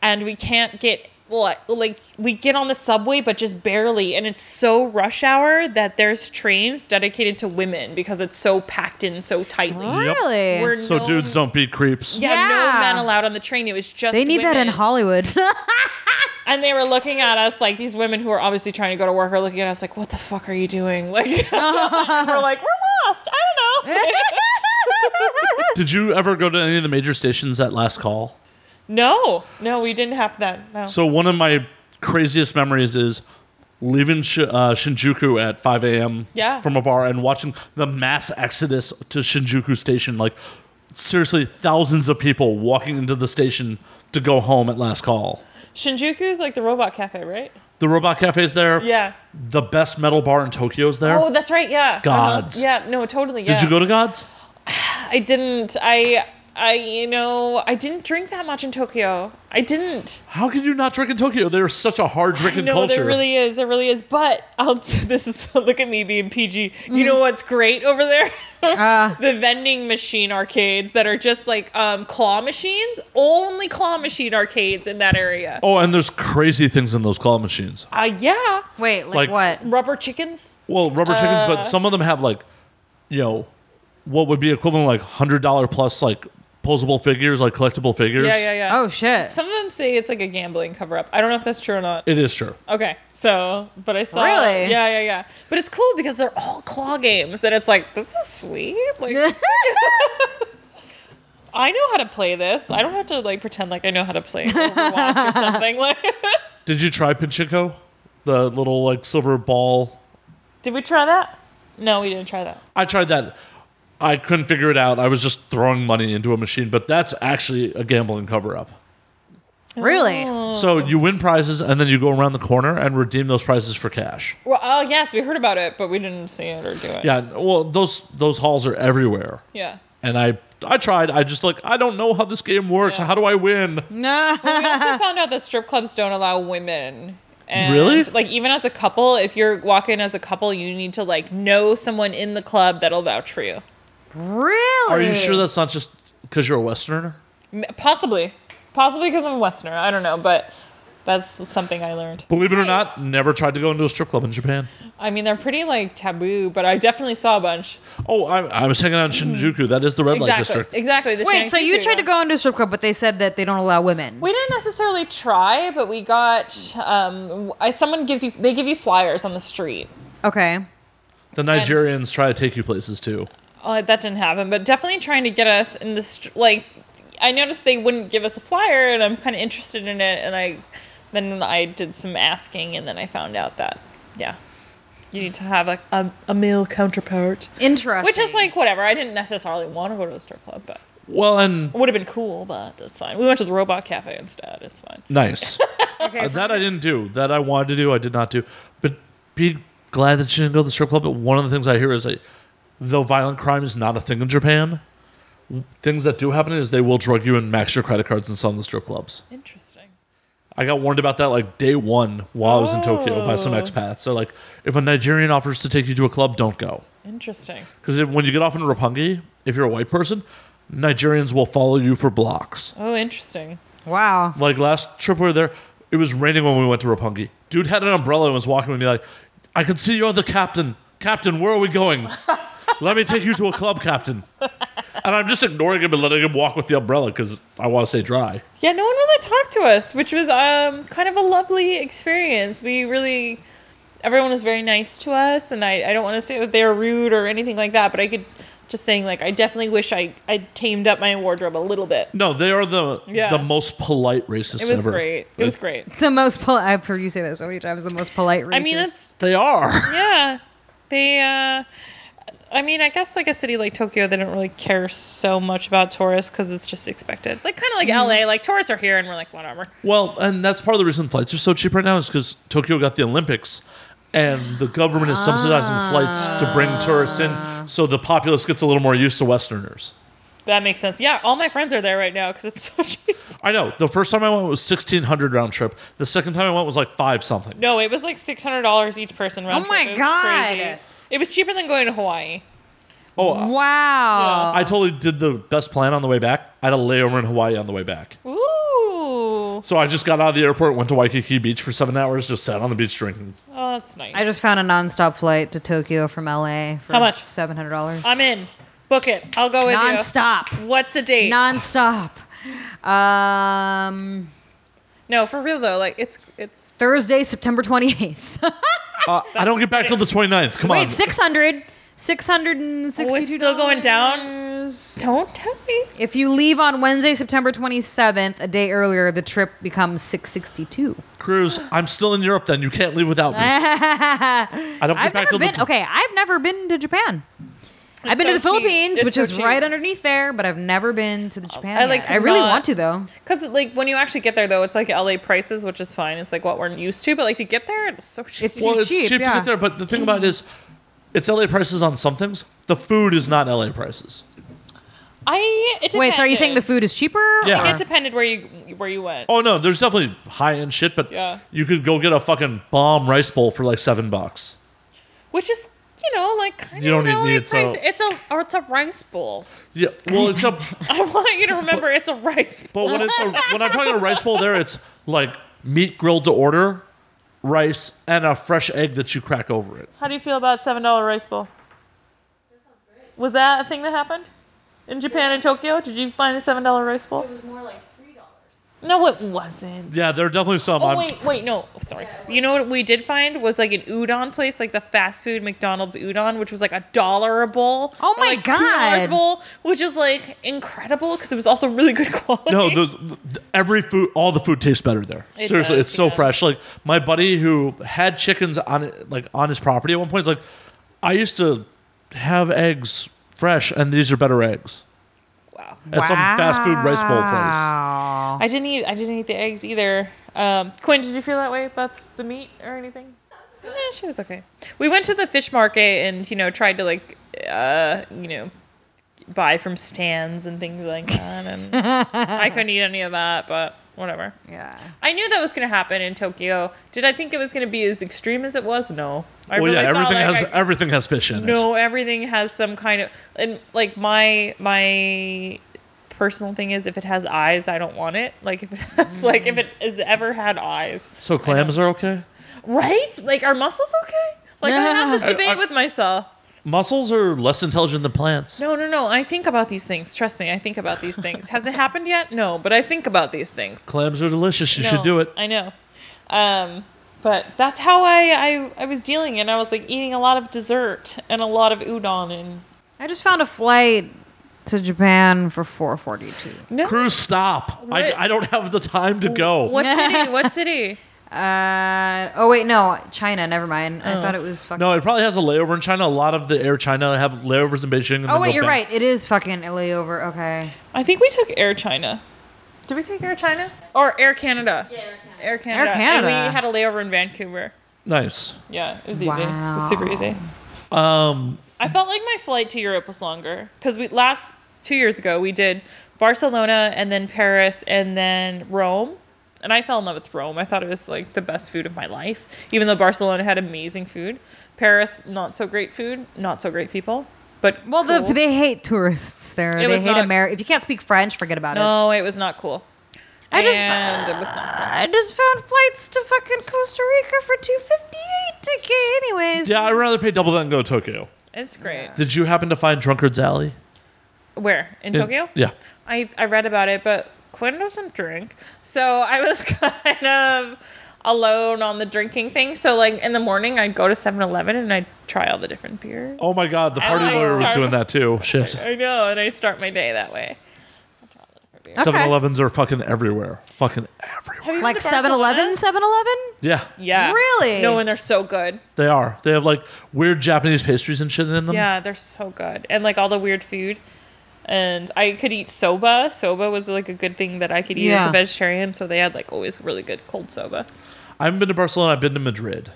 Speaker 4: And we can't get, well, like, we get on the subway, but just barely. And it's so rush hour that there's trains dedicated to women because it's so packed in so tightly.
Speaker 2: really
Speaker 4: We're
Speaker 1: So
Speaker 4: no-
Speaker 1: dudes don't be creeps.
Speaker 4: Yeah,
Speaker 2: Yeah.
Speaker 4: no men allowed on the train. It was just
Speaker 2: they need that in
Speaker 4: women.
Speaker 2: Hollywood
Speaker 4: And they were looking at us like these women who are obviously trying to go to work are looking at us like, "What the fuck are you doing?" Like we're like, "We're lost. I don't know."
Speaker 1: Did you ever go to any of the major stations at last call?
Speaker 4: no, no, we didn't have that. No.
Speaker 1: So one of my craziest memories is leaving Sh- uh, Shinjuku at 5 a.m.
Speaker 4: Yeah.
Speaker 1: from a bar and watching the mass exodus to Shinjuku Station. Like seriously, thousands of people walking into the station to go home at last call.
Speaker 4: Shinjuku is like the robot cafe, right?
Speaker 1: The Robot Cafe's there.
Speaker 4: Yeah.
Speaker 1: The best metal bar in Tokyo's there.
Speaker 4: Oh, that's right. Yeah. Uh-huh.
Speaker 1: Gods.
Speaker 4: Yeah. No, totally. Yeah.
Speaker 1: Did you go to God's?
Speaker 4: I didn't. I I, you know, I didn't drink that much in Tokyo. I didn't.
Speaker 1: How could you not drink in Tokyo? There's such a hard drinking
Speaker 4: no,
Speaker 1: culture.
Speaker 4: there really is. There really is. But I'll. T- this is look at me being PG. You know what's great over there?
Speaker 2: Ah.
Speaker 4: the vending machine arcades that are just like um, claw machines. Only claw machine arcades in that area.
Speaker 1: oh, and there's crazy things in those claw machines.
Speaker 4: Uh, yeah,
Speaker 2: Wait,
Speaker 1: Like-
Speaker 2: like, what?
Speaker 4: rubber chickens.
Speaker 1: Well, rubber chickens,
Speaker 4: Uh.
Speaker 1: but some of them have like, you know, what would be equivalent like hundred dollar plus like posable figures, like collectible figures.
Speaker 4: Yeah, yeah, yeah.
Speaker 2: Oh shit!
Speaker 4: Some of them say it's like a gambling cover up. I don't know if that's true or not.
Speaker 1: It is true.
Speaker 4: Okay, so but I saw
Speaker 2: Really?
Speaker 4: yeah yeah yeah. But it's cool because they're all claw games, and it's like this is sweet. Like I know how to play this. I don't have to like pretend like I know how to play Overwatch or something. Like,
Speaker 1: Did you try Pachinko? The little like silver ball.
Speaker 4: did we try that? No, we didn't try that.
Speaker 1: I tried that. I couldn't figure it out. I was just throwing money into a machine, but that's actually a gambling cover up.
Speaker 2: really?
Speaker 4: Oh.
Speaker 1: So you win prizes and then you go around the corner and redeem those prizes for cash.
Speaker 4: Well, oh yes, we heard about it, but we didn't see it or do it.
Speaker 1: Yeah, well those those halls are everywhere.
Speaker 4: yeah.
Speaker 1: And I I tried. I just like I don't know how this game works.
Speaker 4: Yeah.
Speaker 1: How do I win?
Speaker 2: No.
Speaker 4: We also found out that strip clubs don't allow women. And
Speaker 1: Really?
Speaker 4: Like even as a couple, if you're walking as a couple, you need to like know someone in the club that'll vouch for you.
Speaker 2: really?
Speaker 1: Are you sure that's not just because you're a Westerner?
Speaker 4: M- Possibly, possibly because I'm a Westerner. I don't know, but that's something I learned.
Speaker 1: Believe it or not, never tried to go into a strip club in Japan.
Speaker 4: I mean, they're pretty like taboo, but I definitely saw a bunch.
Speaker 1: Oh, I, I was hanging out in Shinjuku. That is the red light
Speaker 4: Exactly.
Speaker 1: district.
Speaker 4: Exactly. the
Speaker 2: Wait, so you
Speaker 4: Shinkansen
Speaker 2: tried to
Speaker 4: one.
Speaker 2: go into a strip club, but they said that they don't allow women.
Speaker 4: We didn't necessarily try, but we got um, I, someone gives you they give you flyers on the street.
Speaker 2: Okay.
Speaker 1: The Nigerians try to take you places too.
Speaker 4: Oh, that didn't happen, but definitely trying to get us in the str- like. I noticed they wouldn't give us a flyer, and I'm kind of interested in it. And I then I did some asking, and then I found out that yeah, you need to have like a, a male counterpart,
Speaker 2: Interesting.
Speaker 4: which is like whatever. I didn't necessarily want to go to a strip club, but
Speaker 1: Well, and
Speaker 4: it would have been cool. But that's fine. We went to the robot cafe instead. It's fine.
Speaker 1: nice.
Speaker 2: okay,
Speaker 1: Uh, that I didn't do. That I wanted to do, I did not do. But be glad that you didn't go to the strip club. But one of the things I hear is that though violent crime is not a thing in Japan, w- things that do happen is they will drug you and max your credit cards and sell in the strip clubs.
Speaker 4: Interesting.
Speaker 1: I got warned about that like day one while I was in Tokyo by some
Speaker 4: Oh.
Speaker 1: expats. So like, if a Nigerian offers to take you to a club, don't go.
Speaker 4: Interesting.
Speaker 1: Because when you get off in Roppongi, if you're a white person, Nigerians will follow you for blocks.
Speaker 4: Oh, interesting.
Speaker 2: wow.
Speaker 1: Like last trip we were there, it was raining when we went to Roppongi. Dude had an umbrella and was walking with me like, I can see you're the captain. Captain, where are we going? Let me take you to a club, Captain. And I'm just ignoring him and letting him walk with the umbrella because I want to stay dry.
Speaker 4: Yeah, no one really talked to us, which was um kind of a lovely experience. We really everyone was very nice to us and I, I don't want to say that they were rude or anything like that, but I could just saying like I definitely wish I, I tamed up my wardrobe a little bit.
Speaker 1: No, they are the
Speaker 4: Yeah.
Speaker 1: the most polite racists
Speaker 4: It was
Speaker 1: ever.
Speaker 4: great. It
Speaker 1: Like,
Speaker 4: was great.
Speaker 2: The most polite. I've heard you say that so many times. The most polite. Racist.
Speaker 4: I mean that's
Speaker 1: They are.
Speaker 4: yeah. They uh I mean, I guess like a city like Tokyo, they don't really care so much about tourists because it's just expected. Like kind of like LA, like tourists are here and we're like whatever.
Speaker 1: Well, and that's part of the reason flights are so cheap right now is because Tokyo got the Olympics, and the government is subsidizing flights to bring tourists in, so the populace gets a little more used to Westerners.
Speaker 4: That makes sense. Yeah, all my friends are there right now because it's so cheap.
Speaker 1: I know. The first time I went was sixteen hundred round trip. The second time I went was like five something.
Speaker 4: No, it was like six hundred dollars each person round
Speaker 2: Oh
Speaker 4: trip.
Speaker 2: my
Speaker 4: It was
Speaker 2: God.
Speaker 4: crazy. It was cheaper than going to Hawaii.
Speaker 1: Oh, I-
Speaker 2: wow.
Speaker 1: I totally did the best plan on the way back. I had a layover in Hawaii on the way back,
Speaker 4: Ooh, oh,
Speaker 1: so I just got out of the airport, went to Waikiki Beach for seven hours, just sat on the beach drinking.
Speaker 4: that's nice.
Speaker 2: I just found a nonstop flight to Tokyo from LA for
Speaker 4: How much?
Speaker 2: Seven hundred dollars.
Speaker 4: I'm in. Book it. I'll go with
Speaker 2: Nonstop.
Speaker 4: you. What's a date?
Speaker 2: Nonstop. Um,
Speaker 4: no, for real though. Like it's it's
Speaker 2: Thursday, September twenty eighth.
Speaker 1: Uh, I don't get back till the 29th. Come on.
Speaker 2: Wait, 600 662
Speaker 4: Oh, it's still going down? Don't tell me.
Speaker 2: If you leave on Wednesday, September 27th, a day earlier, the trip becomes 662.
Speaker 1: Cruz, I'm still in Europe. Then you can't leave without me. I don't get
Speaker 2: I've
Speaker 1: back
Speaker 2: never
Speaker 1: till
Speaker 2: been.
Speaker 1: the
Speaker 2: okay, I've never been to Japan. I've been
Speaker 4: so
Speaker 2: to the
Speaker 4: cheap.
Speaker 2: Philippines,
Speaker 4: It's
Speaker 2: which
Speaker 4: so
Speaker 2: is
Speaker 4: cheap. Oh,
Speaker 2: right underneath there, but I've never been to the Japan.
Speaker 4: I,
Speaker 2: I,
Speaker 4: like,
Speaker 2: I really
Speaker 4: not-
Speaker 2: want to though.
Speaker 4: Because like when you actually get there though, it's like LA prices, which is fine. It's like what we're used to, but like to get there, it's so cheap.
Speaker 2: It's
Speaker 1: well,
Speaker 2: too
Speaker 1: it's cheap,
Speaker 2: cheap. yeah.
Speaker 1: to get there, but the thing about it is, it's LA prices on some things. The food is not LA prices.
Speaker 4: I it
Speaker 2: Wait, so are you saying the
Speaker 4: depended.
Speaker 2: food is cheaper?
Speaker 1: Yeah.
Speaker 2: or-
Speaker 4: It depended where you where you went.
Speaker 1: Oh no, there's definitely high end shit, but
Speaker 4: Yeah.
Speaker 1: you could go get a fucking bomb rice bowl for like seven bucks.
Speaker 4: which is you know like kind
Speaker 1: You
Speaker 4: of
Speaker 1: don't
Speaker 4: an
Speaker 1: need me,
Speaker 4: LA
Speaker 1: it's
Speaker 4: price.
Speaker 1: a-
Speaker 4: It's a or it's a rice bowl.
Speaker 1: Yeah, well, except
Speaker 4: I want you to remember it's a rice bowl.
Speaker 1: but when it's a, when I'm talking a rice bowl, there it's like meat grilled to order, rice, and a fresh egg that you crack over it.
Speaker 4: How do you feel about seven dollar rice bowl? Was that a thing that happened in Japan and Tokyo? Did you find a seven dollar rice bowl?
Speaker 5: was more like three dollars.
Speaker 4: No, it wasn't.
Speaker 1: Yeah, there are definitely some.
Speaker 4: Oh
Speaker 1: I'm-
Speaker 4: wait, wait, no, sorry. You know what we did find was like an udon place, like the fast food McDonald's udon, which was like a dollar a bowl.
Speaker 2: Oh
Speaker 4: or,
Speaker 2: my
Speaker 4: like two dollars a
Speaker 2: God.
Speaker 4: bowl, which is like incredible because it was also really good quality.
Speaker 1: No, the, the- every food, all the food tastes better there.
Speaker 4: It
Speaker 1: Seriously,
Speaker 4: does,
Speaker 1: it's so
Speaker 4: yeah.
Speaker 1: fresh. Like my buddy who had chickens on it- like on his property at one point is like, I used to have eggs fresh, and these are better eggs
Speaker 4: wow.
Speaker 1: at some fast food rice bowl place.
Speaker 2: Wow.
Speaker 4: I didn't eat. I didn't eat the eggs either. Um, Quinn, did you feel that way about the meat or anything? Eh, she was okay. We went to the fish market and you know tried to like uh, you know buy from stands and things like that, and I couldn't eat any of that, but whatever.
Speaker 2: Yeah.
Speaker 4: I knew that was going to happen in Tokyo. Did I think it was going to be as extreme as it was? No. I
Speaker 1: well, yeah,
Speaker 4: really thought,
Speaker 1: everything
Speaker 4: like,
Speaker 1: has
Speaker 4: I-
Speaker 1: everything has fish in it.
Speaker 4: no, everything has some kind of and like my my personal thing is if it has eyes, I don't want it. Like if it has like if it has ever had eyes,
Speaker 1: So clams are okay.
Speaker 4: right? Like are mussels okay? Like I have this
Speaker 1: I-
Speaker 4: debate
Speaker 1: I-
Speaker 4: with myself.
Speaker 1: Mussels are less intelligent than plants.
Speaker 4: No, no, no. I think about these things. Trust me, I think about these things. has it happened yet? No, but I think about these things.
Speaker 1: Clams are delicious. You should
Speaker 4: No,
Speaker 1: do it.
Speaker 4: I know. Um, but that's how I, I I was dealing, and I was like eating a lot of dessert and a lot of udon and
Speaker 2: I just found a flight to Japan for 442.
Speaker 4: no.
Speaker 1: Cruz, stop.
Speaker 4: What?
Speaker 1: I, I don't have the time to go.
Speaker 4: What city? What city?
Speaker 2: Uh oh wait, no, China, never mind. I
Speaker 4: Oh.
Speaker 2: thought it was fucking
Speaker 1: No, it probably has a layover in China. A lot of the Air China have layovers in Beijing. And
Speaker 2: Oh
Speaker 1: then go
Speaker 2: wait, you're
Speaker 1: back.
Speaker 2: right. It is fucking a layover. Okay.
Speaker 4: I think we took Air China. Did we take Air China or Air Canada? Yeah, Air Canada.
Speaker 2: Air Canada.
Speaker 4: And we had a layover in Vancouver.
Speaker 1: Nice.
Speaker 4: Yeah, it was easy. It
Speaker 2: Wow.
Speaker 4: was super easy.
Speaker 1: Um,
Speaker 4: I felt like my flight to Europe was longer because we last two years ago we did Barcelona and then Paris and then Rome, and I fell in love with Rome. I thought it was like the best food of my life, even though Barcelona had amazing food. Paris, not so great food, not so great people, but
Speaker 2: Well, the,
Speaker 4: cool.
Speaker 2: they hate tourists there. they
Speaker 4: was
Speaker 2: hate
Speaker 4: not-
Speaker 2: America. If you can't speak French, forget about it.
Speaker 4: no, it was not cool.
Speaker 2: I just-
Speaker 4: and it was not cool.
Speaker 2: I just found flights to fucking Costa Rica for 258 ticket anyways.
Speaker 1: yeah, I'd rather pay double than go to Tokyo.
Speaker 4: It's great.
Speaker 1: Did you happen to find Drunkard's Alley?
Speaker 4: Where in
Speaker 1: In-
Speaker 4: Tokyo?
Speaker 1: Yeah.
Speaker 4: I, I read about it, but Quinn doesn't drink. So I was kind of alone on the drinking thing. So, like, in the morning, I'd go to 7 Eleven and I'd try all the different beers.
Speaker 1: Oh my God, the party
Speaker 4: like
Speaker 1: lawyer was
Speaker 4: Starbucks.
Speaker 1: doing that too. Oh, Shit.
Speaker 4: I know. And I start my day that way. I try all the different beers.
Speaker 1: Seven Elevens are fucking everywhere. Fucking
Speaker 4: Have
Speaker 1: everywhere.
Speaker 4: you been
Speaker 2: Like
Speaker 4: to Barcelona?
Speaker 2: 7-Eleven, 7-Eleven?
Speaker 1: Yeah,
Speaker 4: Yeah.
Speaker 2: Really?
Speaker 4: No, and they're so good.
Speaker 1: they are. They have like weird Japanese pastries and shit in them.
Speaker 4: Yeah, they're so good. And like all the weird food. And I could eat soba. Soba was like a good thing that I could eat as
Speaker 2: Yeah.
Speaker 4: a vegetarian. So they had like always really good cold soba.
Speaker 1: I haven't been to Barcelona. I've been to Madrid.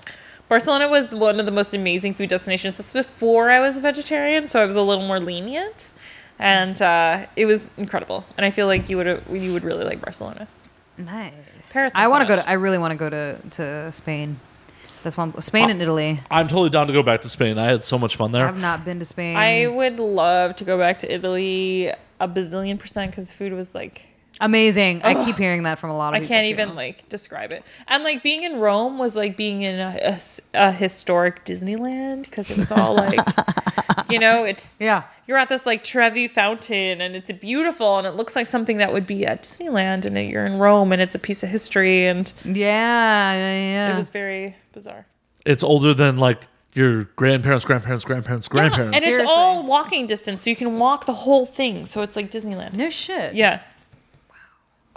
Speaker 4: Barcelona was one of the most amazing food destinations. This was before I was a vegetarian, so I was a little more lenient, and uh, it was incredible. And I feel like you would you would really like Barcelona.
Speaker 2: Nice.
Speaker 4: Paris,
Speaker 2: I
Speaker 4: not
Speaker 2: want
Speaker 4: so
Speaker 2: to go
Speaker 4: much.
Speaker 2: to I really want to go to to Spain. That's one Spain and Italy.
Speaker 1: I'm totally down to go back to Spain. I had so much fun there.
Speaker 2: I've not been to Spain.
Speaker 4: I would love to go back to Italy a bazillion percent because food was like
Speaker 2: Amazing. I keep hearing that from a lot of
Speaker 4: I
Speaker 2: people.
Speaker 4: can't
Speaker 2: too.
Speaker 4: even like describe it. And like being in Rome was like being in a, a s- a historic Disneyland because it was all like you know it's
Speaker 2: Yeah.
Speaker 4: you're at this like Trevi fountain and it's beautiful and it looks like something that would be at Disneyland and then you're in Rome and it's a piece of history and
Speaker 2: Yeah, yeah,
Speaker 4: it
Speaker 2: yeah.
Speaker 4: was very bizarre.
Speaker 1: it's older than like your grandparents, grandparents, grandparents, grandparents.
Speaker 4: and it's
Speaker 2: Seriously.
Speaker 4: all walking distance, so you can walk the whole thing. So it's like Disneyland.
Speaker 2: no shit.
Speaker 4: Yeah.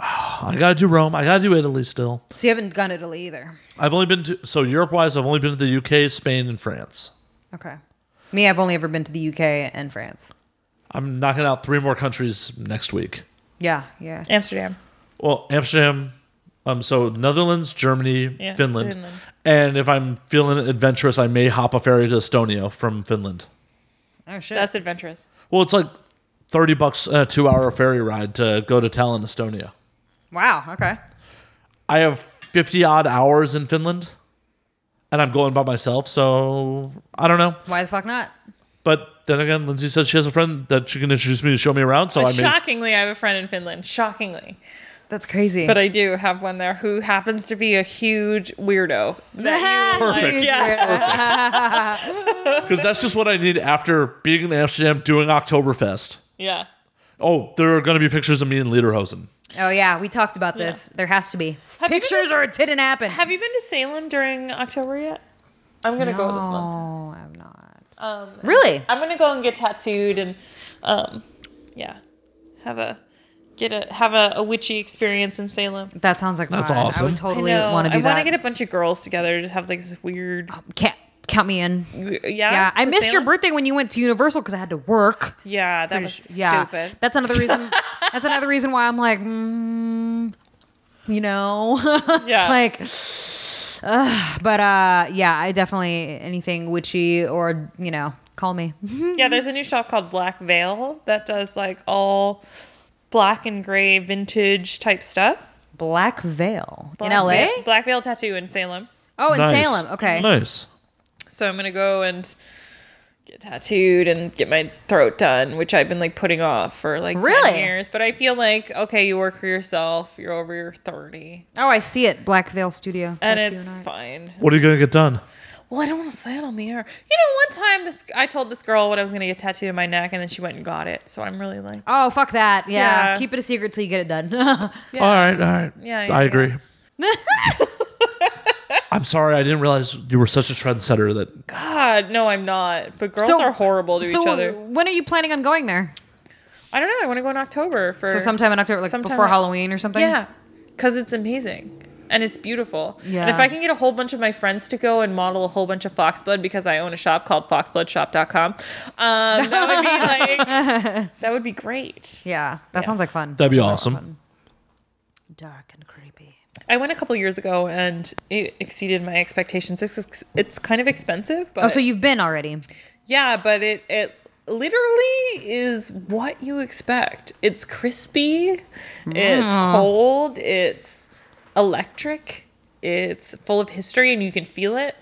Speaker 1: I gotta do Rome. I gotta do Italy still.
Speaker 2: So you haven't gone to Italy either.
Speaker 1: I've only been to so Europe wise. I've only been to the UK, Spain, and France.
Speaker 2: Okay. Me, I've only ever been to the UK and France.
Speaker 1: I'm knocking out three more countries next week.
Speaker 2: Yeah, yeah.
Speaker 4: Amsterdam.
Speaker 1: Well, Amsterdam. Um, so Netherlands, Germany,
Speaker 4: Yeah,
Speaker 1: Finland.
Speaker 4: Finland.
Speaker 1: and if I'm feeling adventurous, I may hop a ferry to Estonia from Finland.
Speaker 2: Oh shit.
Speaker 4: That's adventurous.
Speaker 1: Well, it's like thirty bucks a two hour ferry ride to go to Tallinn, Estonia.
Speaker 2: Wow. Okay.
Speaker 1: I have fifty odd hours in Finland, and I'm going by myself. So I don't know.
Speaker 2: Why the fuck not?
Speaker 1: But then again, Lindsay says she has a friend that she can introduce me to show me around. So I
Speaker 4: But
Speaker 1: mean,
Speaker 4: shockingly, I have a friend in Finland. Shockingly.
Speaker 2: That's crazy.
Speaker 4: But I do have one there who happens to be a huge weirdo. That you,
Speaker 1: Perfect. because that's just what I need after being in Amsterdam doing Oktoberfest.
Speaker 4: yeah.
Speaker 1: Oh, there are going to be pictures of me in Lederhosen.
Speaker 2: Oh yeah, we talked about this. There has to be
Speaker 4: Have you been
Speaker 2: pictures
Speaker 4: to-
Speaker 2: or it didn't happen.
Speaker 4: Have you been to Salem during October yet? I'm gonna go this month.
Speaker 2: No, I'm not.
Speaker 4: Um,
Speaker 2: Really?
Speaker 4: I'm gonna go and get tattooed and, um, yeah, have a get a have a, a witchy experience in Salem.
Speaker 2: That sounds like
Speaker 1: That's
Speaker 2: mine. I
Speaker 1: awesome.
Speaker 2: would totally
Speaker 4: I know.
Speaker 2: want to do
Speaker 4: I
Speaker 2: that.
Speaker 4: want to get a bunch of girls together to just have like this weird.
Speaker 2: Can't count me in.
Speaker 4: Yeah.
Speaker 2: Yeah, I
Speaker 4: to
Speaker 2: missed your
Speaker 4: Salem?
Speaker 2: birthday when you went to Universal because I had to work.
Speaker 4: Yeah, that was
Speaker 2: British- yeah,
Speaker 4: stupid.
Speaker 2: that's another reason. that's another reason why I'm like, mm, you know,
Speaker 4: Yeah.
Speaker 2: it's like, ugh. but uh, yeah, I definitely anything witchy or you know, call me.
Speaker 4: Yeah, there's a new shop called Black Veil that does like all black and gray vintage type stuff.
Speaker 2: Black Veil
Speaker 4: Black
Speaker 2: in LA.
Speaker 4: Veil- Black Veil tattoo in Salem.
Speaker 2: Oh, in
Speaker 1: Nice.
Speaker 2: Salem. Okay.
Speaker 1: Nice.
Speaker 4: So I'm gonna go and get tattooed and get my throat done, which I've been like putting off for like 10
Speaker 2: Really?
Speaker 4: years. But I feel like okay, you work for yourself. You're over your thirty,
Speaker 2: Oh, I see it. Black Veil Studio.
Speaker 4: and
Speaker 2: Tattoo
Speaker 4: it's
Speaker 2: Art.
Speaker 4: fine.
Speaker 1: What are you going to get done?
Speaker 4: Well, I don't want to say it on the air. You know, one time this I told this girl what I was gonna get tattooed in my neck, and then she went and got it. So I'm really like,
Speaker 2: Oh fuck that! Yeah.
Speaker 4: Yeah.
Speaker 2: keep it a secret till you get it done.
Speaker 1: All right, all right.
Speaker 4: Yeah, yeah,
Speaker 1: I agree. I'm sorry, I didn't realize you were such a trendsetter that
Speaker 4: God, ah, no, I'm not. But girls
Speaker 2: So-
Speaker 4: are horrible to
Speaker 2: so
Speaker 4: each other.
Speaker 2: when are you planning on going there?
Speaker 4: I don't know. I want to go in October for
Speaker 2: So sometime in October, like
Speaker 4: sometime
Speaker 2: before
Speaker 4: in-
Speaker 2: Halloween or something.
Speaker 4: Yeah, because it's amazing and it's beautiful.
Speaker 2: Yeah.
Speaker 4: And if I can get a whole bunch of my friends to go and model a whole bunch of Foxblood because I own a shop called foxbloodshop.com, um, that would be like, that would be great.
Speaker 2: Yeah, that sounds like fun.
Speaker 1: that'd be awesome.
Speaker 2: Dark and creepy.
Speaker 4: I went a couple years ago and it exceeded my expectations. It's, it's kind of expensive, but
Speaker 2: Oh, so you've been already.
Speaker 4: yeah, but it, it literally is what you expect. It's crispy, it's
Speaker 2: Mm.
Speaker 4: cold, it's electric, it's full of history, and you can feel it.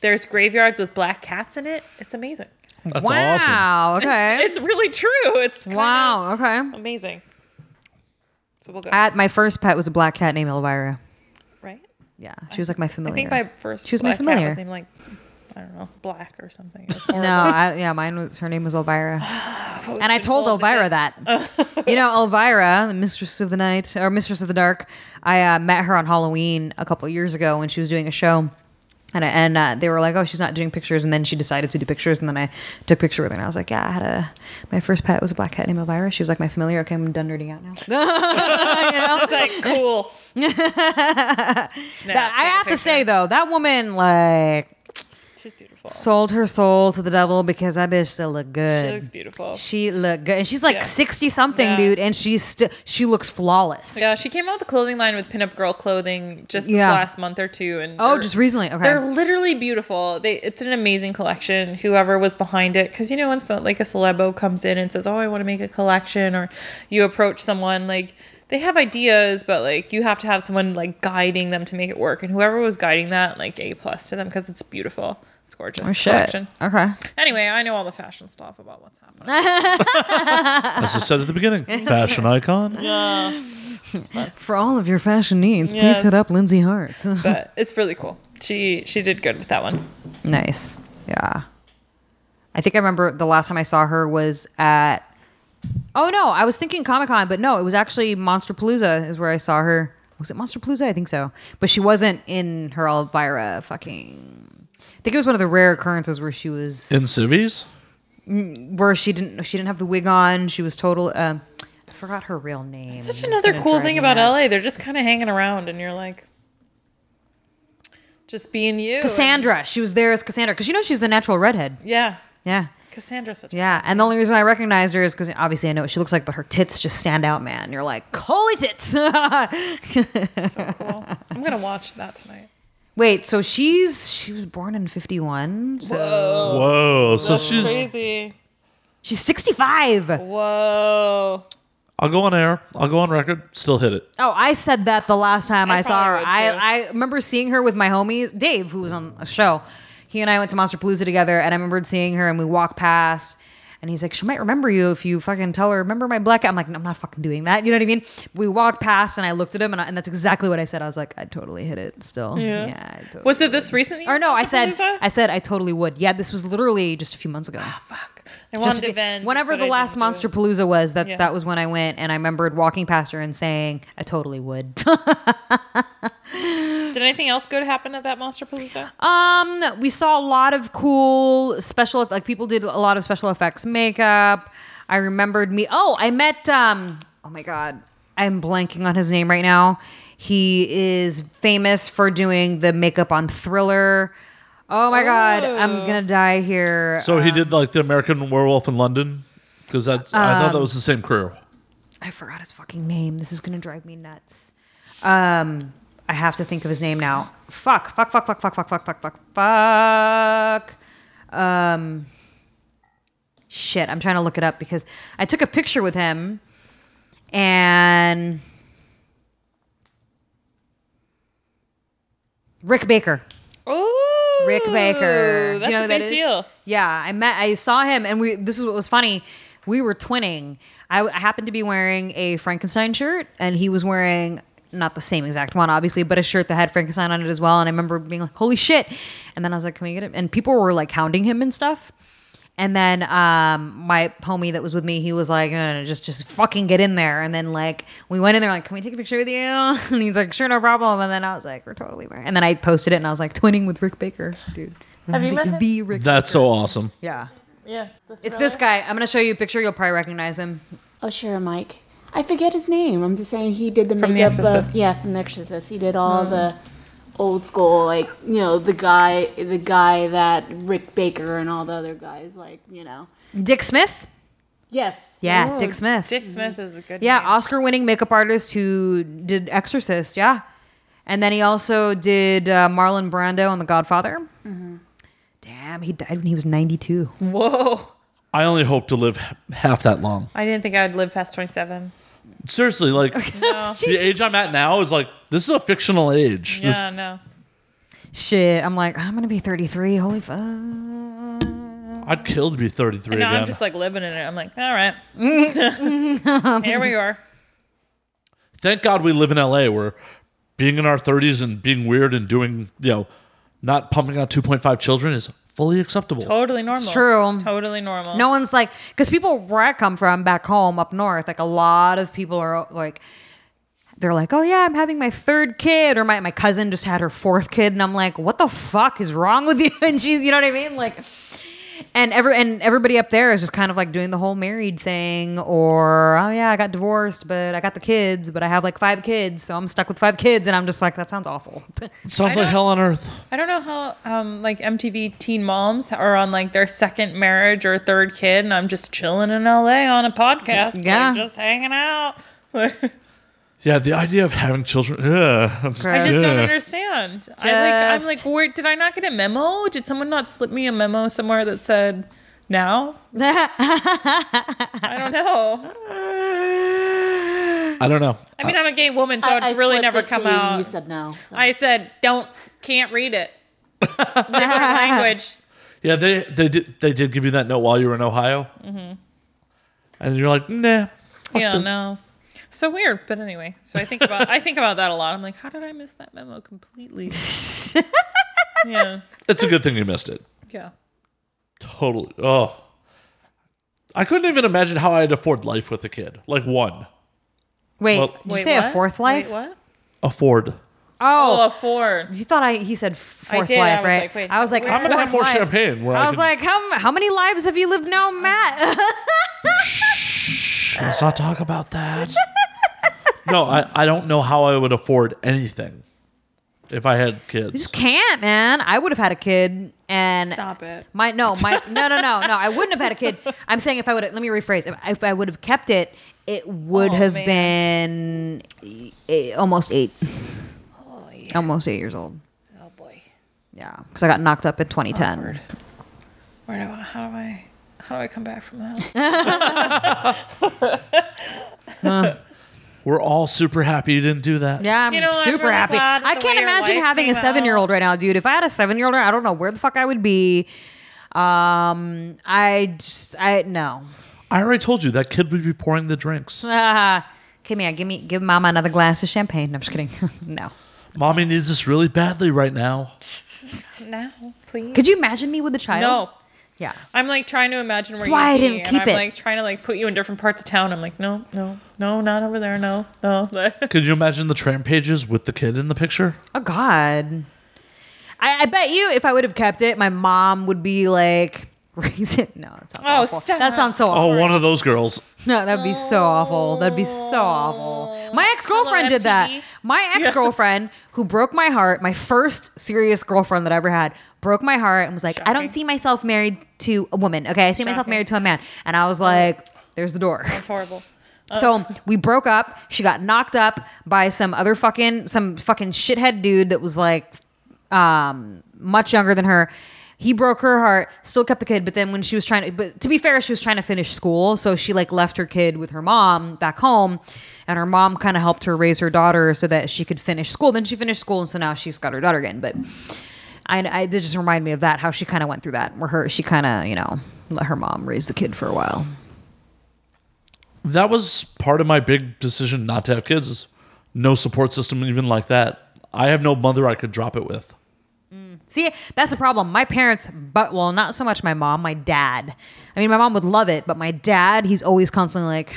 Speaker 4: There's graveyards with black cats in it. It's amazing.
Speaker 1: That's awesome.
Speaker 2: wow. Okay.
Speaker 4: It's really true. It's kinda
Speaker 2: wow. Okay.
Speaker 4: amazing. So we'll go
Speaker 2: At my first pet was a black cat named Elvira.
Speaker 4: right.
Speaker 2: Yeah, she was like my familiar.
Speaker 4: I think my first
Speaker 2: She was my
Speaker 4: black cat
Speaker 2: familiar.
Speaker 4: was named like I don't know black or something.
Speaker 2: no, I, yeah, mine was her name was Elvira, and I told Elvira that. you know, Elvira, the mistress of the night or mistress of the dark. I uh, met her on Halloween a couple years ago when she was doing a show. And, I, and uh, they were like, oh, she's not doing pictures. And then she decided to do pictures. And then I took a picture with her. And I was like, yeah, I had a, my first pet was a black cat named Elvira. She was like, my familiar. Okay, I'm done nerding out now.
Speaker 4: like cool.
Speaker 2: That- I have to say, though, that woman, like,
Speaker 4: she's beautiful.
Speaker 2: sold her soul to the devil because that bitch still look good.
Speaker 4: She looks beautiful.
Speaker 2: She looked good, and she's like
Speaker 4: Yeah.
Speaker 2: sixty something,
Speaker 4: Yeah.
Speaker 2: dude, and she's still she looks flawless.
Speaker 4: Yeah, she came out with a clothing line with pinup girl clothing just this
Speaker 2: Yeah.
Speaker 4: last month or two, and
Speaker 2: Oh,
Speaker 4: they're-
Speaker 2: just recently, okay.
Speaker 4: They're literally beautiful. They it's an amazing collection. Whoever was behind it, because you know when so, like a celebo comes in and says, "Oh, I want to make a collection," or you approach someone like they have ideas, but like you have to have someone like guiding them to make it work. And whoever was guiding that, like a plus to them, because it's beautiful. It's gorgeous.
Speaker 2: Oh shit.
Speaker 4: collection.
Speaker 2: Okay.
Speaker 4: Anyway, I know all the fashion stuff about what's happening.
Speaker 1: As I said at the beginning, fashion icon.
Speaker 2: For all of your fashion needs, please
Speaker 4: Yes.
Speaker 2: hit up Lindsay Hart.
Speaker 4: but it's really cool. She she did good with that one.
Speaker 2: nice. Yeah. I think I remember the last time I saw her was at. Oh no, I was thinking Comic Con, but no, it was actually Monster Palooza is where I saw her. Was it Monster Palooza? I think so. But she wasn't in her Elvira fucking. I think it was one of the rare occurrences where she was
Speaker 1: In civies?
Speaker 2: where she didn't she didn't have the wig on. She was total. Um, I forgot her real name.
Speaker 4: Such another
Speaker 2: gonna
Speaker 4: cool
Speaker 2: drive
Speaker 4: thing
Speaker 2: me
Speaker 4: about
Speaker 2: nuts.
Speaker 4: LA. They're just kind of hanging around, and you're like, just being you.
Speaker 2: Cassandra. She was there as Cassandra because you know she's the natural redhead.
Speaker 4: And- yeah,
Speaker 2: Yeah,
Speaker 4: Cassandra's such.
Speaker 2: yeah. And the only reason I recognized her is because obviously I know what she looks like, but her tits just stand out, man. You're like, holy tits.
Speaker 4: So cool. I'm gonna watch that tonight.
Speaker 2: Wait, so she's she was born in '51. So
Speaker 4: Whoa,
Speaker 1: Whoa. So she's
Speaker 4: crazy.
Speaker 2: She's 65.
Speaker 4: Whoa.
Speaker 1: I'll go on air. I'll go on record. Still hit it.
Speaker 2: Oh, I said that the last time I,
Speaker 4: I
Speaker 2: saw her.
Speaker 4: probably would, too.
Speaker 2: I, I remember seeing her with my homies, Dave, who was on a show. He and I went to Monster Palooza together, and I remembered seeing her, and we walked past, and he's like, "She might remember you if you fucking tell her, remember my black." I'm like, "No, "I'm not fucking doing that." You know what I mean? We walked past, and I looked at him, and, I, and that's exactly what I said. I was like, "I totally hit it." Still, yeah. I totally
Speaker 4: Was it this recently?
Speaker 2: Or no, I said,
Speaker 4: Lisa?
Speaker 2: I said, I totally would. Yeah, this was literally just a few months ago.
Speaker 4: Fuck. I
Speaker 2: Just
Speaker 4: Ah, wanted
Speaker 2: if
Speaker 4: to
Speaker 2: it-
Speaker 4: vent.
Speaker 2: whenever
Speaker 4: but
Speaker 2: the
Speaker 4: I
Speaker 2: last
Speaker 4: didn't do it.
Speaker 2: Monster Palooza was, that
Speaker 4: Yeah.
Speaker 2: that was when I went, and I remembered walking past her and saying, "I totally would."
Speaker 4: Did anything else good happen at that Monster Palooza?
Speaker 2: um, we saw a lot of cool special, like people did a lot of special effects makeup. I remembered me. Oh, I met. Um, oh my god, I'm blanking on his name right now. He is famous for doing the makeup on Thriller. Oh my god, I'm gonna die here.
Speaker 1: So he did like the American Werewolf in London because that's I thought that
Speaker 2: Um,
Speaker 1: was the same crew.
Speaker 2: I forgot his fucking name. This is gonna drive me nuts. Um, I have to think of his name now. Fuck, fuck, fuck, fuck, fuck, fuck, fuck, fuck, fuck, fuck. Um, shit, I'm trying to look it up because I took a picture with him and Rick Baker.
Speaker 4: Ooh,
Speaker 2: Rick Baker. Do
Speaker 4: That's
Speaker 2: you know
Speaker 4: a
Speaker 2: who
Speaker 4: big
Speaker 2: that is?
Speaker 4: deal.
Speaker 2: Yeah, I met, I saw him, and we. This is what was funny. We were twinning. I, I happened to be wearing a Frankenstein shirt, and he was wearing not the same exact one, obviously, but a shirt that had Frankenstein on it as well. And I remember being like, "Holy shit!" And then I was like, "Can we get it?" And people were like hounding him and stuff. And then um, my homie that was with me, he was like, no, no, no, just just fucking get in there. And then like we went in there, like, can we take a picture with you? And he's like, sure, no problem. And then I was like, we're totally right. And then I posted it, and I was like, twinning with Rick Baker, dude.
Speaker 4: Have you met him?
Speaker 2: The Rick.
Speaker 1: That's so awesome.
Speaker 2: yeah.
Speaker 4: Yeah.
Speaker 2: It's this guy. I'm gonna show you a picture. You'll probably recognize him.
Speaker 5: Oh, sure, Mike. I forget his name. I'm just saying he did the
Speaker 4: From The
Speaker 5: makeup
Speaker 4: Exorcist. Hmm.
Speaker 5: of yeah from The Exorcist. He did all the old school like you know the guy the guy that Rick Baker and all the other guys like you know
Speaker 2: Dick Smith.
Speaker 5: yes
Speaker 2: Yeah, Dick Smith.
Speaker 4: Dick Smith is a good
Speaker 2: yeah,
Speaker 4: name.
Speaker 2: Oscar-winning makeup artist who did Exorcist. Yeah, and then he also did uh, Marlon Brando on The Godfather.
Speaker 4: Mm-hmm.
Speaker 2: Damn, he died when he was 92.
Speaker 4: Whoa.
Speaker 1: I only hope to live h- half that long.
Speaker 4: I didn't think I'd live past 27.
Speaker 1: Seriously, like the age I'm at now is like this is a fictional age. This-
Speaker 4: Yeah, no.
Speaker 2: Shit, I'm like, I'm gonna be 33. Holy fuck.
Speaker 1: I'd kill to be 33
Speaker 4: No,
Speaker 1: again.
Speaker 4: I'm just like living in it. I'm like, all right. Here we are.
Speaker 1: Thank God we live in LA where being in our 30s and being weird and doing, you know, not pumping out 2.5 children is fully acceptable.
Speaker 4: Totally normal.
Speaker 2: true.
Speaker 4: Totally normal.
Speaker 2: No one's like, because people where I come from, back home, up north, like a lot of people are like, they're like, oh yeah, I'm having my third kid, or my, my cousin just had her fourth kid, and I'm like, what the fuck is wrong with you? And she's, you know what I mean, like, and every and everybody up there is just kind of like doing the whole married thing, or oh yeah, I got divorced, but I got the kids, but I have like five kids, so I'm stuck with five kids, and I'm just like, that sounds awful.
Speaker 1: It sounds like hell on earth.
Speaker 4: I don't know how um, like MTV Teen Moms are on like their second marriage or third kid, and I'm just chilling in LA on a podcast. like,
Speaker 2: Yeah.
Speaker 4: just hanging out.
Speaker 1: Yeah, the idea of having children. Ugh, I'm just-
Speaker 4: I just don't
Speaker 1: Ugh.
Speaker 4: understand. I like. I'm
Speaker 2: Just-
Speaker 4: like, wait, did I not get a memo? Did someone not slip me a memo somewhere that said now? I don't know.
Speaker 1: I don't know.
Speaker 4: I mean, I'm a gay woman, so
Speaker 5: I- I
Speaker 4: it's really
Speaker 5: slipped
Speaker 4: never
Speaker 5: it to
Speaker 4: come
Speaker 5: you and
Speaker 4: out.
Speaker 5: You said no. so.
Speaker 4: I said, don't, can't read it. Different language.
Speaker 1: Yeah, they they did they did give you that note while you were in Ohio, and you're like, nah. fuck
Speaker 4: Mm-hmm. Yeah,
Speaker 1: this.
Speaker 4: no. So weird, but anyway. So I think about I think about that a lot. I'm like, how did I miss that memo completely? yeah,
Speaker 1: It's a good thing you missed it.
Speaker 4: yeah.
Speaker 1: Totally. Oh, I couldn't even imagine how I'd afford life with a kid. Like one
Speaker 2: Wait,
Speaker 1: Well-
Speaker 2: did you say a fourth life?
Speaker 4: Wait, what?
Speaker 1: afford.
Speaker 4: Oh, a four.
Speaker 2: You thought I he said fourth
Speaker 4: did. I
Speaker 2: life,
Speaker 4: was
Speaker 2: right?
Speaker 4: like, wait,
Speaker 2: I was like,
Speaker 4: where- I'm
Speaker 1: gonna have more
Speaker 2: fourth life.
Speaker 1: champagne where
Speaker 2: I,
Speaker 1: I
Speaker 2: was
Speaker 1: can-
Speaker 2: like, how how many lives have you lived now, Matt?
Speaker 1: Let's not talk about that. no, I, I don't know how I would afford anything if I had
Speaker 2: you
Speaker 1: kids.
Speaker 2: just can't, man. I would have had a kid, and
Speaker 4: Stop it.
Speaker 2: My no, my no, no, no, no. I wouldn't have had a kid. I'm saying if I would, let me rephrase. If, if I would have kept it, it would
Speaker 4: Oh,
Speaker 2: have been
Speaker 4: man.
Speaker 2: eh, eh, almost eight, almost eight years old.
Speaker 4: Oh boy.
Speaker 2: Yeah, because I got knocked up in 2010.
Speaker 4: Where do I, how do I How do I come back from that?
Speaker 1: We're all super happy you didn't do that.
Speaker 2: Yeah, I'm
Speaker 4: You know, I'm
Speaker 2: super
Speaker 4: really
Speaker 2: happy.
Speaker 4: glad
Speaker 2: I
Speaker 4: the
Speaker 2: can't
Speaker 4: way your
Speaker 2: imagine
Speaker 4: life
Speaker 2: having a
Speaker 4: came out.
Speaker 2: seven year old right now, dude. If I had a seven year old, I don't know where the fuck I would be. Um, I just, I no.
Speaker 1: I already told you that kid would be pouring the drinks.
Speaker 2: Ah, come here, give me, give Mama another glass of champagne. No, I'm just kidding. no.
Speaker 1: Mommy needs this really badly right now.
Speaker 4: Now, please.
Speaker 2: Could you imagine me with a child?
Speaker 4: No.
Speaker 2: Yeah.
Speaker 4: I'm like trying to imagine where
Speaker 2: That's
Speaker 4: you
Speaker 2: why I
Speaker 4: would be,
Speaker 2: didn't
Speaker 4: and
Speaker 2: keep
Speaker 4: I'm
Speaker 2: it.
Speaker 4: like trying to like put you in different parts of town. I'm like, no, no, no, not over there. No, no.
Speaker 1: Could you imagine the tram pages with the kid in the picture?
Speaker 2: Oh God. I, I bet you if I would have kept it, my mom would be like, raise it. No, that sounds
Speaker 4: Oh,
Speaker 2: awful.
Speaker 4: stop.
Speaker 2: That sounds so awful.
Speaker 1: Oh, one of those girls.
Speaker 2: No, that'd be so awful. That'd be so awful. My ex girlfriend did that.
Speaker 4: FTV.
Speaker 2: My ex girlfriend, who broke my heart, my first serious girlfriend that I ever had, broke my heart and was like, I don't see myself married to a woman. Okay, I see myself
Speaker 4: Shocking.
Speaker 2: married to a man. And I was like, there's the door.
Speaker 4: It's horrible.
Speaker 2: So we broke up. She got knocked up by some other fucking some fucking shithead dude that was like um much younger than her. He broke her heart, still kept the kid, but then when she was trying to but to be fair, she was trying to finish school, so she like left her kid with her mom back home and her mom kind of helped her raise her daughter so that she could finish school. Then she finished school and so now she's got her daughter again, but I, I it just reminded me of that how she kind of went through that where her she kind of, you know, let her mom raise the kid for a while.
Speaker 1: That was part of my big decision not to have kids. is No support system even like that. I have no mother I could drop it with.
Speaker 2: See, that's the problem. My parents, but well, not so much my mom, my dad. I mean, my mom would love it, but my dad, he's always constantly like,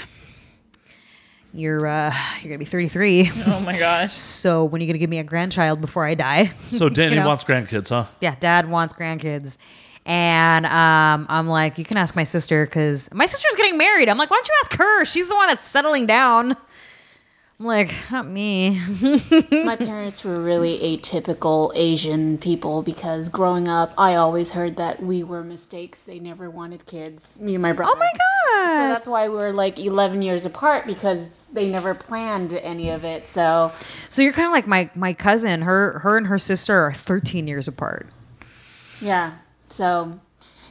Speaker 2: "You're uh, you're gonna be 33,
Speaker 4: Oh my gosh.
Speaker 2: so when are you gonna give me a grandchild before I die?"
Speaker 1: So Danny
Speaker 2: know?
Speaker 1: wants grandkids, huh?
Speaker 2: yeah, dad wants grandkids. And um, I'm like, you can ask my sister because my sister's getting married. I'm like, why don't you ask her? She's the one that's settling down. I'm like, not me.
Speaker 5: My parents were really atypical Asian people because growing up, I always heard that we were mistakes. They never wanted kids. Me and my brother.
Speaker 2: Oh my
Speaker 5: So
Speaker 2: god!
Speaker 5: that's why we're like 11 years apart because they never planned any of it. So
Speaker 2: So you're kind of like my my cousin. Her her and her sister are 13 years apart.
Speaker 5: yeah, so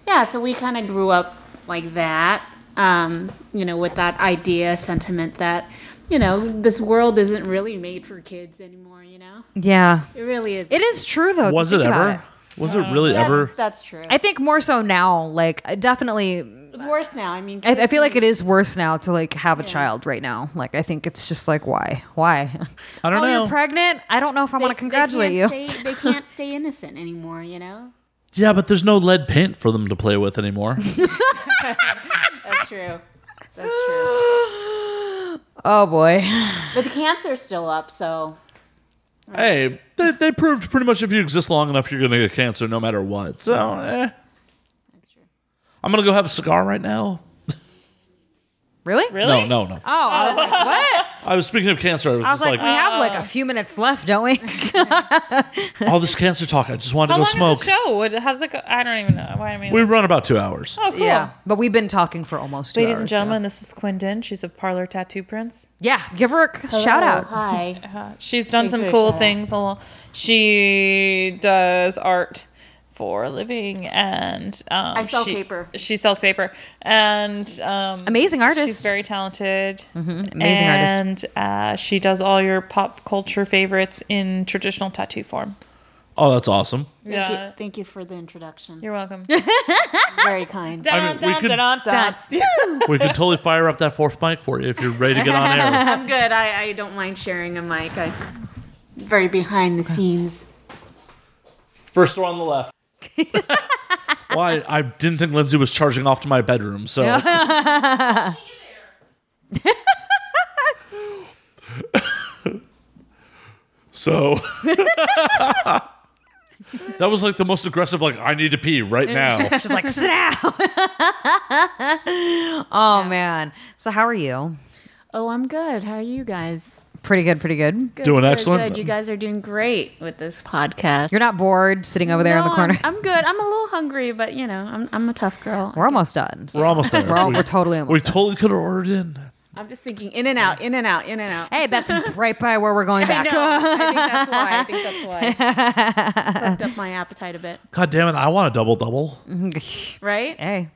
Speaker 5: yeah, so we kind of grew up like that. Um, you know, with that idea, sentiment that you know this world isn't really made for kids anymore. You know,
Speaker 2: Yeah.
Speaker 5: it really is.
Speaker 2: It is true though. if you
Speaker 1: Was it
Speaker 2: think about
Speaker 1: ever? Was it really
Speaker 5: That's,
Speaker 1: ever?
Speaker 5: that's true.
Speaker 2: I think more so now. Like I definitely,
Speaker 5: It's worse now. I mean,
Speaker 2: I, I
Speaker 5: kids
Speaker 2: feel like
Speaker 5: can-
Speaker 2: it is worse now to like have a child right now. Like I think it's just like why, why?
Speaker 1: I don't
Speaker 2: oh,
Speaker 1: know.
Speaker 2: you're pregnant. I don't know if I want to
Speaker 5: they-
Speaker 2: congratulate
Speaker 5: they
Speaker 2: you.
Speaker 5: can't Stay, they can't stay innocent anymore. You know,
Speaker 1: yeah, but there's no lead paint for them to play with anymore.
Speaker 5: that's true. That's true.
Speaker 2: oh boy.
Speaker 5: But the cancer's still up, so
Speaker 1: hey, they, they proved pretty much if you exist long enough, you're going to get cancer no matter what. So, eh.
Speaker 5: that's true.
Speaker 1: I'm going to go have a cigar right now.
Speaker 2: Really?
Speaker 4: Really?
Speaker 1: No, no, no.
Speaker 2: Oh, I was like, what?
Speaker 1: I was speaking of cancer. I was,
Speaker 2: I was
Speaker 1: just
Speaker 2: like,
Speaker 1: like,
Speaker 2: we have like a few minutes left, don't we?
Speaker 1: all this cancer talk. I just wanted
Speaker 4: How
Speaker 1: to go
Speaker 4: long
Speaker 1: smoke.
Speaker 4: is the show? What, how's it go? I don't even know. Why I mean,
Speaker 1: We run about two hours.
Speaker 4: oh, cool.
Speaker 2: But we've been talking for almost. two
Speaker 4: Ladies and
Speaker 2: hours,
Speaker 4: gentlemen, this is Quindin. She's a parlor tattoo prince.
Speaker 2: so- Yeah, give her a shout
Speaker 5: Hello,
Speaker 2: out.
Speaker 5: Hi.
Speaker 2: Uh-huh.
Speaker 4: She's done
Speaker 5: Thanks for
Speaker 4: some
Speaker 5: the
Speaker 4: cool
Speaker 5: shout-out.
Speaker 4: things. al- She does art for a living, and um,
Speaker 5: I sell
Speaker 4: she-
Speaker 5: paper.
Speaker 4: She sells paper, and um,
Speaker 2: Amazing artist. Mm-hmm.
Speaker 4: She's very talented.
Speaker 2: Amazing artist.
Speaker 4: artist, and uh, she does all your pop culture favorites in traditional tattoo form.
Speaker 1: Oh, that's awesome.
Speaker 5: Thank,
Speaker 4: Yeah.
Speaker 5: you, thank you for the introduction.
Speaker 4: You're welcome.
Speaker 5: Very kind.
Speaker 1: I mean, we could-
Speaker 2: Done.
Speaker 1: We could totally fire up that fourth mic for you if you're ready to get on air.
Speaker 5: I'm good. I, I don't mind sharing a mic. I very behind the scenes.
Speaker 1: First door on the left. well, I, I didn't think Lindsay was charging off to my bedroom, so. so. that was like the most aggressive, like, I need to pee right now.
Speaker 2: She's like, sit down. oh man. So how are you?
Speaker 5: Oh, I'm good. How are you guys?
Speaker 2: Pretty good, pretty good.
Speaker 5: Good,
Speaker 1: Doing
Speaker 5: good,
Speaker 1: excellent.
Speaker 5: Good. You guys are doing great with this podcast.
Speaker 2: You're not bored sitting over there in the corner.
Speaker 5: I'm, I'm good. I'm a little hungry, but you know, I'm I'm a tough girl.
Speaker 2: we're almost done.
Speaker 1: We're almost there.
Speaker 2: We're, all,
Speaker 1: we,
Speaker 2: we're totally
Speaker 1: we
Speaker 2: almost done.
Speaker 1: totally could have ordered in.
Speaker 5: I'm just thinking in and out, in and out, in and out.
Speaker 2: Hey, that's right by where we're going
Speaker 5: I
Speaker 2: back.
Speaker 5: know. I think that's why. I think that's why. Hooked up my appetite a bit,
Speaker 1: God damn it, I want a double double.
Speaker 5: right?
Speaker 2: hey.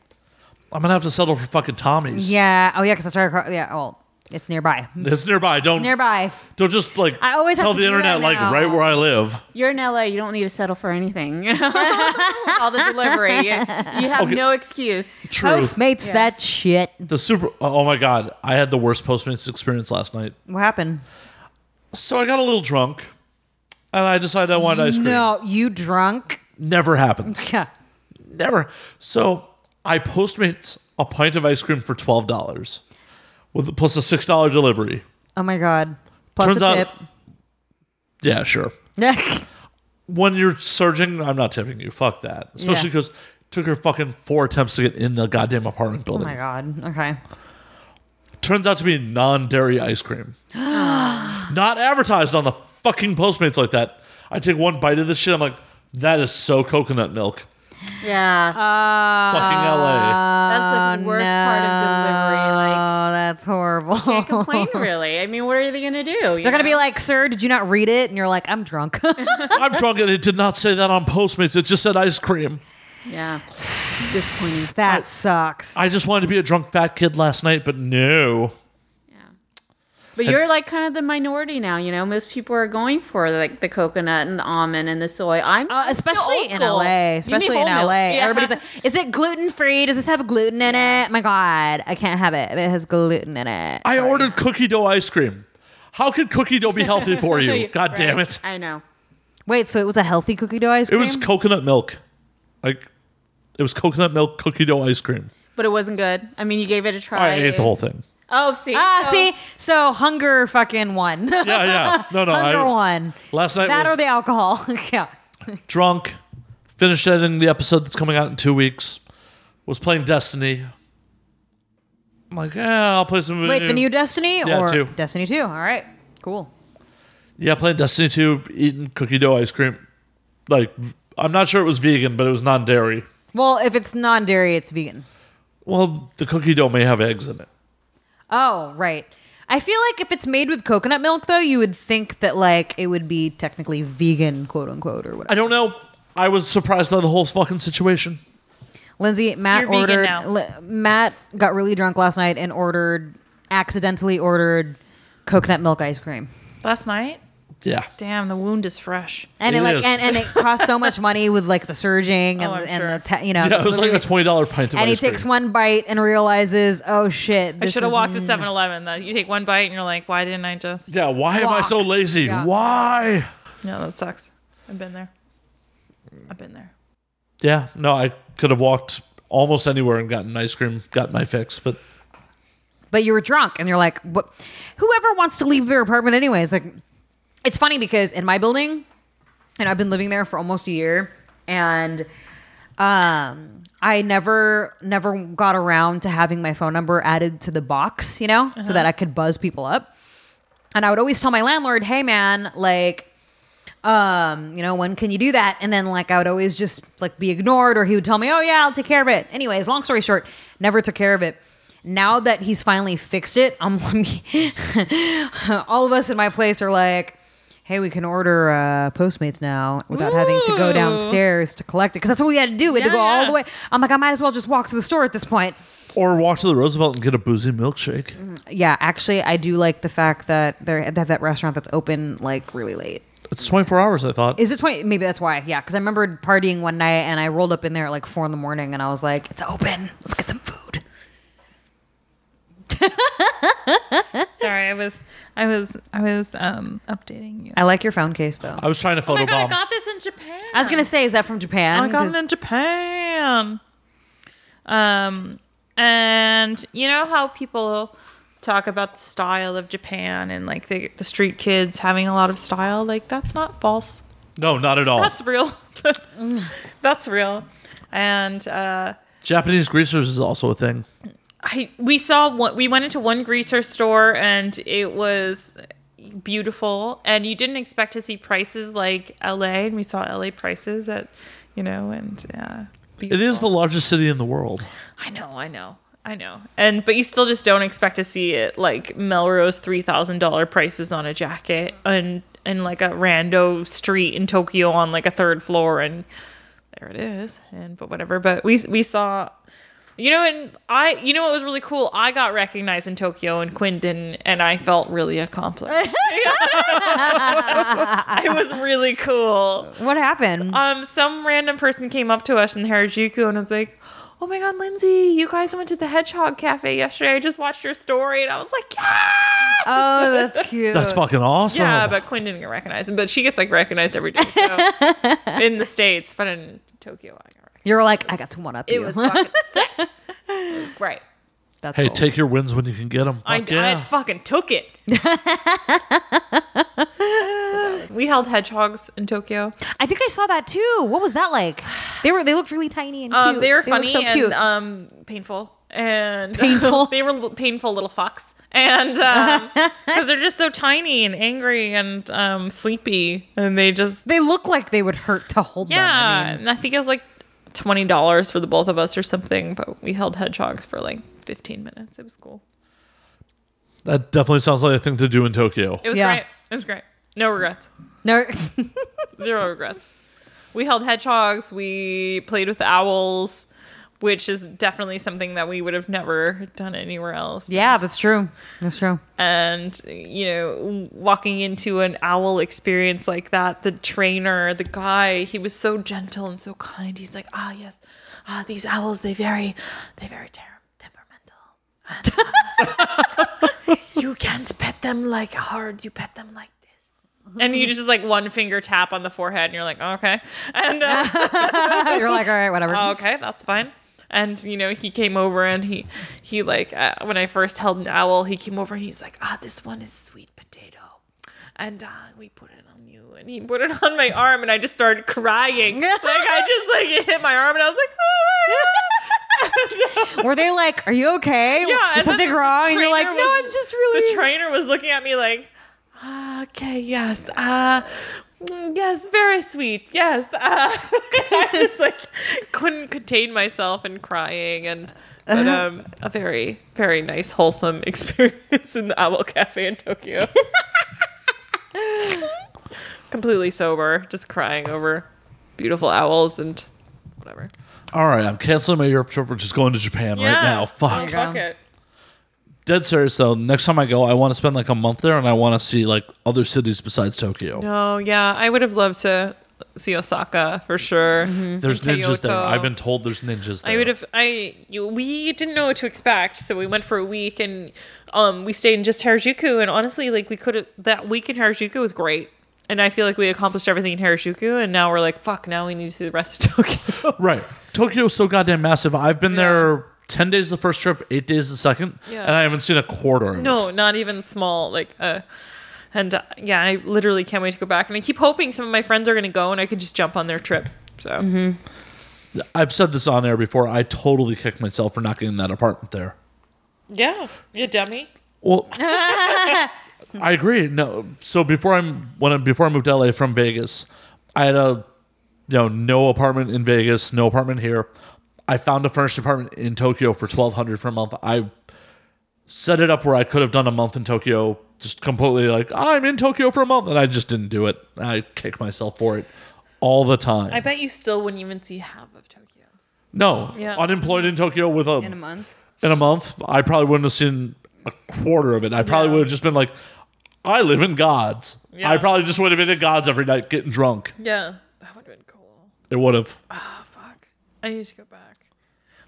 Speaker 1: I'm gonna have to settle for fucking Tommy's.
Speaker 2: Yeah. Oh, yeah, because that's right across. Yeah. Well, it's nearby.
Speaker 1: It's nearby. Don't
Speaker 2: Nearby.
Speaker 1: don't just like
Speaker 2: I always have
Speaker 1: tell
Speaker 2: to
Speaker 1: the
Speaker 2: do that
Speaker 1: internet like
Speaker 2: now.
Speaker 1: right where I live.
Speaker 5: You're in LA. You don't need to settle for anything. You know, With all the delivery. You, you have
Speaker 1: Okay.
Speaker 5: no excuse.
Speaker 1: True.
Speaker 2: Postmates that shit.
Speaker 1: The super. Oh my god, I had the worst Postmates experience last night.
Speaker 2: What happened?
Speaker 1: So I got a little drunk, and I decided I wanted ice cream.
Speaker 2: No, you drunk.
Speaker 1: Never happens.
Speaker 2: Yeah.
Speaker 1: Never. So I Postmates a pint of ice cream for twelve dollars, with plus a six dollar delivery.
Speaker 2: Oh my god. Plus
Speaker 1: Turns
Speaker 2: a
Speaker 1: out-
Speaker 2: tip.
Speaker 1: Yeah, sure. When you're surging, I'm not tipping you. Fuck that. Especially
Speaker 2: Yeah.
Speaker 1: because it took her fucking four attempts to get in the goddamn apartment
Speaker 2: oh
Speaker 1: building.
Speaker 2: my god. Okay.
Speaker 1: turns out to be non-dairy ice cream. Not advertised on the fucking Postmates like that. I take one bite of this shit. I'm like, that is so coconut milk.
Speaker 5: Yeah,
Speaker 1: fucking
Speaker 2: Uh.
Speaker 1: LA.
Speaker 5: that's the worst part of delivery. Like,
Speaker 2: Oh, that's horrible.
Speaker 5: can't complain really. I mean, what are they gonna do?
Speaker 2: They're gonna be like, "Sir, did you not read it?" And you're like, "I'm drunk."
Speaker 1: I'm drunk and it did not say that on Postmates. It just said ice cream.
Speaker 5: yeah, disappointing.
Speaker 2: that sucks.
Speaker 1: I just wanted to be a drunk fat kid last night, but no.
Speaker 5: But you're like kind of the minority now, you know. Most people are going for like the coconut and the almond and the soy. I'm
Speaker 2: Uh,
Speaker 5: I'm still
Speaker 2: especially
Speaker 5: old
Speaker 2: in
Speaker 5: school. Give
Speaker 2: LA,
Speaker 5: me
Speaker 2: especially in
Speaker 5: whole milk.
Speaker 2: LA,
Speaker 5: Yeah.
Speaker 2: everybody's like, "Is it gluten free? Does this have gluten in it?" My God, I can't have it. if It has gluten in it.
Speaker 1: I ordered cookie dough ice cream. How could cookie dough be healthy for you? God
Speaker 5: Right.
Speaker 1: damn it.
Speaker 5: I know.
Speaker 2: Wait, so it was a healthy cookie dough ice
Speaker 1: It
Speaker 2: cream?
Speaker 1: was coconut milk. Like, it was coconut milk cookie dough ice cream.
Speaker 5: But it wasn't good. I mean, you gave it a try.
Speaker 1: I ate the whole thing.
Speaker 5: Oh, see.
Speaker 2: ah,
Speaker 5: So-
Speaker 2: see, so hunger fucking won.
Speaker 1: Yeah, yeah. No, no.
Speaker 2: hunger
Speaker 1: I,
Speaker 2: won.
Speaker 1: Last night
Speaker 2: That
Speaker 1: was-
Speaker 2: or the alcohol? yeah.
Speaker 1: drunk, finished editing the episode that's coming out in two weeks, was playing Destiny. I'm like, yeah, I'll play some video.
Speaker 2: Wait, the new Destiny
Speaker 1: Yeah,
Speaker 2: or
Speaker 1: two.
Speaker 2: Destiny Two? All right, cool.
Speaker 1: Yeah, playing Destiny 2, eating cookie dough ice cream. Like, I'm not sure it was vegan, but it was non dairy.
Speaker 2: Well, if it's non-dairy, it's vegan.
Speaker 1: Well, the cookie dough may have eggs in it.
Speaker 2: Oh, right. I feel like if it's made with coconut milk, though, you would think that like it would be technically vegan, quote unquote, or
Speaker 1: I
Speaker 2: whatever.
Speaker 1: don't know. I was surprised by the whole fucking situation.
Speaker 2: Lindsay, Matt
Speaker 4: You're vegan
Speaker 2: ordered.
Speaker 4: now.
Speaker 2: Li- Matt got really drunk last night and ordered, accidentally ordered, coconut milk ice cream,
Speaker 4: Last night?
Speaker 1: Yeah.
Speaker 4: Damn, the wound is fresh.
Speaker 2: and it,
Speaker 1: It
Speaker 2: like
Speaker 1: is.
Speaker 2: and, and it cost so much money with like the surging and
Speaker 4: Oh, I'm
Speaker 2: and
Speaker 4: sure.
Speaker 2: the te- you know
Speaker 1: Yeah, it was like a $20 pint of
Speaker 2: and he
Speaker 1: ice cream.
Speaker 2: takes one bite and realizes, oh shit,
Speaker 4: I
Speaker 2: this
Speaker 4: should have
Speaker 2: is
Speaker 4: walked to 7 Eleven. That You take one bite and you're like, why didn't I just?
Speaker 1: Yeah, why am I so
Speaker 2: Walk.
Speaker 1: lazy?
Speaker 2: Yeah.
Speaker 1: Why?
Speaker 4: No, that sucks. I've been there. I've been there.
Speaker 1: Yeah, no, I could have walked almost anywhere and gotten ice cream, got my fix, but
Speaker 2: but you were drunk and you're like what whoever wants to leave their apartment anyways like it's funny because in my building and i've been living there for almost a year and um i never never got around to having my phone number added to the box you know so that i could buzz people up and i would always tell my landlord hey man like um, you know, when can you do that? And then like I would always just like be ignored, or he would tell me, "Oh yeah, I'll take care of it." Anyways, long story short, never took care of it. Now that he's finally fixed it, I'm all of us in my place are like, "Hey, we can order uh, Postmates now without having to go
Speaker 4: Ooh.
Speaker 2: downstairs to collect it because that's what we had to do. We had to
Speaker 4: Yeah,
Speaker 2: go all
Speaker 4: yeah.
Speaker 2: the way." I'm like, I might as well just walk to the store at this point.
Speaker 1: Or walk to the Roosevelt and get a boozy milkshake.
Speaker 4: Mm-hmm.
Speaker 2: Yeah, actually, I do like the fact that they're, they have that restaurant that's open like really late.
Speaker 1: It's 24 hours, I thought.
Speaker 2: Is it 20? Maybe that's why. Yeah. Because I remembered partying one night and I rolled up in there at like four in the morning and I was like, it's open. Let's get some food.
Speaker 4: Sorry, I was, I was, I was um updating you.
Speaker 2: I like your phone case though.
Speaker 1: I was trying to
Speaker 4: Oh my
Speaker 1: photobomb.
Speaker 4: god, I got this in Japan.
Speaker 2: I was going to say, is that from Japan?
Speaker 4: I got
Speaker 2: 'Cause-
Speaker 4: it in Japan. Um, and you know how people talk about the style of Japan and like the, the street kids having a lot of style? Like that's not false.
Speaker 1: no, not at all.
Speaker 4: That's real. that's real. And uh,
Speaker 1: Japanese greasers is also a thing.
Speaker 4: I we saw one, we went into one greaser store and it was beautiful and you didn't expect to see prices like LA and we saw LA prices at you know and uh,
Speaker 1: It is the
Speaker 4: beautiful.
Speaker 1: largest city in the world.
Speaker 4: I know I know I know and but you still just don't expect to see it like Melrose three thousand dollar prices on a jacket and in like a rando street in Tokyo on like a third floor and there it is and but whatever but we we saw You know, and I, you know, what was really cool. I got recognized in Tokyo and Quinn didn't, and I felt really accomplished. it was really cool.
Speaker 2: What happened?
Speaker 4: Um, some random person came up to us in Harajuku and was like, "Oh my God, Lindsay, you guys went to the Hedgehog Cafe yesterday. I just watched your story," and I was like, "Yeah."
Speaker 2: oh, that's cute.
Speaker 1: That's fucking awesome.
Speaker 4: Yeah, but Quinn didn't get recognized, but she gets like recognized every day so, in the states, but in Tokyo, I got recognized.
Speaker 2: You're like, I got to one up
Speaker 4: It
Speaker 2: you.
Speaker 4: was fucking sick. It was great.
Speaker 2: that's
Speaker 1: hey,
Speaker 2: cool.
Speaker 1: take your wins when you can get them.
Speaker 4: I, I
Speaker 1: yeah.
Speaker 4: fucking took it. we held hedgehogs in Tokyo.
Speaker 2: I think I saw that too. What was that like? They were they looked really tiny and
Speaker 4: Um,
Speaker 2: cute.
Speaker 4: they were
Speaker 2: looked
Speaker 4: funny
Speaker 2: so cute.
Speaker 4: and um, painful. And
Speaker 2: Painful?
Speaker 4: they were li- painful little fucks, and because they're just so tiny and angry and um, sleepy, and they just
Speaker 2: they look like they would hurt to hold
Speaker 4: yeah.
Speaker 2: them. I mean,
Speaker 4: and I think it was like twenty dollars for the both of us or something, but we held hedgehogs for like fifteen minutes. It was cool.
Speaker 1: That definitely sounds like a thing to do in Tokyo.
Speaker 4: It was
Speaker 2: Yeah.
Speaker 4: great. It was great. No regrets.
Speaker 2: no,
Speaker 4: Zero regrets. We held hedgehogs. We played with owls, which is definitely something that we would have never done anywhere else.
Speaker 2: yeah, that's true. That's true.
Speaker 4: And, you know, walking into an owl experience like that, the trainer, the guy, he was so gentle and so kind. He's like, ah, yes, ah, these owls, they vary, they vary ter- temperamental. And, um, you can't pet them like hard, you pet them like this. And you just like one finger tap on the forehead, and you're like, oh, okay. And, uh,
Speaker 2: You're like, all right, whatever.
Speaker 4: Oh, okay, that's fine. And you know, he came over and he he like uh, when I first held an owl, he came over and he's like, ah, this one is sweet potato, and uh, we put it on you, and he put it on my arm, and I just started crying. like I just like it hit my arm, and I was like.
Speaker 2: Were they like, are you okay?
Speaker 4: Yeah,
Speaker 2: Is
Speaker 4: and then
Speaker 2: something
Speaker 4: the
Speaker 2: wrong? And you're like,
Speaker 4: trainer
Speaker 2: no,
Speaker 4: was-
Speaker 2: I'm just really.
Speaker 4: The trainer was looking at me like, ah, okay, yes, uh, mm, yes, very sweet, yes. Uh, I just like couldn't contain myself and crying and.
Speaker 2: Uh-huh.
Speaker 4: But um, a very, very nice, wholesome experience in the Owl Cafe in Tokyo. Completely sober, just crying over beautiful owls and whatever.
Speaker 1: All right, I'm canceling my Europe trip. We're just going to Japan right now. Fuck.
Speaker 4: Oh, fuck it.
Speaker 1: Dead serious though. Next time I go, I want to spend like a month there, and I want to see like other cities besides Tokyo.
Speaker 4: No, yeah, I would have loved to see Osaka for sure.
Speaker 1: There's
Speaker 4: And
Speaker 1: ninjas there.
Speaker 4: Kyoto.
Speaker 1: I've been told there's ninjas there.
Speaker 4: I would have. I you, we didn't know what to expect, so we went for a week and um we stayed in just Harajuku. And honestly, like we could have that week in Harajuku was great. And I feel like we accomplished everything in Harajuku, and now we're like, fuck, now we need to see the rest of Tokyo.
Speaker 1: Right. Tokyo's so goddamn massive. I've been there 10 days the first trip, 8 days the second,
Speaker 4: Yeah.
Speaker 1: and I haven't seen a quarter of
Speaker 4: no,
Speaker 1: it.
Speaker 4: not even small. Like, uh, and uh, yeah, I literally can't wait to go back. And I keep hoping some of my friends are going to go, and I could just jump on their trip. So
Speaker 1: I've said this on air before. I totally kicked myself for not getting that apartment there.
Speaker 4: yeah, you dummy.
Speaker 1: Well, I agree. No, so before I'm when I, before I moved to LA from Vegas, I had a you know no apartment in Vegas, no apartment here. I found a furnished apartment in Tokyo for twelve hundred for a month. I set it up where I could have done a month in Tokyo, just completely like I'm in Tokyo for a month, and I just didn't do it. I kick myself for it all the time.
Speaker 4: I bet you still wouldn't even see half of Tokyo.
Speaker 1: no,
Speaker 4: Yeah.
Speaker 1: unemployed in Tokyo with a
Speaker 2: In a month.
Speaker 1: in a month, I probably wouldn't have seen a quarter of it. I probably would have just been like, I live in God's.
Speaker 4: Yeah.
Speaker 1: I probably just would have been in God's every night getting drunk.
Speaker 4: Yeah, that would have been cool.
Speaker 1: It would have.
Speaker 4: fuck i need to go back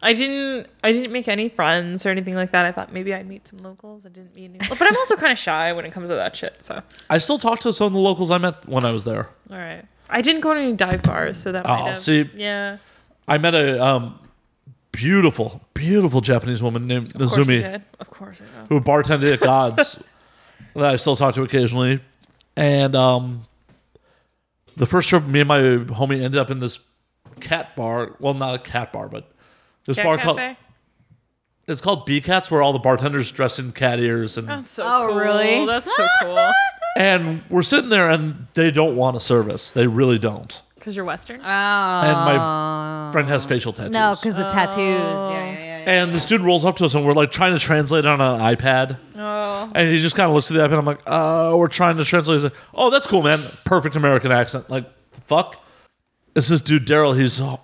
Speaker 4: i didn't i didn't make any friends or anything like that i thought maybe i'd meet some locals i didn't meet any but i'm also kind of shy when it comes to that shit so
Speaker 1: I still talk to some of the locals I met when I was there.
Speaker 4: all right i didn't go to any dive bars so that
Speaker 1: Oh,
Speaker 4: might have
Speaker 1: see.
Speaker 4: yeah
Speaker 1: I met a um, beautiful, beautiful Japanese woman named
Speaker 4: of course you
Speaker 1: Nozumi
Speaker 4: did of course i know
Speaker 1: who bartended at God's that I still talk to occasionally. And um, the first trip, me and my homie ended up in this cat bar. Well, not a cat bar, but this
Speaker 4: Cat
Speaker 1: bar called
Speaker 4: cafe
Speaker 1: It's called B Cats, where all the bartenders dress in cat ears, and
Speaker 4: that's so
Speaker 2: Oh,
Speaker 4: cool
Speaker 2: really?
Speaker 4: that's so cool
Speaker 1: and we're sitting there, and they don't want a service. They really don't.
Speaker 4: because you're western
Speaker 1: And my friend has facial tattoos.
Speaker 2: No, because the tattoos. Yeah, yeah, yeah. yeah.
Speaker 1: and this dude rolls up to us, and we're like trying to translate on an iPad,
Speaker 4: oh
Speaker 1: and he just kind of looks at the iPad. I'm like, "Uh, we're trying to translate." He's like, "Oh, that's cool, man. Perfect American accent. Like, fuck." It's this dude Daryl. He's uh,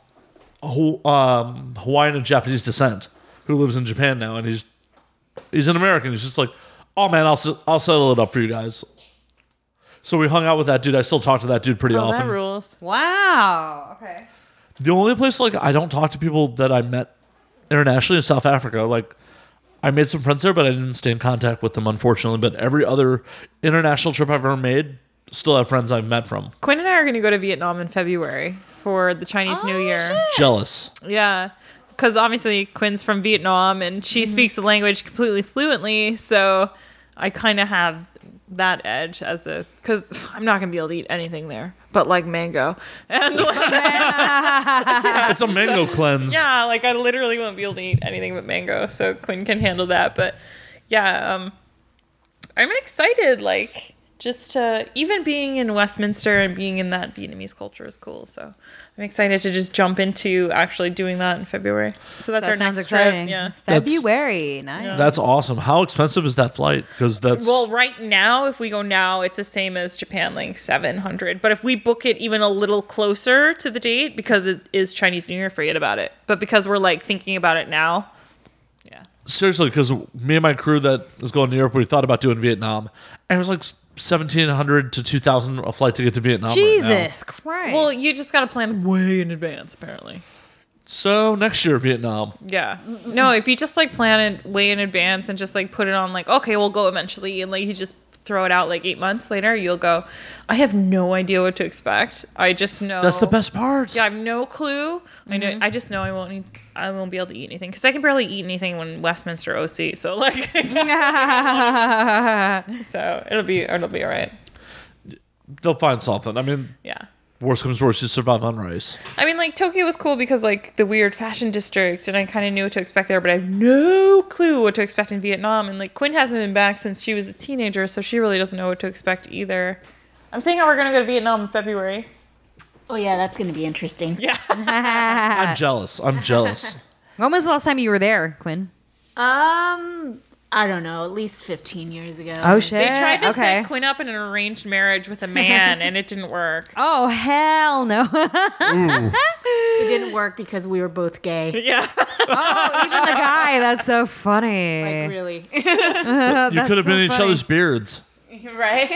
Speaker 1: Ho- um, Hawaiian of Japanese descent. who lives in Japan now, and he's he's an American. He's just like, oh man, I'll s- I'll settle it up for you guys. So we hung out with that dude. I still talk to that dude pretty
Speaker 4: Oh, that
Speaker 1: often.
Speaker 4: rules.
Speaker 2: Wow. Okay.
Speaker 1: The only place like I don't talk to people that I met internationally is South Africa. Like I made some friends there, but I didn't stay in contact with them unfortunately. But every other international trip I've ever made, still have friends I've met from.
Speaker 4: Quinn and I are going to go to Vietnam in February for the Chinese New
Speaker 2: Oh,
Speaker 4: Year.
Speaker 1: Jealous.
Speaker 4: Yeah. Because obviously Quinn's from Vietnam
Speaker 2: Mm-hmm.
Speaker 4: and she speaks the language completely fluently. So I kind of have that edge as a. Because I'm not going to be able to eat anything there but like mango. And like,
Speaker 1: It's a mango cleanse.
Speaker 4: yeah, like I literally won't be able to eat anything but mango. So Quinn can handle that. But yeah, um, I'm excited. Like just to even being in Westminster and being in that Vietnamese culture is cool. So I'm excited to just jump into actually doing that in February. So that's
Speaker 2: That
Speaker 4: our
Speaker 2: sounds
Speaker 4: next
Speaker 2: exciting.
Speaker 4: trip. Yeah.
Speaker 1: That's-
Speaker 2: February. Nice.
Speaker 1: That's awesome. How expensive is that flight? Because that's
Speaker 4: Well, right now, if we go now, it's the same as Japan Link 700. But if we book it even a little closer to the date, because it is Chinese New Year, forget about it. But because we're like thinking about it now,
Speaker 1: seriously because me and my crew that was going to Europe, we thought about doing Vietnam, and it was like seventeen hundred to two thousand a flight to get to Vietnam. right now.
Speaker 2: Jesus Christ.
Speaker 4: well, you just got to plan way in advance, apparently.
Speaker 1: so next year Vietnam.
Speaker 4: Yeah. No, if you just like plan it way in advance and just like put it on like, okay, we'll go eventually and like you just throw it out like eight months later, you'll go, I have no idea what to expect. I just know
Speaker 1: That's the best part.
Speaker 4: Yeah, I have no clue. I know I just know I won't need I won't be able to eat anything because I can barely eat anything when Westminster OC. So like So it'll be it'll be all right.
Speaker 1: They'll find something. I mean,
Speaker 4: Yeah.
Speaker 1: worst comes to worst, you survive on rice.
Speaker 4: I mean, like Tokyo was cool because like the weird fashion district, and I kind of knew what to expect there, but I have no clue what to expect in Vietnam. And like Quinn hasn't been back since she was a teenager, so she really doesn't know what to expect either. I'm saying how we're gonna go to Vietnam in February.
Speaker 5: Oh yeah, that's gonna be interesting.
Speaker 1: I'm jealous. I'm jealous.
Speaker 2: when was the last time you were there, Quinn?
Speaker 5: Um, I don't know, at least fifteen years ago.
Speaker 2: Oh shit.
Speaker 4: They tried to
Speaker 2: okay.
Speaker 4: set Quinn up in an arranged marriage with a man, and it didn't work.
Speaker 2: Oh hell no! Even
Speaker 5: It didn't work because we were both gay.
Speaker 4: Yeah,
Speaker 2: the guy. That's so funny.
Speaker 5: Like really,
Speaker 1: you could have
Speaker 2: so
Speaker 1: been in each
Speaker 2: funny.
Speaker 1: other's beards.
Speaker 4: right.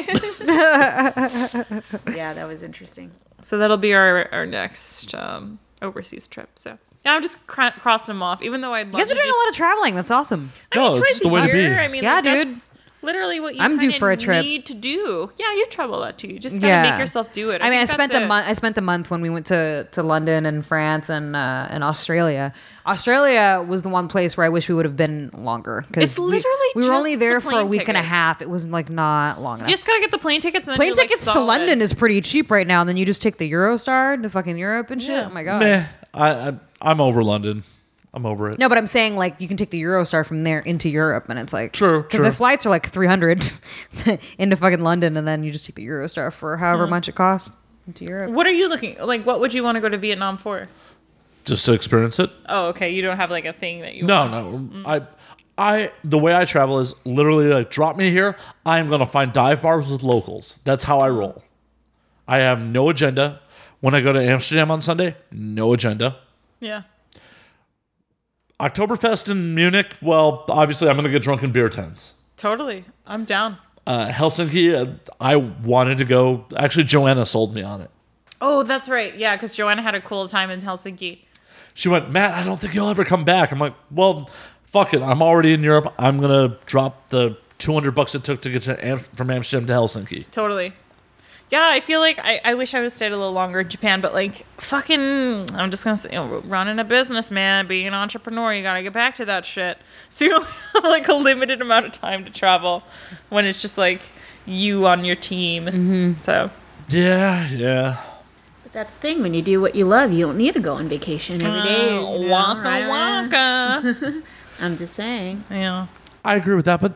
Speaker 5: yeah, that was interesting.
Speaker 4: So that'll be our our next um, overseas trip. So. Yeah, I'm just cr- crossing them off, even though I'd love
Speaker 2: you guys are
Speaker 4: to
Speaker 2: doing
Speaker 4: just-
Speaker 2: a lot of traveling. That's awesome.
Speaker 4: I mean,
Speaker 1: no,
Speaker 4: twice
Speaker 1: it's the
Speaker 4: a
Speaker 1: way to
Speaker 4: year.
Speaker 1: be.
Speaker 4: I mean,
Speaker 2: Yeah,
Speaker 4: like,
Speaker 2: dude.
Speaker 4: That's literally what you
Speaker 2: I'm due
Speaker 4: kinda
Speaker 2: for a trip.
Speaker 4: Need to do. Yeah, you travel that too. You just gotta
Speaker 2: Yeah.
Speaker 4: make yourself do it.
Speaker 2: I, mean, I
Speaker 4: think
Speaker 2: spent
Speaker 4: that's
Speaker 2: a
Speaker 4: it.
Speaker 2: month. I spent a month when we went to to London and France and uh, and Australia. Australia was the one place where I wish we would have been longer because
Speaker 4: It's literally
Speaker 2: we, were
Speaker 4: just
Speaker 2: only there
Speaker 4: the
Speaker 2: for a
Speaker 4: plane
Speaker 2: week and a
Speaker 4: tickets.
Speaker 2: half. It was like not long enough.
Speaker 4: You just gotta get the plane tickets. And then
Speaker 2: Plane
Speaker 4: you're, like,
Speaker 2: tickets to
Speaker 4: solid.
Speaker 2: London is pretty cheap right now, and then you just take the Eurostar to fucking Europe and shit.
Speaker 4: Yeah.
Speaker 2: Oh my god.
Speaker 1: Meh. I, I I'm over London. I'm over it.
Speaker 2: No, but I'm saying like you can take the Eurostar from there into Europe, and it's like
Speaker 1: True,
Speaker 2: because
Speaker 1: true.
Speaker 2: the flights are like 300 to, into fucking London, and then you just take the Eurostar for however much it costs into Europe.
Speaker 4: What are you looking like? What would you want to go to Vietnam for?
Speaker 1: Just to experience it.
Speaker 4: Oh, okay. You don't have like a thing that you.
Speaker 1: No,
Speaker 4: want.
Speaker 1: no. I I the way I travel is literally like drop me here. I am gonna find dive bars with locals. That's how I roll. I have no agenda. When I go to Amsterdam on Sunday, no agenda.
Speaker 4: Yeah.
Speaker 1: Oktoberfest in Munich, well, obviously I'm gonna get drunk in beer tents.
Speaker 4: Totally. I'm down.
Speaker 1: Uh, Helsinki, uh, I wanted to go. Actually, Joanna sold me on it.
Speaker 4: Oh, that's right. Yeah, because Joanna had a cool time in Helsinki.
Speaker 1: She went, Matt, I don't think you'll ever come back. I'm like, well, fuck it. I'm already in Europe. I'm gonna drop the 200 bucks it took to get to Am- from Amsterdam to Helsinki.
Speaker 4: Totally. Yeah, I feel like I, I wish I would have stayed a little longer in Japan, but like fucking, I'm just gonna say, you know, running a business, man, being an entrepreneur, you gotta get back to that shit. So you only have like a limited amount of time to travel when it's just like you on your team.
Speaker 5: Mm-hmm.
Speaker 4: So
Speaker 1: Yeah, yeah.
Speaker 5: But that's the thing when you do what you love, you don't need to go on vacation every day.
Speaker 4: uh,
Speaker 5: you know,
Speaker 4: waka
Speaker 5: right around.
Speaker 4: waka.
Speaker 5: I'm just saying.
Speaker 4: yeah.
Speaker 1: I agree with that, but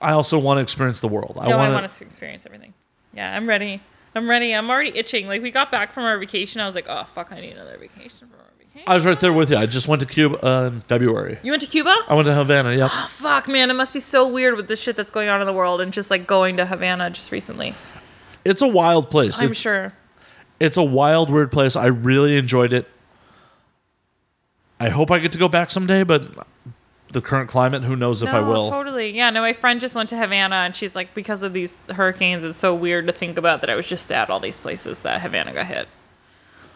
Speaker 1: I also want to experience the world. I
Speaker 4: No, I
Speaker 1: want
Speaker 4: want to experience everything. Yeah, I'm ready. I'm ready. I'm already itching. Like we got back from our vacation, I was like, oh fuck, I need another vacation from our vacation.
Speaker 1: I was right there with you. I just went to Cuba uh, in February.
Speaker 4: You went to Cuba?
Speaker 1: I went to Havana. Yep.
Speaker 4: Fuck, man, it must be so weird with the shit that's going on in the world and just like going to Havana just recently.
Speaker 1: It's a wild place.
Speaker 4: I'm
Speaker 1: it's,
Speaker 4: sure.
Speaker 1: it's a wild, weird place. I really enjoyed it. I hope I get to go back someday, but the current climate, who knows if I
Speaker 4: No,
Speaker 1: will.
Speaker 4: Totally. Yeah. No, my friend just went to Havana and she's like, because of these hurricanes, it's so weird to think about that I was just at all these places that Havana got hit.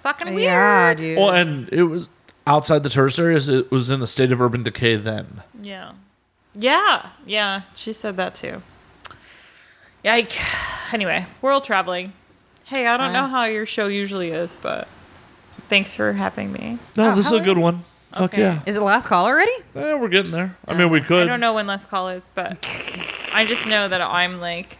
Speaker 4: Fucking weird.
Speaker 2: Yeah, dude.
Speaker 1: Well, and it was outside the tourist areas. It was in a state of urban decay then.
Speaker 4: Yeah. Yeah. Yeah. She said that too. Yike. Anyway, world traveling. Hey, I don't know how your show usually is, but thanks for having me.
Speaker 1: No,
Speaker 2: Oh,
Speaker 1: this is
Speaker 2: how
Speaker 1: a good
Speaker 2: late?
Speaker 1: one. Fuck
Speaker 4: Okay. Oh,
Speaker 1: yeah.
Speaker 2: Is it last call already?
Speaker 1: Eh, we're getting there. I mean, we could.
Speaker 4: I don't know when last call is, but I just know that I'm like,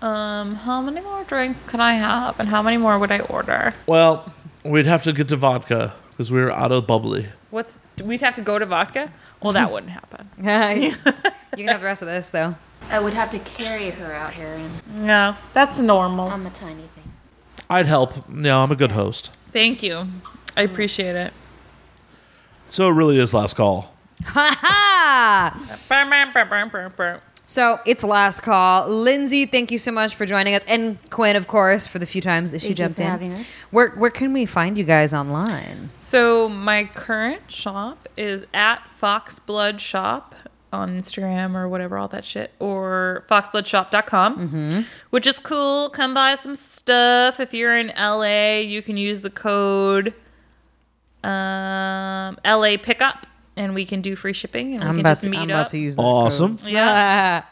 Speaker 4: um, how many more drinks can I have, and how many more would I order?
Speaker 1: Well, we'd have to get to vodka because we were out of bubbly.
Speaker 4: What's we'd have to go to vodka? Well, that wouldn't happen.
Speaker 2: you can have the rest of this though.
Speaker 5: I would have to carry her out here, and
Speaker 4: No, that's normal.
Speaker 5: I'm a tiny thing.
Speaker 1: I'd help. No, I'm a good host.
Speaker 4: Thank you, I appreciate it.
Speaker 1: So it really is last call.
Speaker 2: Ha ha!
Speaker 4: Burr, burr, burr, burr, burr, burr.
Speaker 2: So it's last call. Lindsay, thank you so much for joining us, and Quinn, of course, for the few times that she
Speaker 5: Thank you
Speaker 2: jumped
Speaker 5: for
Speaker 2: in.
Speaker 5: having us.
Speaker 2: Where where can we find you guys online?
Speaker 4: So my current shop is at Foxblood Shop on Instagram or whatever, all that shit, or foxbloodshop.com,
Speaker 2: Mm-hmm.
Speaker 4: which is cool. Come buy some stuff. If you're in LA, you can use the code um, LA Pickup, and we can do free shipping, and we
Speaker 2: I'm
Speaker 4: can
Speaker 2: about
Speaker 4: just
Speaker 2: to,
Speaker 4: meet
Speaker 2: I'm
Speaker 4: up.
Speaker 2: about to use that.
Speaker 1: Awesome.
Speaker 4: Yeah.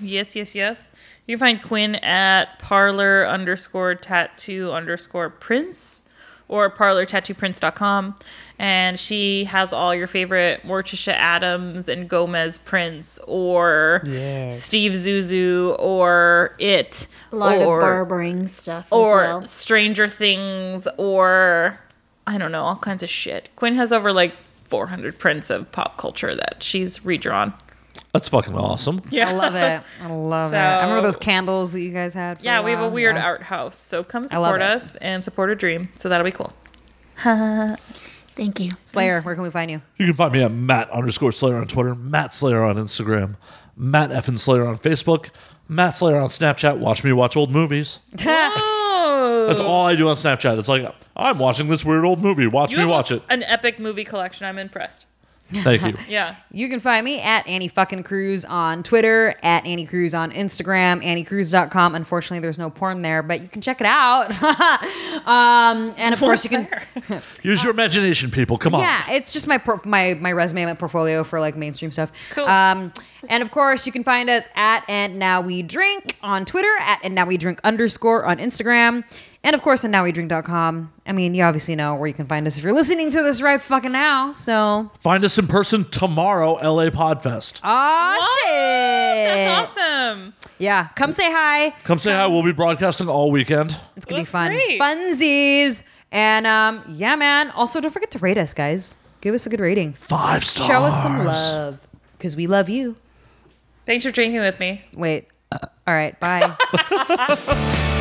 Speaker 4: yes, yes, yes. You can find Quinn at parlor underscore tattoo underscore prince or parlortattooprince.com. And she has all your favorite Morticia Adams and Gomez prints or Steve Zuzu or It
Speaker 5: A lot
Speaker 4: or
Speaker 5: of barbering stuff
Speaker 4: or
Speaker 5: as well.
Speaker 4: Stranger Things or I don't know, all kinds of shit. Quinn has over like 400 prints of pop culture that she's redrawn.
Speaker 1: That's fucking awesome.
Speaker 4: Yeah.
Speaker 2: I love it. I love it. I remember those candles that you guys had. for
Speaker 4: Yeah, we have a
Speaker 2: while.
Speaker 4: weird
Speaker 2: Yeah.
Speaker 4: art house. So come
Speaker 2: I love
Speaker 4: support
Speaker 2: it.
Speaker 4: us and support a dream. So that'll be cool.
Speaker 5: Thank you.
Speaker 2: Slayer. Where can we find you?
Speaker 1: You can find me at Matt underscore Slayer on Twitter, Matt Slayer on Instagram, Matt F Slayer on Facebook, Matt Slayer on Snapchat. Watch me watch old movies.
Speaker 4: Oh,
Speaker 1: That's all I do on Snapchat. It's like I'm watching this weird old movie. Watch me watch it.
Speaker 4: An epic movie collection. I'm impressed.
Speaker 1: Thank you.
Speaker 4: Yeah.
Speaker 2: You can find me at Annie fucking Cruz on Twitter, at Annie Cruz on Instagram, AnnieCruz.com. Unfortunately, there's no porn there, but you can check it out. um, and of course, you can.
Speaker 1: Use your imagination, people. Come on.
Speaker 2: Yeah, it's just my por- my my resume, my portfolio for like mainstream stuff.
Speaker 4: Cool.
Speaker 2: Um, and of course, you can find us at and now we drink on Twitter at and now we drink underscore on Instagram, and of course, and now we drink.com. I mean, you obviously know where you can find us if you're listening to this right fucking now. So,
Speaker 1: Find us in person tomorrow, LA Podfest.
Speaker 2: oh
Speaker 4: What?
Speaker 2: shit,
Speaker 4: That's
Speaker 2: Eh.
Speaker 4: awesome.
Speaker 2: Yeah, come say hi.
Speaker 1: Come say hi. We'll be broadcasting all weekend.
Speaker 2: It's gonna
Speaker 4: That's
Speaker 2: be fun.
Speaker 4: great.
Speaker 2: Funsies. And um, yeah, man. Also, don't forget to rate us, guys. Give us a good rating.
Speaker 1: Five stars.
Speaker 2: Show us some love. Because we love you.
Speaker 4: Thanks for drinking with me.
Speaker 2: Wait. All right. Bye.